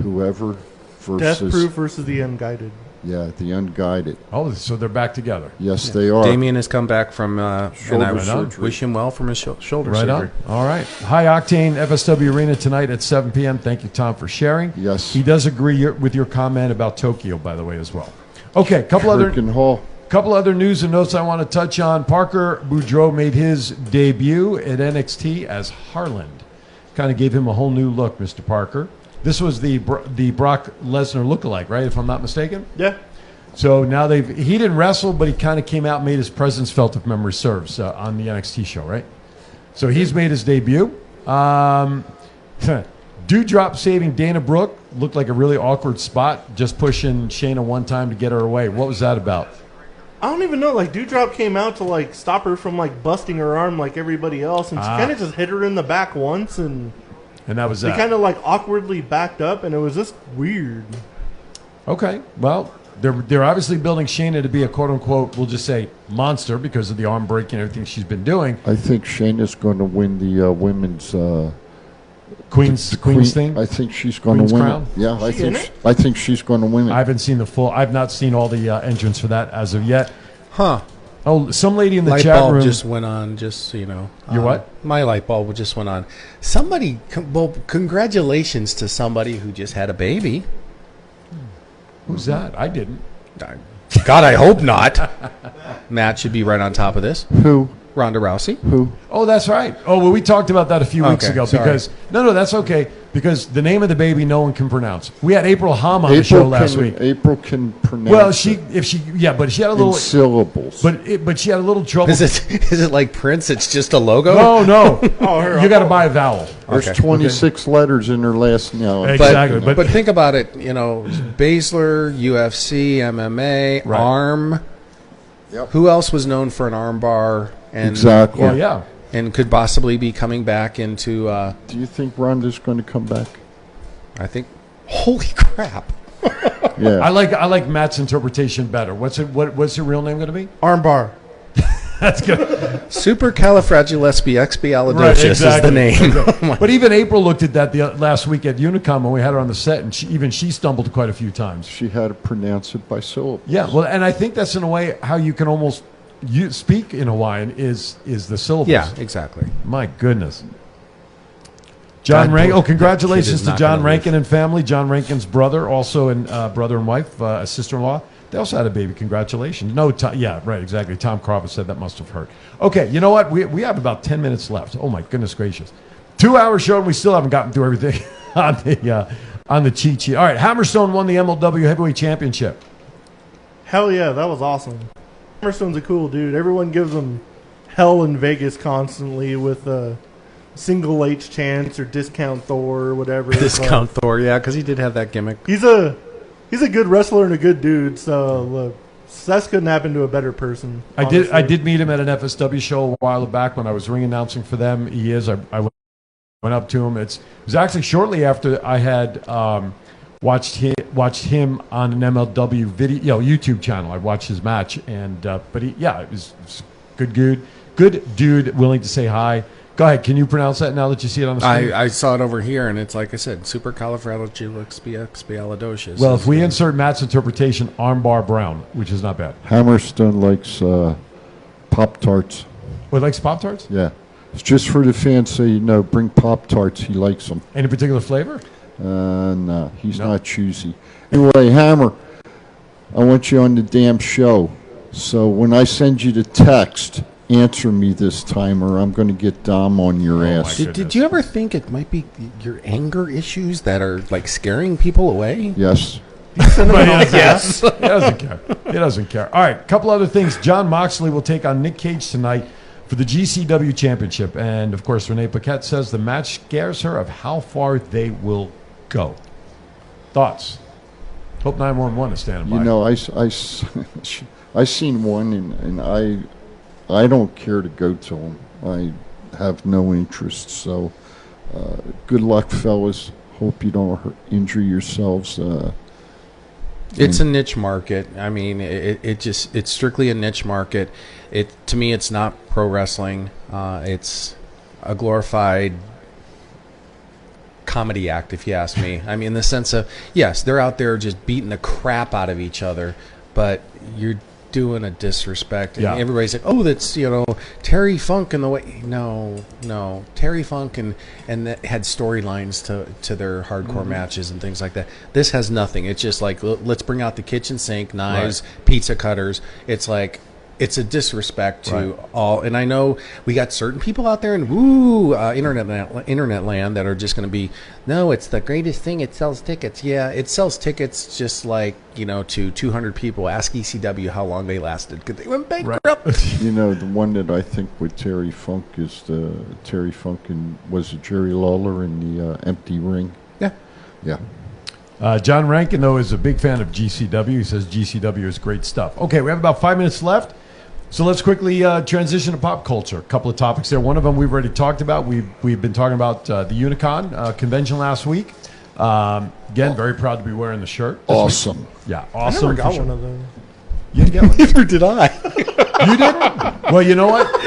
S4: whoever versus
S3: Death Proof versus the Unguided.
S4: yeah the unguided.
S1: Oh, so they're back together.
S4: Yes, they are.
S2: Damien has come back from uh, and I
S4: Shoulder surgery.
S2: wish him well from his shou- shoulder
S1: Right
S2: surgery.
S1: on. All right. High Octane FSW Arena tonight at 7 p.m. Thank you, Tom, for sharing.
S4: Yes.
S1: He does agree your, with your comment about Tokyo, by the way, as well. Okay, couple other
S4: Freaking Hall.
S1: couple other news and notes I want to touch on. Parker Boudreaux made his debut at NXT as Harland. Kind of gave him a whole new look, Mr. Parker. This was the Bro- the Brock Lesnar lookalike, right? If I'm not mistaken.
S3: Yeah.
S1: So now they've he didn't wrestle, but he kind of came out, and made his presence felt, if memory serves, uh, on the NXT show, right? So he's made his debut. Um, Dewdrop saving Dana Brooke looked like a really awkward spot, just pushing Shayna one time to get her away. What was that about?
S3: I don't even know. Like Dewdrop came out to like stop her from like busting her arm like everybody else, and
S1: Ah.
S3: she kind of just hit her in the back once, and
S1: And that was
S3: she
S1: that.
S3: kind of like awkwardly backed up, and it was just weird.
S1: okay, well, they're they're obviously building Shayna to be a quote unquote, we'll just say monster because of the arm break and everything she's been doing.
S4: I think Shayna's going to win the uh, women's uh,
S1: Queen's
S4: the
S1: Queen's thing?
S4: I think she's going
S1: Queen's
S4: to win
S1: Crown?
S4: it. Yeah, I
S1: She in
S4: think
S1: it?
S4: I think she's going to win it.
S1: I haven't seen the full. I've not seen all the uh, entrance for that as of yet. Huh. Oh, some lady in the
S2: light
S1: chat
S2: bulb
S1: room.
S2: just went on. Just so you know, Uh,
S1: Your what?
S2: My light bulb just went on. Somebody, con- well, congratulations to somebody who just had a baby.
S1: Who's that? I didn't.
S2: God, I hope not. Matt should be right on top of this.
S4: Who?
S2: Ronda Rousey.
S4: Who?
S1: Oh, that's right. Oh, well, we talked about that a few weeks
S2: Okay,
S1: ago
S2: sorry.
S1: because no, no, that's okay because the name of the baby no one can pronounce. We had April Hama on the show last
S4: can,
S1: week.
S4: April can pronounce
S1: Well, she if she yeah, but she had a
S4: in
S1: little
S4: syllables.
S1: but it, but she had a little trouble.
S2: Is it Oh, is it like Prince? It's just a logo.
S1: No, no. you got to buy a vowel.
S4: There's
S2: Okay.
S4: 26 letters in her last name.
S2: But- But, but, think about it. You know, Baszler, UFC, MMA, arm. Who else was known for an arm bar? And,
S4: Exactly.
S1: Oh,
S4: Well, yeah.
S2: And could possibly be coming back into. Uh,
S4: Do you think Rhonda's going to come back?
S2: I think. Holy crap!
S4: Yeah.
S1: I like I like Matt's interpretation better. What's it? What, what's your real name going to be?
S3: Armbar.
S1: That's good.
S2: Supercalifragilisticexpialidocious is the name. Oh
S1: Exactly. but even April looked at that the last week at Unicom when we had her on the set, and she, even she stumbled quite a few times.
S4: She had to pronounce it by syllable.
S1: Yeah, well, and I think that's in a way how you can almost you speak in Hawaiian is is the syllables.
S2: Yeah, exactly.
S1: My goodness. John
S2: God,
S1: Rankin.
S2: that
S1: Oh,
S2: kid is
S1: congratulations to
S2: not
S1: John
S2: gonna
S1: Rankin and family. John Rankin's brother, also and uh, brother and wife, uh, sister-in-law. They also had a baby. Congratulations. No, Tom, yeah, right, exactly. Tom Crawford said that must have hurt. Okay, you know what? We we have about ten minutes left. Oh my goodness gracious, two-hour show and we still haven't gotten through everything on the uh, on the cheat sheet. All right, Hammerstone won the MLW Heavyweight Championship.
S3: Hell yeah, that was awesome. Hammerstone's a cool dude. Everyone gives him hell in Vegas constantly with a single H chance or discount Thor or whatever. It's like-
S2: Discount Thor, yeah, because he did have that gimmick.
S3: He's a he's a good wrestler and a good dude. So look, that couldn't happen to a better person.
S1: I did. I
S3: honestly.
S1: did meet him at an FSW show a while back when I was ring announcing for them. He is. I, I went went up to him. It's, it was actually shortly after I had um, watched him, watched him on an MLW video, you know, YouTube channel. I watched his match, and uh, but he, yeah, it was, it was good, dude, good dude, willing to say hi. Go ahead. Can you pronounce that now that you see it on the screen?
S2: I, I saw it over here, and it's like I said, supercalifragilisticexpialidocious.
S1: well, if we insert Matt's interpretation, armbar Brown, which is not bad.
S4: Hammerstone likes uh, Pop Tarts.
S1: What Oh, likes Pop Tarts?
S4: Yeah. It's just for the fans so you know, bring Pop Tarts. He likes them.
S1: Any particular flavor?
S4: Uh, no, he's not choosy. Anyway, Hammer, I want you on the damn show. So when I send you the text, answer me this time, or I'm going to get Dom on
S1: Oh
S4: your ass.
S2: Did, did you ever think it might be your anger issues that are like scaring people away?
S4: Yes.
S1: But he doesn't-
S2: Yes.
S1: He doesn't care. He doesn't care. All right, couple other things. John Moxley will take on Nick Cage tonight for the GCW Championship. And of course, Renee Paquette says the match scares her of how far they will go. Thoughts? Hope 911 is standing by.
S4: You know, I, s- I s- I seen one, and, and I I don't care to go to them. I have no interest. So, uh, good luck, fellas. Hope you don't hurt, injure yourselves. Uh,
S2: It's a niche market. I mean, it, it just it's strictly a niche market. It to me, it's not pro wrestling. Uh, it's a glorified comedy act, if you ask me. I mean, in the sense of yes, they're out there just beating the crap out of each other, but you're doing a disrespect. And
S1: Yeah.
S2: everybody's like, oh, that's you know Terry Funk and the way. No, no, Terry Funk and and that had storylines to to their hardcore
S1: Mhm.
S2: matches and things like that. This has nothing. It's just like l- let's bring out the kitchen sink, knives, pizza cutters. It's like. It's a disrespect to
S1: Right.
S2: all, and I know we got certain people out there in woo uh, internet la- internet land that are just going to be no, it's the greatest thing. It sells tickets. Yeah, it sells tickets just like you know to 200 people. Ask ECW how long they lasted because they went bankrupt.
S4: you know, the one that I think with Terry Funk is the Terry Funk and was it Jerry Lawler in the uh, empty ring?
S2: Yeah.
S4: Yeah.
S1: Uh, John Rankin, though, is a big fan of GCW. He says GCW is great stuff. Okay, we have about five minutes left. So let's quickly uh, transition to pop culture. A couple of topics there. One of them we've already talked about. We've, we've been talking about uh, the Unicon uh, convention last week. Um, again, very proud to be wearing the shirt. this week.
S4: Awesome.
S1: Yeah, awesome.
S14: I never got
S1: for sure.
S14: one of them.
S1: You didn't get one.
S2: Neither did I.
S1: you didn't? Well, you know what?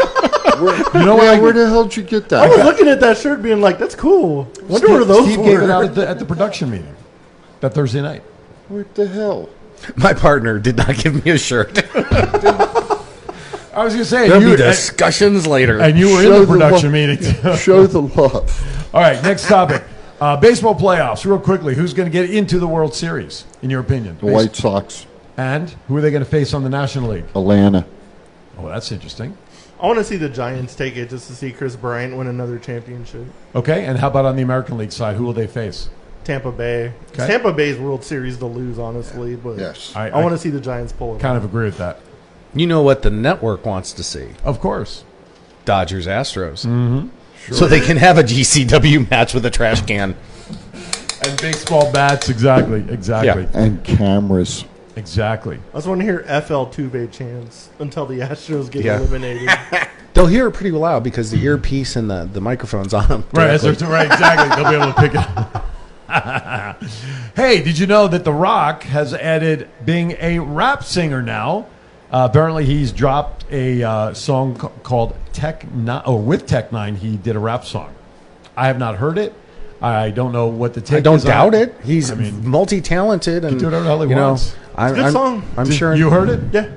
S1: you know what?
S4: yeah,
S1: I-
S4: where the hell did you get that?
S14: I was looking at that shirt, being like, "That's cool." Wonder where those
S1: Steve
S14: were.
S1: gave it out at the, at the production meeting that Thursday night.
S4: Where the hell?
S2: My partner did not give me a shirt.
S1: I was going to say,
S2: There'll
S1: you-
S2: be discussions later.
S1: And you were in
S4: Show
S1: the
S4: the
S1: production
S4: love-
S1: meeting. too.
S4: show the love.
S1: All right, next topic. Uh, baseball playoffs, real quickly. Who's going to get into the World Series, in your opinion?
S4: The White Sox,
S1: And who are they going to face on the National League?
S4: Atlanta.
S1: Oh, that's interesting.
S3: I want to see the Giants take it just to see Chris Bryant win another championship.
S1: Okay, and how about on the American League side? Who will they face?
S3: Tampa Bay.
S1: Okay.
S3: Tampa Bay's World Series to lose, honestly. But
S4: Yes.
S3: I,
S1: I-
S3: want to see the Giants pull it.
S1: Kind
S3: off.
S1: of agree with that.
S2: You know what the network wants to see?
S1: Of course.
S2: Dodgers Astros.
S1: Mm-hmm.
S2: So they can have a GCW match with a trash can.
S1: And baseball bats, exactly, exactly,
S4: And cameras.
S1: exactly.
S3: I just want to hear FL Tuve chants until the Astros get
S2: Yeah.
S3: eliminated.
S2: They'll hear it pretty loud because the earpiece and the, the microphone's on them.
S1: Right, that's
S2: directly.
S1: right, exactly. They'll be able to pick it up. hey, did you know that The Rock has added being a rap singer now? Uh, apparently, he's dropped a uh, song ca- called Tech Nine, or with Tech Nine, he did a rap song. I have not heard it. I don't know what the take
S2: I don't
S1: is on
S2: doubt it. He's
S1: I mean,
S2: multi-talented and
S1: do whatever the hell he
S2: you know,
S1: wants.
S2: I,
S3: It's a good
S2: I'm,
S3: song.
S2: I'm
S1: Did-
S2: sure
S1: You heard it?
S3: yeah.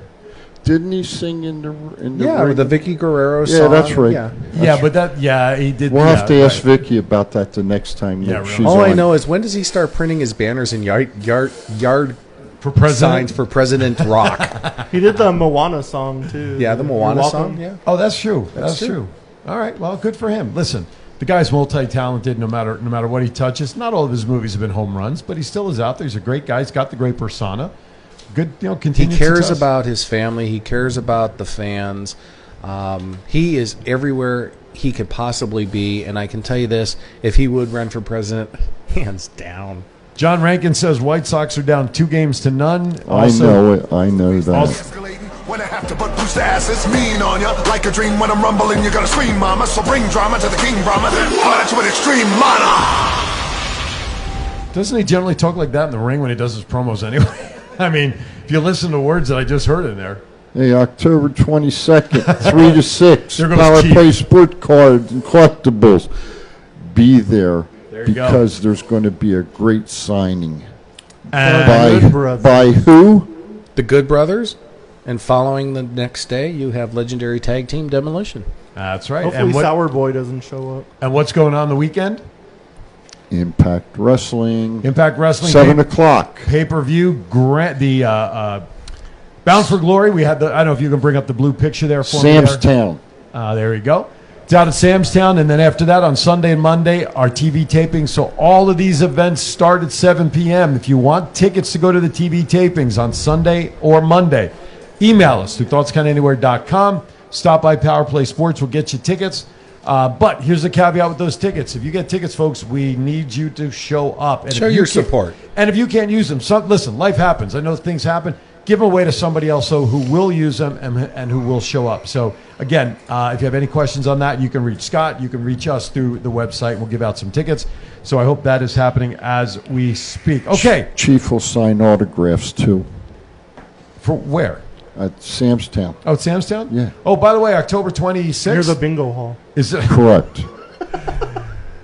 S4: Didn't he sing in the in the
S2: Yeah,
S4: ring?
S2: the Vicky Guerrero
S4: Yeah,
S2: song.
S4: that's right.
S2: Yeah.
S1: Yeah, but that, yeah, he did.
S4: We'll
S1: yeah,
S4: have to
S1: right.
S4: ask Vicky about that the next time
S1: Yeah,
S4: that
S1: really. Oh,
S4: she's
S2: All I
S4: on.
S2: know is when does he start printing his banners and yard yard yard
S1: For president.
S2: signs for President Rock?
S3: He did the Moana song too.
S2: yeah, the
S3: You're
S2: Moana
S3: welcome.
S2: song. Yeah.
S1: Oh, that's true. That's,
S2: That's
S1: true.
S2: true.
S1: All right. Well, good for him. Listen, the guy's multi-talented. No matter no matter what he touches, not all of his movies have been home runs, but he still is out there. He's a great guy. He's got the great persona. Good, you know,
S2: He
S1: continued.
S2: cares
S1: success.
S2: about his family. He cares about the fans. Um, he is everywhere he could possibly be, and I can tell you this: if he would run for president, hands down.
S1: John Rankin says White Sox are down two games to none.
S4: I know it. I know that.
S1: also-
S15: When I have to butt boost the ass, it's mean on ya. Like a dream when I'm rumbling, you're gonna scream, mama. So bring drama to the king, Brahma. Holler at you with extreme mana.
S1: doesn't he generally talk like that in the ring when he does his promos? Anyway, I mean, if you listen to words that I just heard in there,
S4: Hey, October 22nd, 3 to 6,
S1: There goes
S4: Power
S1: Keith.
S4: Play Sport Cards and Collectibles. Be there,
S1: There you go.
S4: because there's going to be a great signing.
S1: And-
S4: by,
S1: Good brother.
S4: by who?
S2: The Good Brothers, and following the next day, you have legendary tag team Demolition.
S1: that's right.
S3: Hopefully,
S1: And, what-
S3: Sour Boy doesn't show up.
S1: and what's going on the weekend?
S4: Impact Wrestling.
S1: Impact Wrestling.
S4: 7
S1: pay-
S4: o'clock.
S1: pay per view grant the uh, uh, Bound for Glory. We had the. I don't know if you can bring up the blue picture there for me.
S4: Sam's
S1: there.
S4: Town.
S1: Uh, there you go. It's out at Sam's Town, and then after that on Sunday and Monday our TV tapings. So all of these events start at 7 p.m. If you want tickets to go to the TV tapings on Sunday or Monday, email us through thoughtskindanywhere.com. Stop by Power Play Sports. We'll get you tickets. Uh, but here's the caveat with those tickets. If you get tickets, folks, we need you to show up. if
S16: Show
S1: you
S16: your
S1: can't-
S16: support.
S1: And if you can't use them, some, listen, life happens. I know things happen. Give them away to somebody else so who will use them and, and who will show up. So, again, uh, if you have any questions on that, you can reach Scott. You can reach us through the website. We'll give out some tickets. So, I hope that is happening as we speak. Oh, Okay.
S4: Chief will sign autographs too
S1: For where?
S4: at Sam's Town.
S1: Oh, it's Samstown?
S4: Yeah.
S1: Oh, by the way, October 26th.
S4: Near the
S1: bingo hall. Is it?
S4: Correct.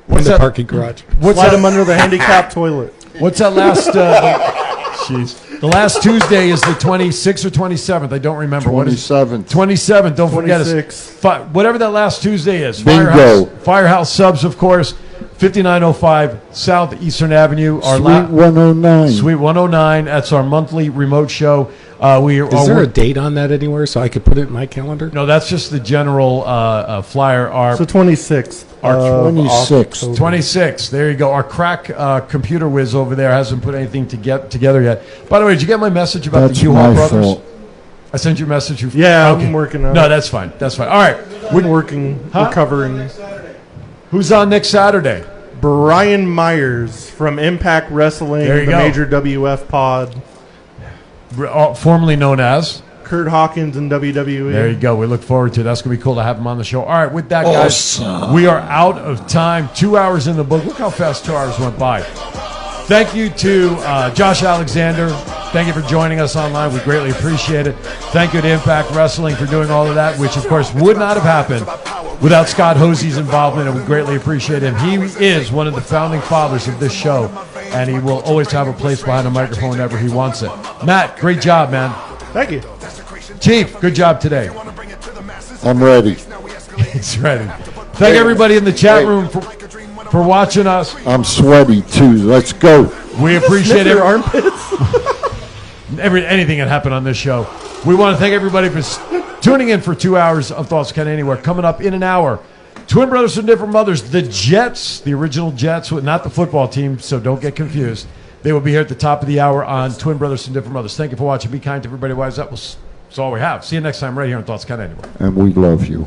S1: What's
S16: the
S1: that?
S16: parking garage.
S1: What's
S14: Slide
S1: that-
S14: him under the handicap toilet.
S1: What's that last? Uh, jeez, the last Tuesday is the 26th or 27th. I don't remember. What is
S4: 27th.
S1: 27th? Don't forget us.
S14: 26th.
S1: Fi- whatever that last Tuesday is.
S4: Bingo.
S1: Firehouse, Firehouse Subs, of course. 5905 Southeastern Avenue. Our
S4: Suite
S1: la-
S4: 109.
S1: Suite 109. That's our monthly remote show. Uh, we are
S16: Is there
S1: we're-
S16: a date on that anywhere so I could put it in my calendar?
S1: no, that's just the general uh, uh, flyer. Our
S14: So 26th.
S1: Our
S14: of
S4: 26th.
S14: October.
S1: 26. There you go. Our crack uh, computer whiz over there hasn't put anything to get together yet. By the way, did you get my message about
S4: That's
S1: the U-Haul
S4: my
S1: brothers?
S4: fault.
S1: I sent you a message. You
S14: Yeah, I'm working on
S1: No,
S14: it.
S1: that's fine. That's fine. All right.
S14: We're working,
S1: Huh?
S14: recovering.
S1: Who's on next Saturday?
S14: Brian Myers from Impact Wrestling,
S1: There you
S14: the
S1: go.
S14: major WF pod.
S1: R- uh, Formerly known as.
S14: Kurt Hawkins and
S3: E.
S14: WWE.
S1: There you go. We look forward to it. That's going to be cool to have him on the show. All right, with that, guys,
S4: Awesome.
S1: we are out of time. Two hours in the book. Look how fast two hours went by. Thank you to uh, Josh Alexander. Thank you for joining us online. We greatly appreciate it. Thank you to Impact Wrestling for doing all of that, which, of course, would not have happened without Scott Hosey's involvement, and we greatly appreciate him. He is one of the founding fathers of this show, and he will always have a place behind a microphone whenever he wants it. Matt, great job, man.
S14: Thank you.
S1: Chief, good job today.
S4: I'm ready.
S1: He's ready. Thank everybody in the chat room for, for watching us.
S4: I'm sweaty too. Let's go.
S1: We appreciate every, every anything that happened on this show. We want to thank everybody for s- tuning in for two hours of Thoughts Can Anywhere. Coming up in an hour, twin brothers from different mothers, the Jets, the original Jets, not the football team, so don't get confused. They will be here at the top of the hour on Twin Brothers from Different Mothers. Thank you for watching. Be kind to everybody. Wise up. We'll s- That's all we have. See you next time right here on Thoughts Can Anywhere.
S4: And we love you.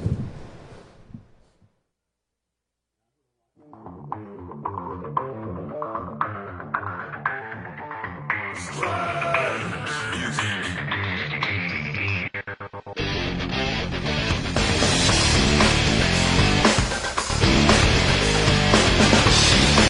S15: Strike.